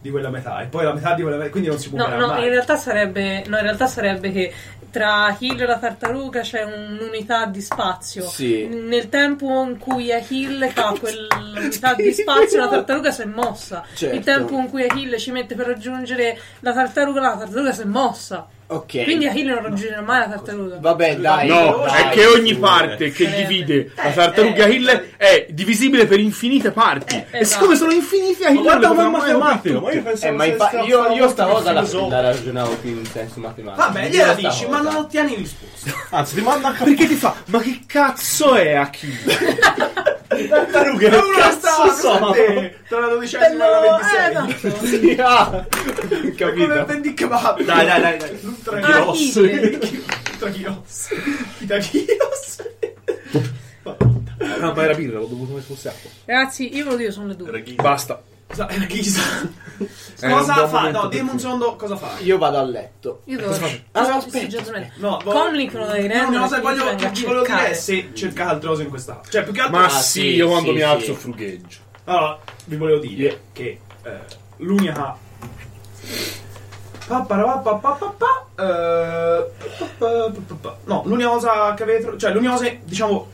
di quella metà, e poi la metà di quella metà, quindi non si può
No,
mai
no,
mai.
in realtà sarebbe. No, in realtà sarebbe che tra Achille e la tartaruga c'è un'unità di spazio.
Sì.
Nel tempo in cui Achille ha quell'unità di spazio, la tartaruga si è mossa.
Certo.
Il tempo in cui Achille ci mette per raggiungere la tartaruga, la tartaruga si è mossa.
Eh.
Ok.
Quindi Achille non raggiungerà mai la tartaruga.
Vabbè, dai.
No,
dai,
è che ogni
su.
parte che
Eh,
divide la tartaruga Hill è Eh, esatto. divisibile per infinite parti. E siccome sono infinite, Hill
guarda
le
come è
potrà mai
matematico, ma
tutte.
io pensavo
Eh, ma
se
infa-
stavo-
io,
stavo
io sta
molto
cosa la,
filosofico.
la ragionavo più in senso matematico.
Vabbè, gliela
Sta
dici,
cosa.
ma non ottieni risposta.
Anzi, ti mando a capire.
Perché ti fa? Ma che cazzo è Achille?
Tartaruga, che cazzo so?
Tra la dodicesima e la ventisesima.
Sì, ah.
È come il
Capito?
Bendy Kebab.
Dai, dai, dai, dai.
L'ultra
Ah,
ghios.
Hitler.
L'ultra ghios. I taghios.
No, ma era birra, l'ho dovuto come fosse acqua.
Ragazzi, io ve lo dico, sono le due.
Basta.
Sa- è la ghisa.
un
Cosa
buon
fa?
Eh, momento
No,
per
dimmi un secondo cosa fa.
Io vado a letto.
Io devo
Ah, no,
Ah,
aspetta,
No, vo-
Conlink lo devi rendere.
No, no, se
perché
voglio,
venga a
ci volevo dire
cercare.
è se cercate altre cose in questa. Cioè, più che altro.
Ma
Ah,
sì,
sì,
io quando
sì,
mi
sì.
alzo frugheggio.
Allora, vi volevo dire che eh, l'unica. Pa, pa, ra, pa, pa, pa, pa, eh, pa, pa, pa, pa, pa. No, l'unica cosa che avevo Cioè, l'unica cosa, diciamo,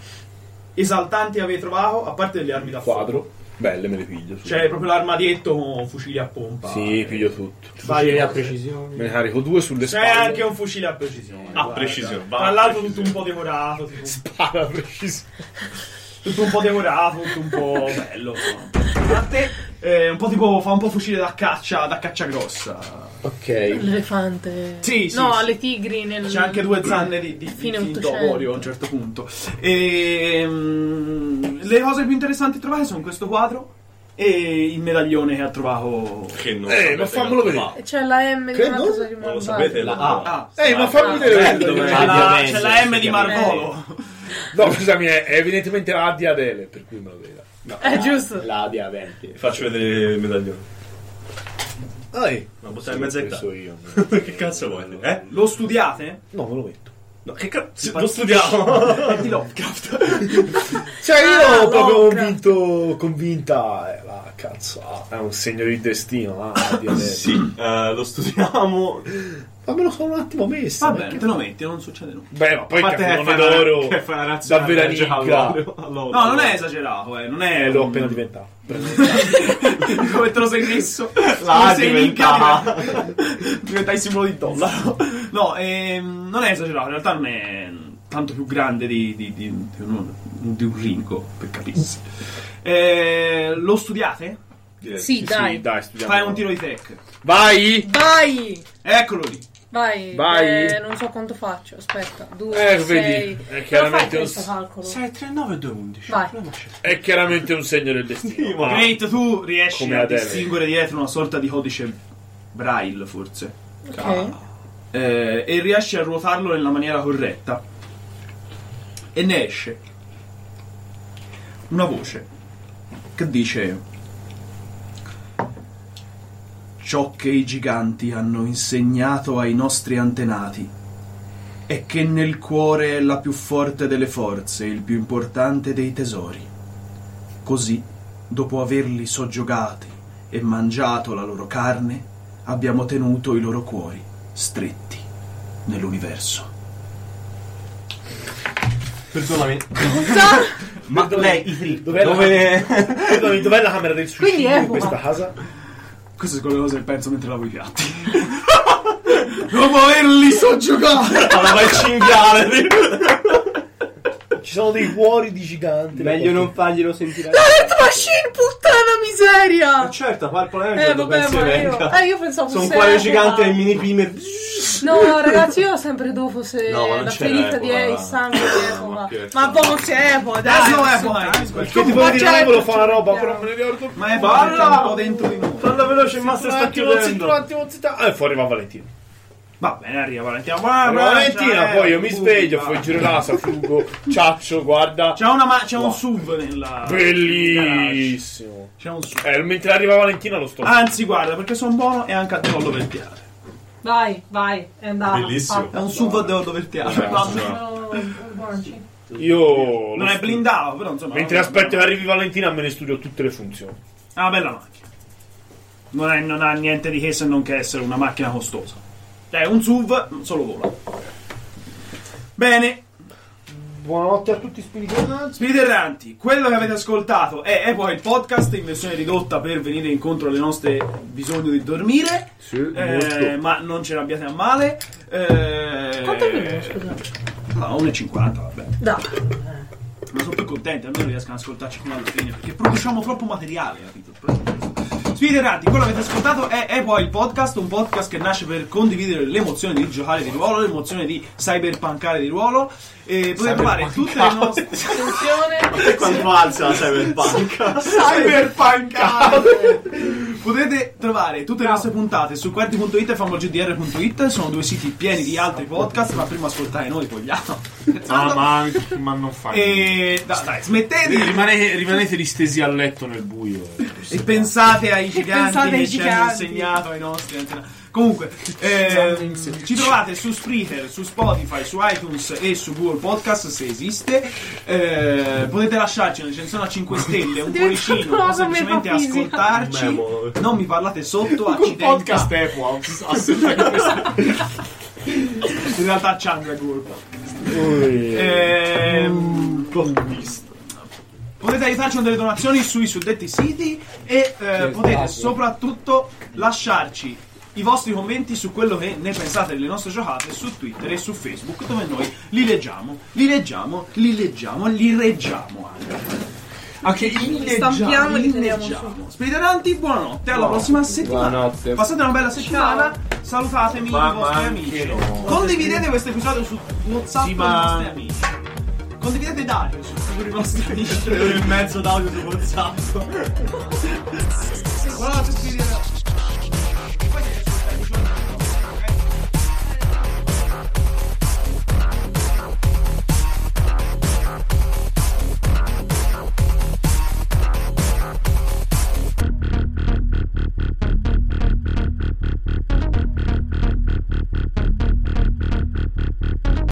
esaltante che avevo trovato, a parte delle armi da fuoco.
Quadro. Belle, me le piglio. su.
C'è proprio l'armadietto con fucili a pompa.
Sì, piglio tutto.
Vai, eh,
a
a
precisione.
Me ne carico due sulle
C'è
spalle.
Cioè, anche un fucile a precisione.
A
guarda.
precisione, va,
Tra
a
l'altro tutto
precisione.
un po' decorato, tutto un
Spara precisione.
tutto un po' decorato, tutto un po' bello. insomma. A te eh, un po' tipo fa un po' fucile da caccia, da caccia grossa.
Ok.
L'elefante.
Sì, sì,
No,
sì.
alle tigri nel.
C'è anche due zanne di, di, di,
Fine
di
Ottocento.
d'avorio a un certo punto. E, le cose più interessanti trovate sono questo quadro e il medaglione che ha trovato.
Che non
Eh,
sapete
ma fammelo
che-
vedere.
E C'è la M di
Che
una
no?
cosa di
Non lo
malvagio.
sapete?
La
La
A.
Ah,
Eh, ma fammi vedere.
bello,
quello.
c'è la,
ovviamente,
c'è la M di
sì,
Marvolo.
Eh.
No, scusami, è, è evidentemente la A di Adele, per cui me lo veda.
No,
Eh,
la-
giusto.
La di avanti.
Faccio vedere il medaglione.
Ai.
Una bottega in mezz'età.
Penso io.
che cazzo vuoi? Eh?
Lo studiate?
No, me lo metto.
No, che cazzo? Lo studiamo.
È di Lovecraft.
Cioè,
Ah,
io ho proprio
Lovecraft.
convinto, convinta. eh, la cazzo, ah, è un segno di destino. La A di Adele.
sì, eh, lo studiamo.
Ma me lo sono un attimo messo.
Va
perché-
bene, te lo metti, non succede nulla.
Ah. Beh, ma poi
A parte
Capitone
che fai una-
d'oro.
che fai una razionale
Davvero
già
ricca.
all'oro- all'oro.
No, non è esagerato, eh, non è
Eh, l'ho appena diventato.
come te lo sei messo
La
Come sei
diventata.
minchia, diventa- diventai simbolo di dollaro no ehm, non è esagerato in realtà non è tanto più grande di, di- di- di un, di un ringo per capirsi Eh, lo studiate?
direi.
Sì, dai.
studiamo.
Fai un tiro di tech.
Vai!
Vai!
Eccolo lì.
Vai!
Vai.
eh, non so quanto faccio, aspetta. Due,
Eh,
sei...
vedi,
Come
è chiaramente
fai
un-
questo calcolo?
6, 3, 9, 2, 11.
Vai.
È chiaramente un segno del destino. Ah. Ma-
Great, tu riesci
Come
a
la deve.
distinguere dietro una sorta di codice braille, forse.
Ok.
Eh, e riesci a ruotarlo nella maniera corretta. E ne esce una voce che dice ciò che i giganti hanno insegnato ai nostri antenati è che nel cuore è la più forte delle forze, il più importante dei tesori. Così, dopo averli soggiogati e mangiato la loro carne, abbiamo tenuto i loro cuori stretti nell'universo.
Perdonami.
Ma lei, i tri,
Dov'è,
dove...
La... Perdonami, dov'è la camera del suicidio
Quindi è
in questa
Roma.
casa?
Queste sono quelle cose che penso mentre lavo i piatti. Dopo averli soggiogati!
Alla vai cinghiale!
Ci sono dei cuori di giganti.
Meglio non farglielo sentire.
La Red Machine, puttana miseria!
Certo, fa il polemico
Eh,
dove
vabbè,
si
ma io...
venga.
Eh, io pensavo
Sono un
fosse
cuore
Evola.
gigante ai mini primer.
No, ragazzi, io ho sempre dopo fosse
No, ma non
la
c'era
ferita
Evola.
di il sangue di Evola.
che-
Ma boh, c'è Evola, dai!
no,
su.
Evola,
Che tipo di diavolo fa una roba, però non me ne ricordo più.
Ma è
Parla!
un po' dentro di noi.
Falla veloce, ma se
Zitto un
sta
attimo, zitto un
chiudendo.
attimo, zitto. Ah, e fuori va Valentina.
Va bene, arriva Valentina.
Arriva
Guarda,
Valentina,
c'è-
poi io mi sveglio,
Pubblica.
poi giro l'asa, frugo, ciaccio, guarda.
C'è, una ma- c'è un
Wow.
sub nella.
Bellissimo.
C'è un sub.
Eh, mentre arriva Valentina lo sto.
Ah,
Anzi, guarda, perché sono buono e anche a devollo verticale.
Vai, vai, è andata.
Bellissimo.
È un sub a devollo verticale.
um
Io.
Non è blindato,
blindato.
però insomma.
Mentre
vabbè.
aspetto che arrivi Valentina me ne studio tutte le funzioni.
È una Ah, bella macchina. Non, è- non ha niente di che se non che essere una macchina costosa. È un SUV, solo vola. Bene,
Buonanotte a tutti, spiriti
Spiriti erranti, quello che avete ascoltato è Epoca il podcast in versione ridotta per venire incontro alle nostre bisogno di dormire.
Sì,
Eh,
molto.
ma non ce l'abbiate a male. Eh, ah,
Quanto è venuto, scusa?
No, 1,50, vabbè.
Dai.
Ma sono più contento, almeno riescono ad ascoltarci fino alla fine, perché produciamo troppo materiale, capito? Sfiderati, quello che avete ascoltato è Epoca il podcast, un podcast che nasce per condividere l'emozione di giocare di ruolo, l'emozione di cyberpunkare di ruolo. E potete trovare tutte le nostre.
Attenzione.
Quanto alza la cyberpunk?
Cyberpunkare! Potete trovare tutte le nostre puntate su quarti.it e famogdr.it, sono due siti pieni di altri podcast, ma prima ascoltare noi poi gli altri.
Ah, ma, anche- ma non fa niente.
E da- dai, smettete di
Eh, Rimane- rimanete distesi a letto nel buio.
E pensate ai giganti
pensate ai
che ci hanno
giganti.
insegnato ai nostri antenati. Comunque, ehm, ci trovate su Spreaker, su Spotify, su iTunes e su Google Podcast se esiste. Eh, potete lasciarci una recensione a 5 stelle, un
Diventato
cuoricino,
una
o semplicemente
metafisica.
ascoltarci. Non mi parlate sotto, accidenti.
Podcast è qua. assolutamente.
In realtà Chang è Google Ehm, Potete aiutarci con delle donazioni sui suddetti siti e eh, potete soprattutto lasciarci i vostri commenti su quello che ne pensate delle nostre giocate su Twitter e su Facebook dove noi li leggiamo, li leggiamo, li leggiamo, li reggiamo anche. Anche in
stampiamo e li teniamo
leggiamo. Spiriteranti, buonanotte, alla prossima settimana.
Buonanotte.
Passate una bella settimana, salutatemi i
Mamma
vostri amici.
mia.
Condividete questo episodio su WhatsApp
Sì,
con i
ma-
vostri amici. Condividete Dario su con i vostri amici.
In mezzo d'audio di WhatsApp.
Buonanotte, spiriti